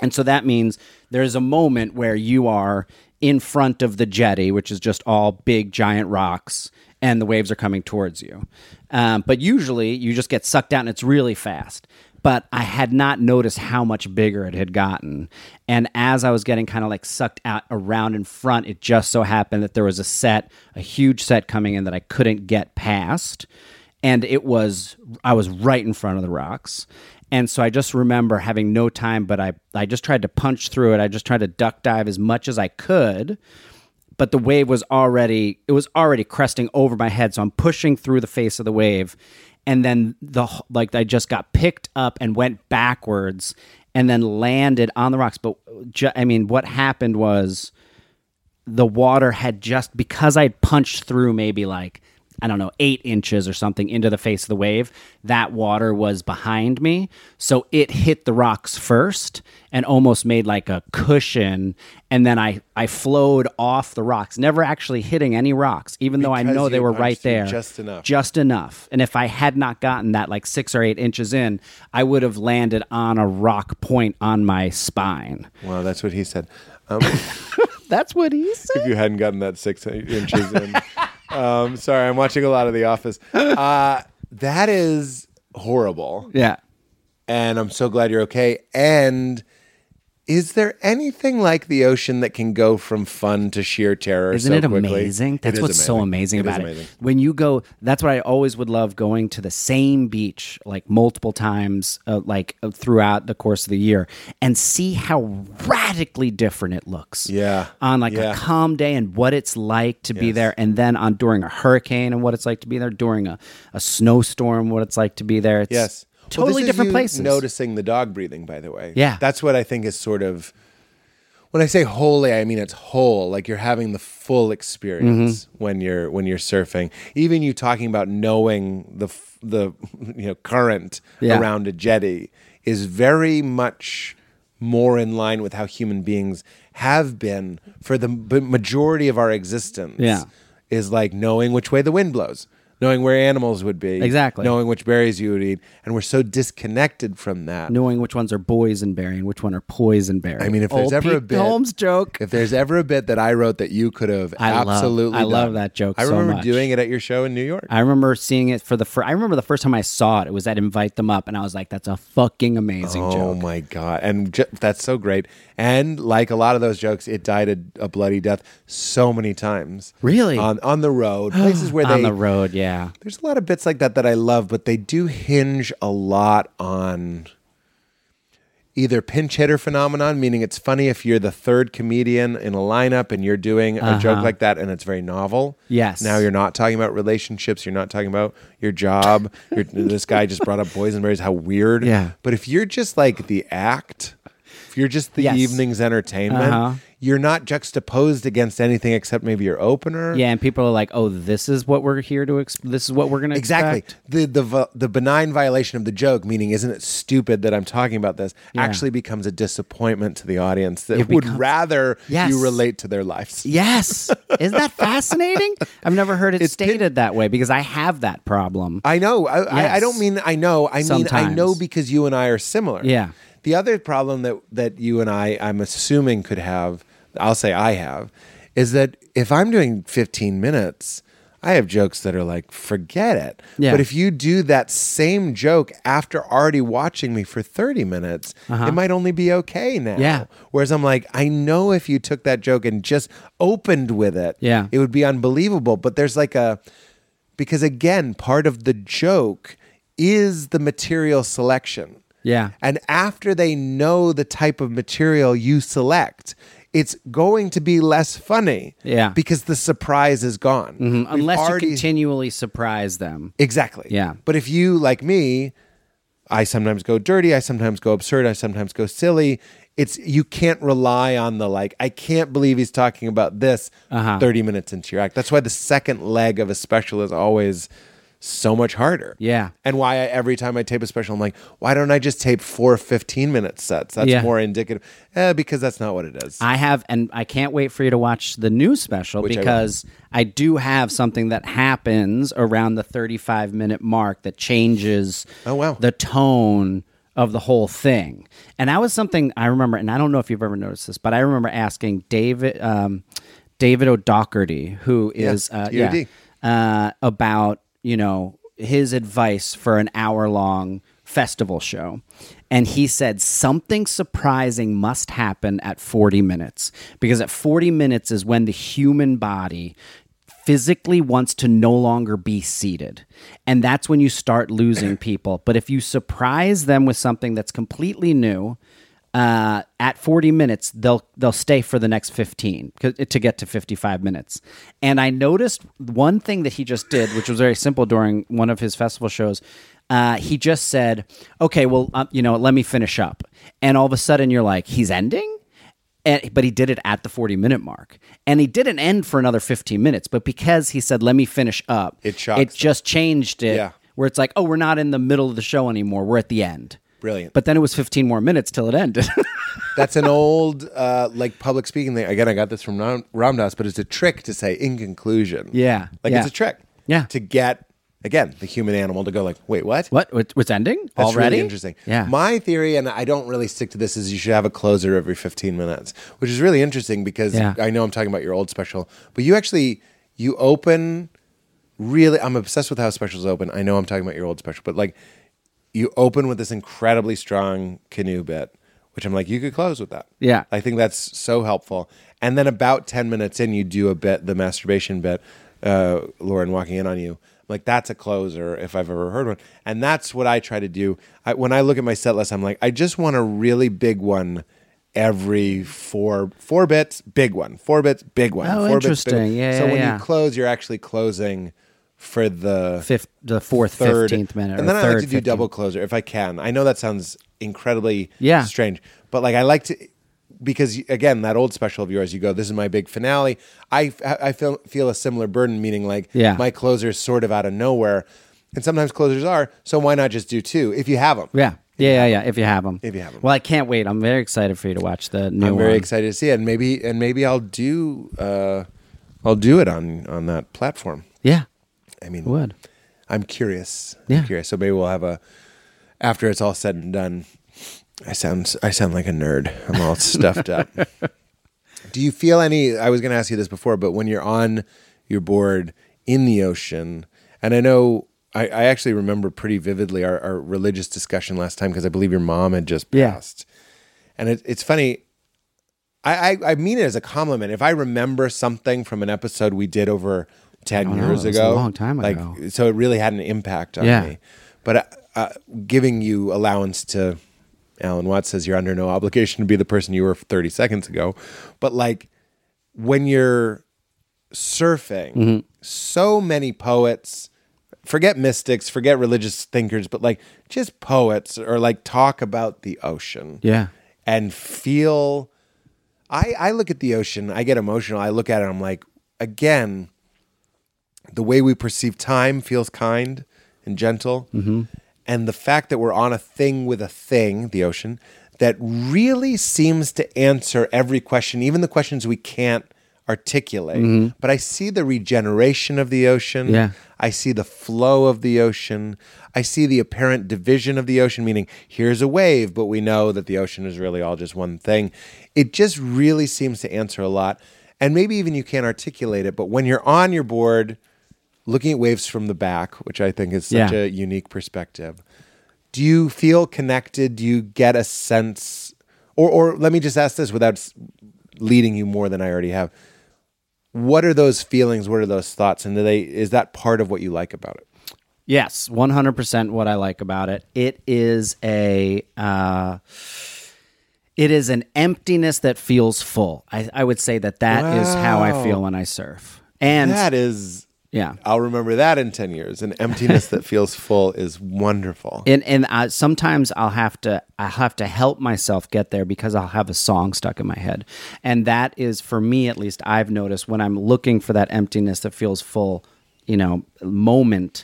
And so that means there's a moment where you are in front of the jetty, which is just all big, giant rocks, and the waves are coming towards you. Um, but usually you just get sucked out and it's really fast. But I had not noticed how much bigger it had gotten. And as I was getting kind of like sucked out around in front, it just so happened that there was a set, a huge set coming in that I couldn't get past and it was I was right in front of the rocks. And so I just remember having no time, but I, I just tried to punch through it. I just tried to duck dive as much as I could. But the wave was already it was already cresting over my head. So I'm pushing through the face of the wave. And then the wh- like I just got picked up and went backwards and then landed on the rocks. But ju- I mean, what happened was the water had just because I had punched through maybe like I don't know eight inches or something into the face of the wave. That water was behind me, so it hit the rocks first and almost made like a cushion. And then I I flowed off the rocks, never actually hitting any rocks, even though I
Because
know
you
they were right
punched through
there,
just enough.
just enough. And if I had not gotten that like six or eight inches in, I would have landed on a rock point on my spine.
Wow, that's what he said. Um,
That's what he said.
if you hadn't gotten that six inches in. um, sorry, I'm watching a lot of The Office. Uh, that is horrible.
Yeah.
And I'm so glad you're okay. And is there anything like the ocean that can go from fun to sheer terror?
Isn't
so
it
quickly?
amazing? That's
is
what's so amazing
It is
about it.
amazing.
When you go, that's what I always would love going to the same beach like multiple times, uh, like uh, throughout the course of the year, and see how radically different it looks.
Yeah.
On like
Yeah.
a calm day and what it's like to be there, and then on during a hurricane and what it's like to be there during a, a snowstorm, what it's like to be there. It's
Yes. Well,
Totally
this is
different
you
places.
Noticing the dog breathing, by the way.
Yeah.
That's what I think is sort of when I say wholly, I mean it's whole. Like you're having the full experience
Mm-hmm.
when you're when you're surfing. Even you talking about knowing the f- the you know current
Yeah.
around a jetty is very much more in line with how human beings have been for the b- majority of our existence.
Yeah.
Is like knowing which way the wind blows, knowing where animals would be,
Exactly.
knowing which berries you would eat, and we're so disconnected from that.
Knowing which ones are boysenberry and which one are poisonberry.
I mean, if
Old
there's ever
Pete
a bit,
Holmes joke.
If there's ever a bit that I wrote that you could have
I love-
absolutely,
I love
done.
that joke
I
so
remember
much.
doing it at your show in New York.
I remember seeing it for the first. I remember the first time I saw it. It was at Invite Them Up, and I was like, "That's a fucking amazing
Oh
joke."
my god! And ju- that's so great. And like a lot of those jokes, it died a, a bloody death so many times.
Really?
on on the road, places where they
On the road, yeah,
There's a lot of bits like that that I love, but they do hinge a lot on either pinch hitter phenomenon, meaning it's funny if you're the third comedian in a lineup and you're doing a joke like that and it's very novel.
Uh-huh. Yes.
Now you're not talking about relationships. You're not talking about your job. You're, this guy just brought up boys and berries. How weird.
Yeah.
But if you're just like the act, if you're just the
Yes.
evening's entertainment,
Uh-huh.
you're not juxtaposed against anything except maybe your opener.
yeah. And people are like, "Oh, this is what we're here to. Exp- this is what we're gonna
Exactly.
expect."
The the vi- the benign violation of the joke, meaning isn't it stupid that I'm talking about this, actually becomes a disappointment to the audience that would
becomes-
rather
Yes.
you relate to their lives.
Yes, isn't that fascinating? I've never heard it stated that way because I have that problem.
I know. I, I, I
Yes.
don't mean I know. I mean I
Sometimes.
know because you and I are similar.
Yeah.
The other problem that that you and I, I'm assuming, could have, I'll say I have, is that if I'm doing 15 minutes, I have jokes that are like, forget it.
Yeah.
But if you do that same joke after already watching me for 30 minutes, it might only be okay now.
Uh-huh. Yeah.
Whereas I'm like, I know if you took that joke and just opened with it,
Yeah.
it would be unbelievable. But there's like a because again, part of the joke is the material selection.
Yeah.
And after they know the type of material you select, it's going to be less funny.
Yeah. Mm-hmm.
Because the surprise is gone. We've
Unless
already-
you continually surprise them.
Exactly.
Yeah.
But if you, like me, I sometimes go dirty, I sometimes go absurd, I sometimes go silly. It's you can't rely on the like, I can't believe he's talking about this
Uh-huh.
30 minutes into your act. That's why the second leg of a special is always so much harder.
Yeah.
And why I, every time I tape a special, I'm like, why don't I just tape four 15 minute sets? That's
Yeah.
more indicative. Eh, because that's not what it is.
I have, and I can't wait for you to watch the new special
I will.
because I, do have something that happens around the 35 minute mark that changes
Oh, wow.
the tone of the whole thing. And that was something I remember, and I don't know if you've ever noticed this, but I remember asking David, um, David O'Doherty, who is, uh,
DOD.
yeah, uh, about you know his advice for an hour long festival show and he said something surprising must happen at 40 minutes because at 40 minutes is when the human body physically wants to no longer be seated and that's when you start losing people but if you surprise them with something that's completely new uh, at 40 minutes they'll they'll stay for the next 15 c- to get to 55 minutes and i noticed one thing that he just did which was very simple during one of his festival shows uh, he just said okay well um, you know let me finish up and all of a sudden you're like he's ending and, but he did it at the 40 minute mark and he didn't end for another 15 minutes but because he said let me finish up
It shocks
it
them.
just changed it
Yeah.
where it's like oh we're not in the middle of the show anymore we're at the end
Brilliant.
but then it was 15 more minutes till it ended
That's an old uh, like public speaking thing. Again, I got this from Ram- Ramdas, but it's a trick to say in conclusion.
Yeah,
like
yeah.
it's a trick.
Yeah.
to get Again, the human animal to go like, wait, what?
What? What- What's ending
That's
already?
really interesting.
Yeah.
My theory, and I don't really stick to this, is you should have a closer every 15 minutes, which is really interesting because
Yeah.
I know I'm talking about your old special, but you actually you open really. I'm obsessed with how specials open. I know I'm talking about your old special, but like you open with this incredibly strong canoe bit, which I'm like, you could close with that.
Yeah.
I think that's so helpful. And then about 10 minutes in, you do a bit, the masturbation bit, uh, Lauren walking in on you. I'm like, that's a closer if I've ever heard one. And that's what I try to do. I, when I look at my set list, I'm like, I just want a really big one every four four bits, big one, four bits, big one,
Oh,
four bits, big one.
interesting. Yeah,
So
yeah,
when
yeah.
you close, you're actually closing for the
Fifth, the fourth,
third,
fifteenth minute,
and
or
then I
third,
like to do
15th.
double closer if I can. I know that sounds incredibly
Yeah.
strange, but like I like to because again that old special of yours, you go, this is my big finale. I I feel feel a similar burden, meaning like
Yeah.
my closer is sort of out of nowhere, and sometimes closers are. So why not just do two if you have them?
Yeah. Yeah, yeah, yeah. If you have them,
If you have 'em.
Well, I can't wait. I'm very excited for you to watch the new
I'm very
one.
excited to see it, and maybe and maybe I'll do uh, I'll do it on on that platform.
yeah,
I mean,
would.
I'm curious.
Yeah.
I'm curious. So maybe we'll have a after it's all said and done. I sound I sound like a nerd. I'm all stuffed up. Do you feel any? I was going to ask you this before, but when you're on your board in the ocean, and I know I, I actually remember pretty vividly our, our religious discussion last time because I believe your mom had just
Yeah.
passed, and it, it's funny. I, I I mean it as a compliment. If I remember something from an episode we did over ten
know,
years
it Oh, was a
ago,
long time
like,
ago.
so it really had an impact on
Yeah.
me. But uh, uh, giving you allowance to, Alan Watts says you're under no obligation to be the person you were 30 seconds ago. But like when you're surfing,
Mm-hmm.
so many poets, forget mystics, forget religious thinkers, but like just poets or like talk about the ocean
Yeah.
and feel I, I look at the ocean, I get emotional, I look at it, I'm like, again, the way we perceive time feels kind and gentle. And the fact that we're on a thing with a thing, the ocean, that really seems to answer every question, even the questions we can't articulate. But I see the regeneration of the ocean.
Yeah.
I see the flow of the ocean. I see the apparent division of the ocean, meaning here's a wave, but we know that the ocean is really all just one thing. It just really seems to answer a lot. And maybe even you can't articulate it, but when you're on your board looking at waves from the back, which I think is such
Yeah.
a unique perspective, do you feel connected? Do you get a sense? Or, or let me just ask this without s- leading you more than I already have what are those feelings what are those thoughts and do they is that part of what you like about it
Yes, 100% what I like about it. It is a uh it is an emptiness that feels full. I, I would say that that is how I feel when I surf. And
that is
yeah.
i'll remember that in 10 years an emptiness that feels full is wonderful
and and I, sometimes I'll have to I have to help myself get there because I'll have a song stuck in my head, and that is for me at least I've noticed when I'm looking for that emptiness that feels full, you know, moment.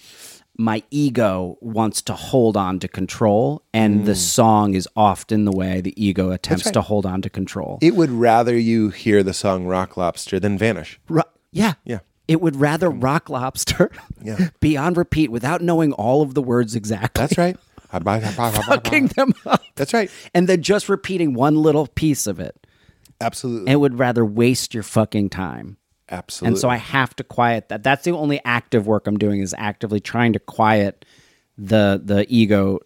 My ego wants to hold on to control, and
Mm.
the song is often the way the ego attempts to hold on to control.
it would rather you hear the song rock lobster than vanish
Ru- yeah.
Yeah.
It would rather rock lobster
Yeah.
be on repeat without knowing all of the words exactly.
that's right
Fucking them up.
that's right
and then just repeating one little piece of it
absolutely
and would rather waste your fucking time.
absolutely
And so I have to quiet that. That's the only active work I'm doing is actively trying to quiet the the ego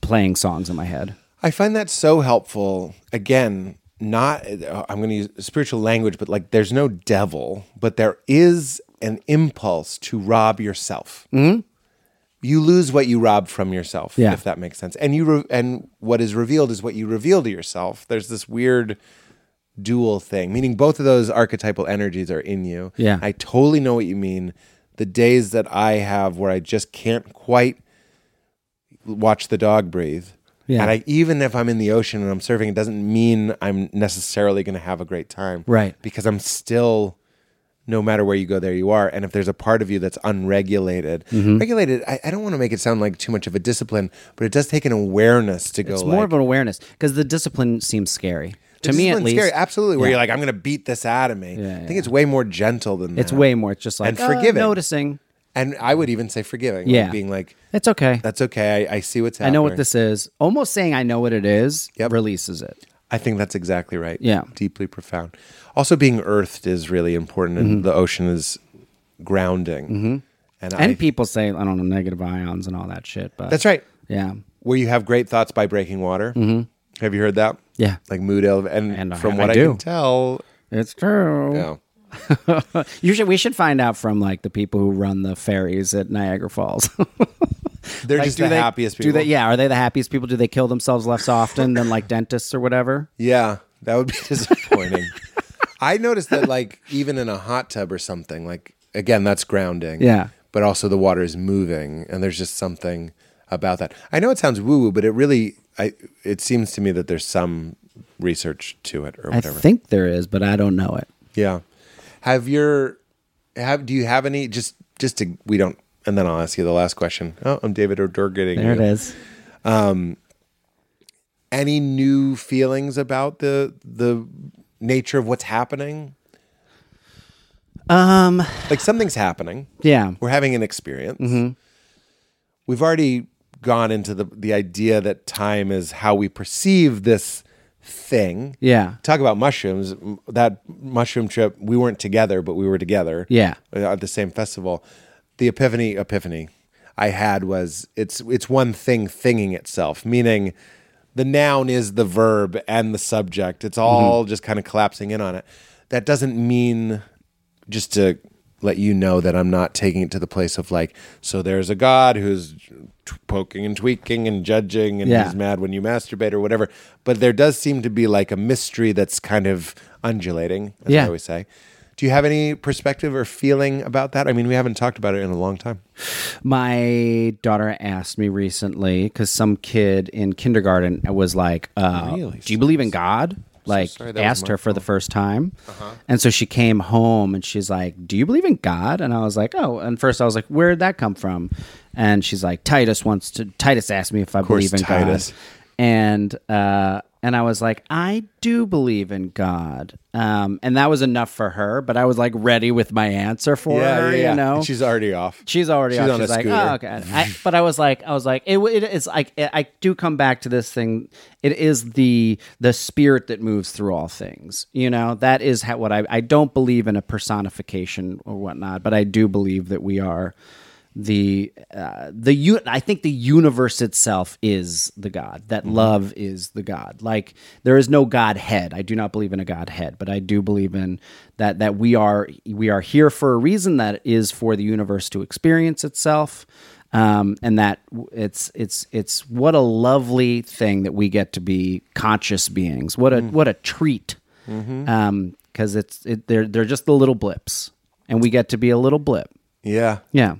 playing songs in my head.
I find that so helpful. Again, not I'm going to use spiritual language, but like there's no devil, but there is an impulse to rob yourself. You lose what you rob from yourself,
Mm-hmm. Yeah.
if that makes sense. And you re- and what is revealed is what you reveal to yourself. There's this weird dual thing, meaning both of those archetypal energies are in you.
Yeah.
I totally know what you mean. The days that I have where I just can't quite watch the dog breathe.
Yeah.
And I even if I'm in the ocean and I'm surfing, it doesn't mean I'm necessarily going to have a great time.
Right.
Because I'm still no matter where you go, there you are. And if there's a part of you that's unregulated,
Mm-hmm.
regulated, I, I don't want to make it sound like too much of a discipline, but it does take an awareness to go
It's
like,
more of an awareness because the discipline seems scary. To me at
discipline's
least.
scary, absolutely, where you're like, I'm going to beat this out of me. I think it's way more gentle than that.
It's way more it's just like "Oh,
And forgiving.
noticing
and I would even say forgiving.
Yeah.
Like being like,
It's okay.
that's okay. I, I see what's
I
happening.
know what this is. Almost saying I know what it is
Yep.
releases it.
I think that's exactly right.
Yeah.
Deeply profound. Also, being earthed is really important, and the ocean is grounding. Mm-hmm. And, I,
Mm-hmm. And people say, I don't know, negative ions and all that shit. But
that's right.
Yeah.
Where you have great thoughts by breaking water. Mm-hmm. Have you heard that?
Yeah.
Like mood elev- and,
And
from
I-
what
I
I,
do.
can tell,
It's true.
no.
You should, we should find out from like the people who run the ferries at Niagara Falls.
they're just the happiest people.
Do they, yeah. Are they the happiest people? Do they kill themselves less often than like dentists or whatever?
Yeah, that would be disappointing. I noticed that, like, even in a hot tub or something, like, again, that's grounding.
Yeah.
But also the water is moving, and there's just something about that. I know it sounds woo woo, but it really, I, it seems to me that there's some research to it or whatever.
I think there is, but I don't know it.
yeah. Have your, have, do you have any, just, just to, we don't, and then I'll ask you the last question. Oh, I'm David O'Dur getting
There
you.
it is.
Any new feelings about the, the nature of what's happening?
Um.
like something's happening.
Yeah.
We're having an experience. We've already gone into the the idea that time is how we perceive this thing.
Yeah.
Talk about mushrooms. M- That mushroom trip, we weren't together, but we were together. Uh,
Yeah.
At the same festival. The epiphany epiphany I had was it's it's one thing thinging itself, meaning the noun is the verb and the subject. It's
Mm-hmm.
all just kind of collapsing in on it. That doesn't mean just to let you know that I'm not taking it to the place of like, so there's a God who's t- poking and tweaking and judging and
Yeah.
he's mad when you masturbate or whatever. But there does seem to be like a mystery that's kind of undulating, as
Yeah.
I always say. Do you have any perspective or feeling about that? I mean, we haven't talked about it in a long time.
My daughter asked me recently because some kid in kindergarten was like, uh, "Do you believe in God?" Like
sorry, that was
asked
my Uh-huh.
her for the first time, and so she came home and she's like, "Do you believe in God?" And I was like, "Oh." And first I was like, "Where did that come from?" And she's like, "Titus wants to." Titus asked me if I believe in
Titus.
God, and uh, and I was like, "I do believe in God," um, and that was enough for her. But I was like ready with my answer for her, you know.
She's already off.
She's already
She's
off.
on a
She's like,
scooter.
oh, okay. I, but I was like, I was like, it, it is like I do come back to this thing. It is the the spirit that moves through all things. You know, that is how, what I I don't believe in a personification or whatnot, but I do believe that we are the uh, the u- I think the universe itself is the God. That love is the God. Like there is no Godhead. I do not believe in a Godhead, but I do believe in that that we are we are here for a reason. That is for the universe to experience itself, um, and that w- it's it's it's what a lovely thing that we get to be conscious beings. What a what a treat. Um, because it's it, they're they're just the little blips, and we get to be a little blip.
Yeah.
Yeah.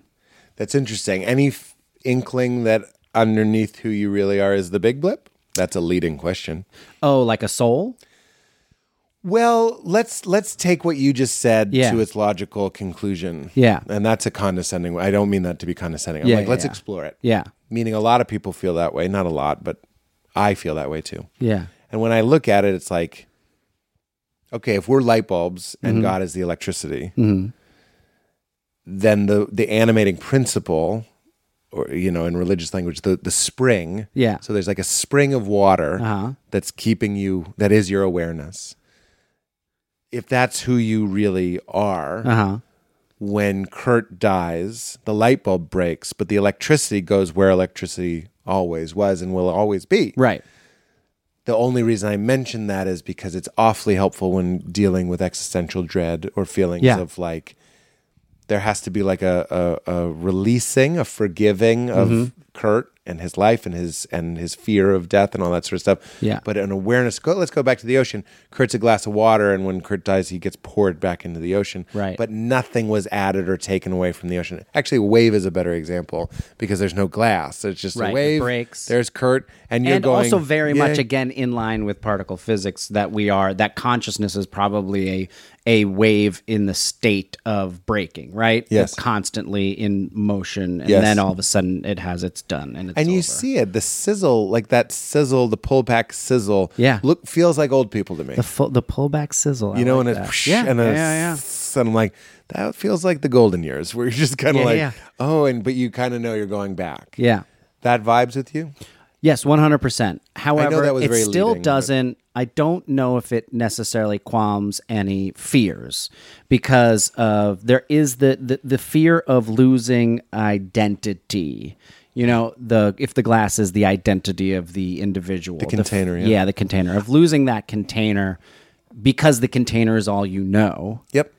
That's interesting. Any f- inkling that underneath who you really are is the big blip? That's a leading question.
Oh, like a soul?
Well, let's let's take what you just said
Yeah.
to its logical conclusion.
Yeah.
And that's a condescending I don't mean that to be condescending. I'm
Yeah,
like,
yeah,
let's
yeah.
explore it.
Yeah.
Meaning a lot of people feel that way. Not a lot, but I feel that way too.
Yeah.
And when I look at it, it's like, okay, if we're light bulbs and
Mm-hmm.
God is the electricity, then the the animating principle, or you know, in religious language, the the spring.
Yeah.
So there's like a spring of water
Uh-huh.
that's keeping you. That is your awareness. If that's who you really are,
Uh-huh.
when Kurt dies, the light bulb breaks, but the electricity goes where electricity always was and will always be.
Right.
The only reason I mention that is because it's awfully helpful when dealing with existential dread or feelings
Yeah.
of like there has to be like a a, a releasing, a forgiving of
Mm-hmm.
Kurt and his life and his and his fear of death and all that sort of stuff.
Yeah.
But an awareness. Go, let's go back to the ocean. Kurt's a glass of water, and when Kurt dies, he gets poured back into the ocean.
Right.
But nothing was added or taken away from the ocean. Actually, a wave is a better example because there's no glass. It's just
Right,
a
it
wave.
breaks.
There's Kurt, and you're
and
going
also very much
"Yay."
again in line with particle physics that we are that consciousness is probably a a wave in the state of breaking, right?
Yes.
Constantly in motion and
Yes.
then all of a sudden it has its done and it's
and you
over.
see it, the sizzle, like that sizzle, the pull back sizzle.
Yeah.
look feels like old people to me.
the full, the pullback sizzle. I
you know,
like
and
that.
it's whoosh,
yeah,
and
yeah,
a
yeah, yeah.
s- and I'm like, that feels like the golden years where you're just kind of
Yeah,
like,
yeah.
oh, and but you kind of know you're going back.
Yeah.
That vibes with you.
Yes, one hundred percent. However,
that was
it
very
still
leading, but-
doesn't. I don't know if it necessarily qualms any fears because of there is the the, the fear of losing identity. You know, the if the glass is the identity of the individual, the f-
container, yeah.
yeah, the container of losing that container because the container is all you know
Yep.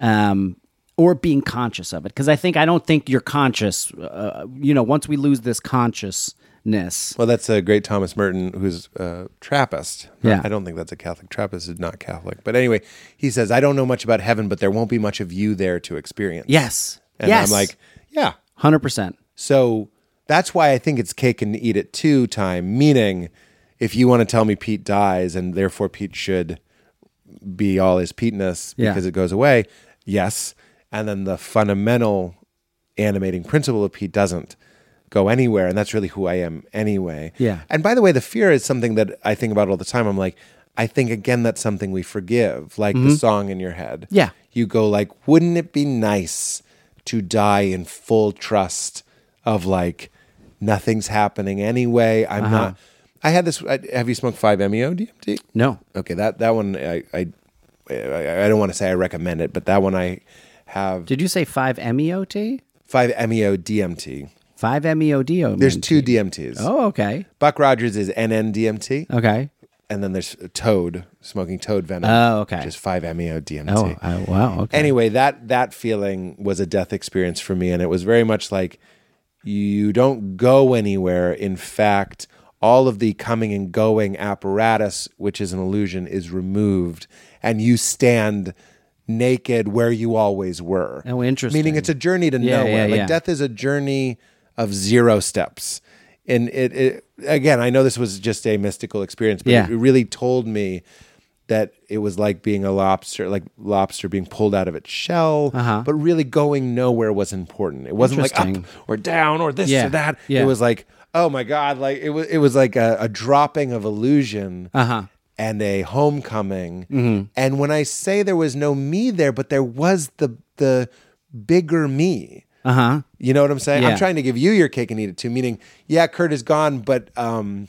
um, or being conscious of it. Because I think I don't think you're conscious. Uh, you know, once we lose this consciousness,
Well, that's a great Thomas Merton, who's a Trappist.
Yeah.
I don't think that's a Catholic. Trappist is not Catholic. But anyway, he says, I don't know much about heaven, but there won't be much of you there to experience.
yes,
And
yes,
I'm like, yeah.
hundred percent.
So that's why I think it's cake and eat it too time, meaning if you want to tell me Pete dies and therefore Pete should be all his Peteness
Yeah.
because it goes away, yes. And then the fundamental animating principle of Pete doesn't go anywhere. And that's really who I am anyway.
Yeah.
And by the way, the fear is something that I think about all the time. I'm like, I think again that's something we forgive, like the song in your head
Mm-hmm. Yeah.
you go like wouldn't it be nice to die in full trust of like nothing's happening anyway i'm
Uh-huh.
not i had this I, have you smoked E 5-meo dmt
No,
okay that that one i i i, I don't want to say i recommend it but that one i have E
did you say five meot?
5-meo dmt
Five E meod.
there's two dmts
Oh, okay,
buck rogers is nn-dmt
okay.
and then there's toad smoking toad venom
Oh, okay.
which is E 5-meo dmt
Oh, I, wow. Okay.
anyway that that feeling was a death experience for me and it was very much like you don't go anywhere in fact all of the coming and going apparatus which is an illusion is removed and you stand naked where you always were
Oh, interesting.
meaning it's a journey to
Yeah,
nowhere
yeah,
like
yeah.
death is a journey of zero steps and it, it again i know this was just a mystical experience but
Yeah.
it really told me that it was like being a lobster, like lobster being pulled out of its shell,
Uh-huh.
but really going nowhere was important. It wasn't like up
Interesting.
or down or this
Yeah,
or that.
yeah.
It was like, oh my god, like it was, it was like a, a dropping of illusion
Uh-huh.
and a homecoming.
Mm-hmm.
And when I say there was no me there, but there was the the bigger me.
Uh huh.
You know what I'm saying?
Yeah.
I'm trying to give you your cake and eat it too. Meaning, yeah, Kurt is gone, but um,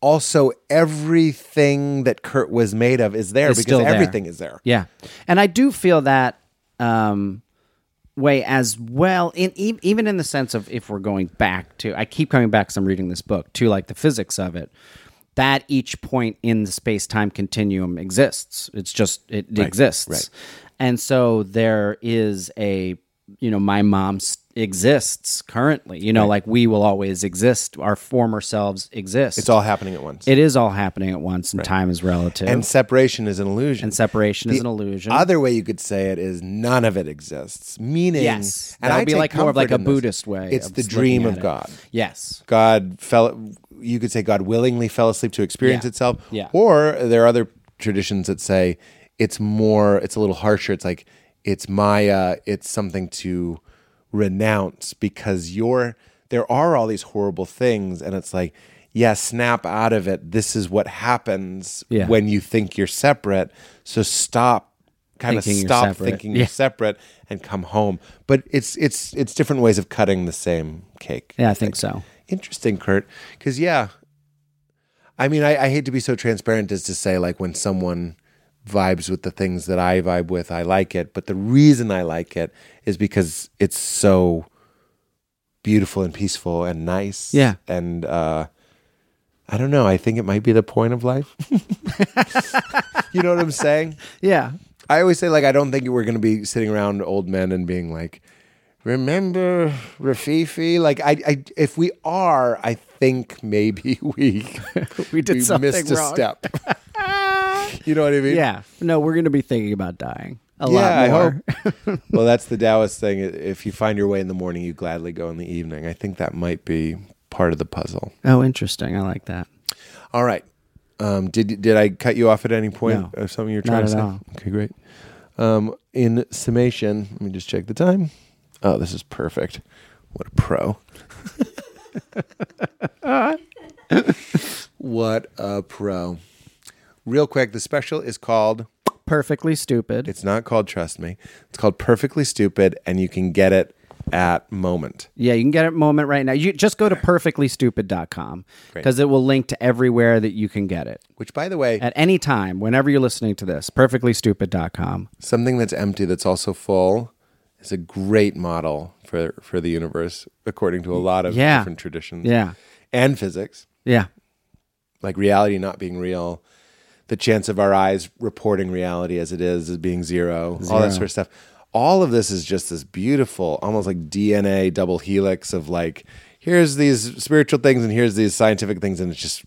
also everything that Kurt was made of is there
Is
because
still there.
everything is there.
Yeah, and I do feel that um, way as well. In e- even in the sense of if we're going back to, I keep coming back. 'cause I'm reading this book to like the physics of it. That each point in the space time continuum exists. It's just it exists,
right.
and so there is a you know my mom s- exists currently. You know, like we will always exist. Our former selves exist.
It's all happening at once.
It is all happening at once, and time is relative.
and separation is an illusion.
and separation is an illusion.
Other way you could say it is none of it exists. Meaning,
Yes.
and
That
I
would be
take
like more of like
comfort
a
in this.
Buddhist way
It's
of
the
looking
dream
at
of
it.
God.
Yes.
God fell. You could say God willingly fell asleep to experience
Yeah.
itself.
Yeah.
Or there are other traditions that say it's more. It's a little harsher. It's like it's Maya. It's something to renounce because you're. There are all these horrible things, and it's like, yeah, snap out of it. This is what happens
Yeah.
when you think you're separate. So stop. Kind of
Thinking you're
stop
separate.
thinking
Yeah.
you're separate and come home. But it's it's it's different ways of cutting the same cake.
Yeah, I think so.
Interesting, Kurt. Because yeah, I mean, I, I hate to be so transparent as to say like when someone vibes with the things that I vibe with, I like it. But the reason I like it is because it's so beautiful and peaceful and nice.
Yeah.
and uh, I don't know. I think it might be the point of life. you know what I'm saying?
Yeah.
I always say like I don't think we're gonna be sitting around old men and being like, remember Rafifi? Like I, I if we are, I think maybe we
We did something
missed a
wrong.
step. you know what I mean?
Yeah. No, we're going to be thinking about dying a
Yeah, I
lot more.
hope. well, that's the Taoist thing. If you find your way in the morning, you gladly go in the evening. I think that might be part of the puzzle.
Oh, interesting. I like that.
All right. Um, did did I cut you off at any point
No.
of something you're
Not
trying
at
to say?
all.
Okay, great. Um, in summation, let me just check the time. Oh, this is perfect. What a pro. What a pro. Real quick, the special is called
Perfectly stupid.
It's not called Trust Me. It's called Perfectly Stupid, and you can get it at Moment.
Yeah, you can get it moment right now. You just go to perfectlystupid.com because it will link to everywhere that you can get it.
Which, by the way,
At any time, whenever you're listening to this, perfectlystupid.com.
something that's empty that's also full is a great model for for the universe, according to a lot of
Yeah.
different traditions.
Yeah.
and physics,
Yeah.
like reality not being real, the chance of our eyes reporting reality as it is as being zero, all that sort of stuff. All of this is just this beautiful, almost like DNA double helix of like, here's these spiritual things and here's these scientific things, and it's just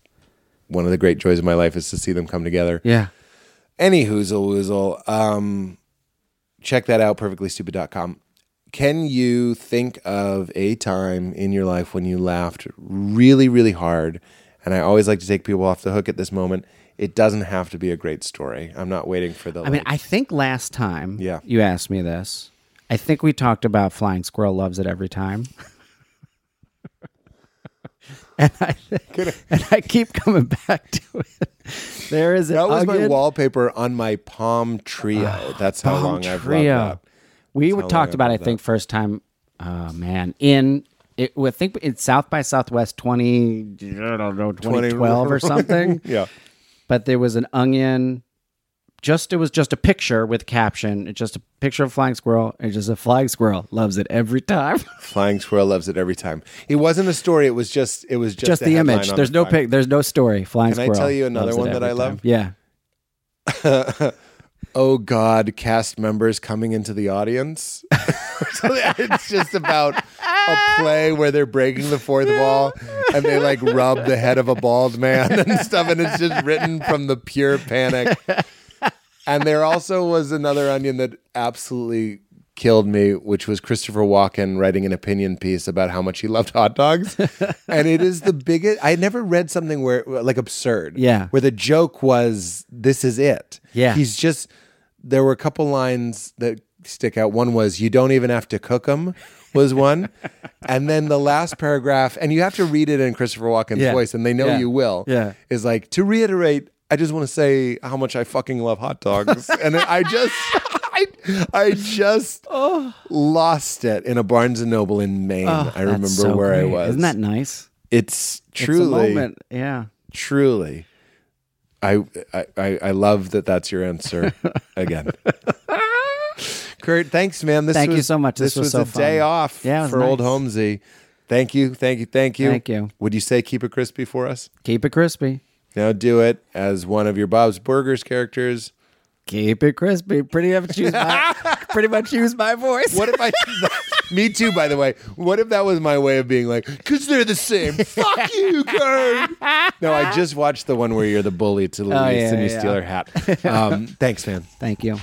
one of the great joys of my life is to see them come together.
Yeah.
Any whoozle woozle. Um, check that out, perfectlystupid.com. Can you think of a time in your life when you laughed really, really hard? And I always like to take people off the hook at this moment. It doesn't have to be a great story. I'm not waiting for the.
I mean,
like-
I think last time
Yeah.
you asked me this, I think we talked about Flying Squirrel Loves It Every Time. and, I, and I keep coming back to it. There is an
that was my
ugly-
wallpaper on my Palm Trio. That's how
Bomb
long I've loved
trio.
that.
We were
long
talked
I've
about, I
loved
think, first time. Oh man, in it, I think it's South by Southwest twenty, I don't know, twenty twelve or something.
Yeah,
But there was an onion. Just it was just a picture with caption. It's just a picture of flying squirrel. and just a flying squirrel loves it every time.
Flying Squirrel loves it every time. It wasn't a story. It was just. It was just,
just
a
the
headline
image.
on
There's
the
no
front.
pic. There's no story. Flying
Can I
squirrel.
tell you another
loves it
one that
every
I love?
time. Yeah.
oh god cast members coming into the audience So it's just about a play where they're breaking the fourth wall and they like rub the head of a bald man and stuff and it's just written from the pure panic and there also was another onion that absolutely killed me which was christopher walken writing an opinion piece about how much he loved hot dogs and it is the biggest i had never read something where like absurd
Yeah.
where the joke was this is it
Yeah.
he's just there were a couple lines that stick out one was you don't even have to cook them was one and then the last paragraph and you have to read it in christopher walken's
Yeah.
voice and they know
Yeah.
you will
Yeah.
is like to reiterate i just want to say how much i fucking love hot dogs and i just I, I just lost it in a barnes and noble in maine i remember
That's so
where i
great.
was
Isn't that nice?
it's
It's a
truly
moment. Yeah.
truly I, I I- I love that that's your answer again kurt thanks man this
Thank you
was-
so much. This
this,
was
was,
so
a day
fun.
off
Yeah, it was
for old
nice.
holmesy thank you thank you thank you
Thank you.
would you say keep it crispy for us
Keep it crispy.
now do it as one of your bob's burgers characters
Keep it crispy. Pretty much use my pretty much use my voice.
what if i me too by the way what if that was my way of being like because they're the same fuck you kurt no i just watched the one where you're the bully to louise
Oh, yeah,
and you
yeah.
steal her hat um, thanks man
Thank you.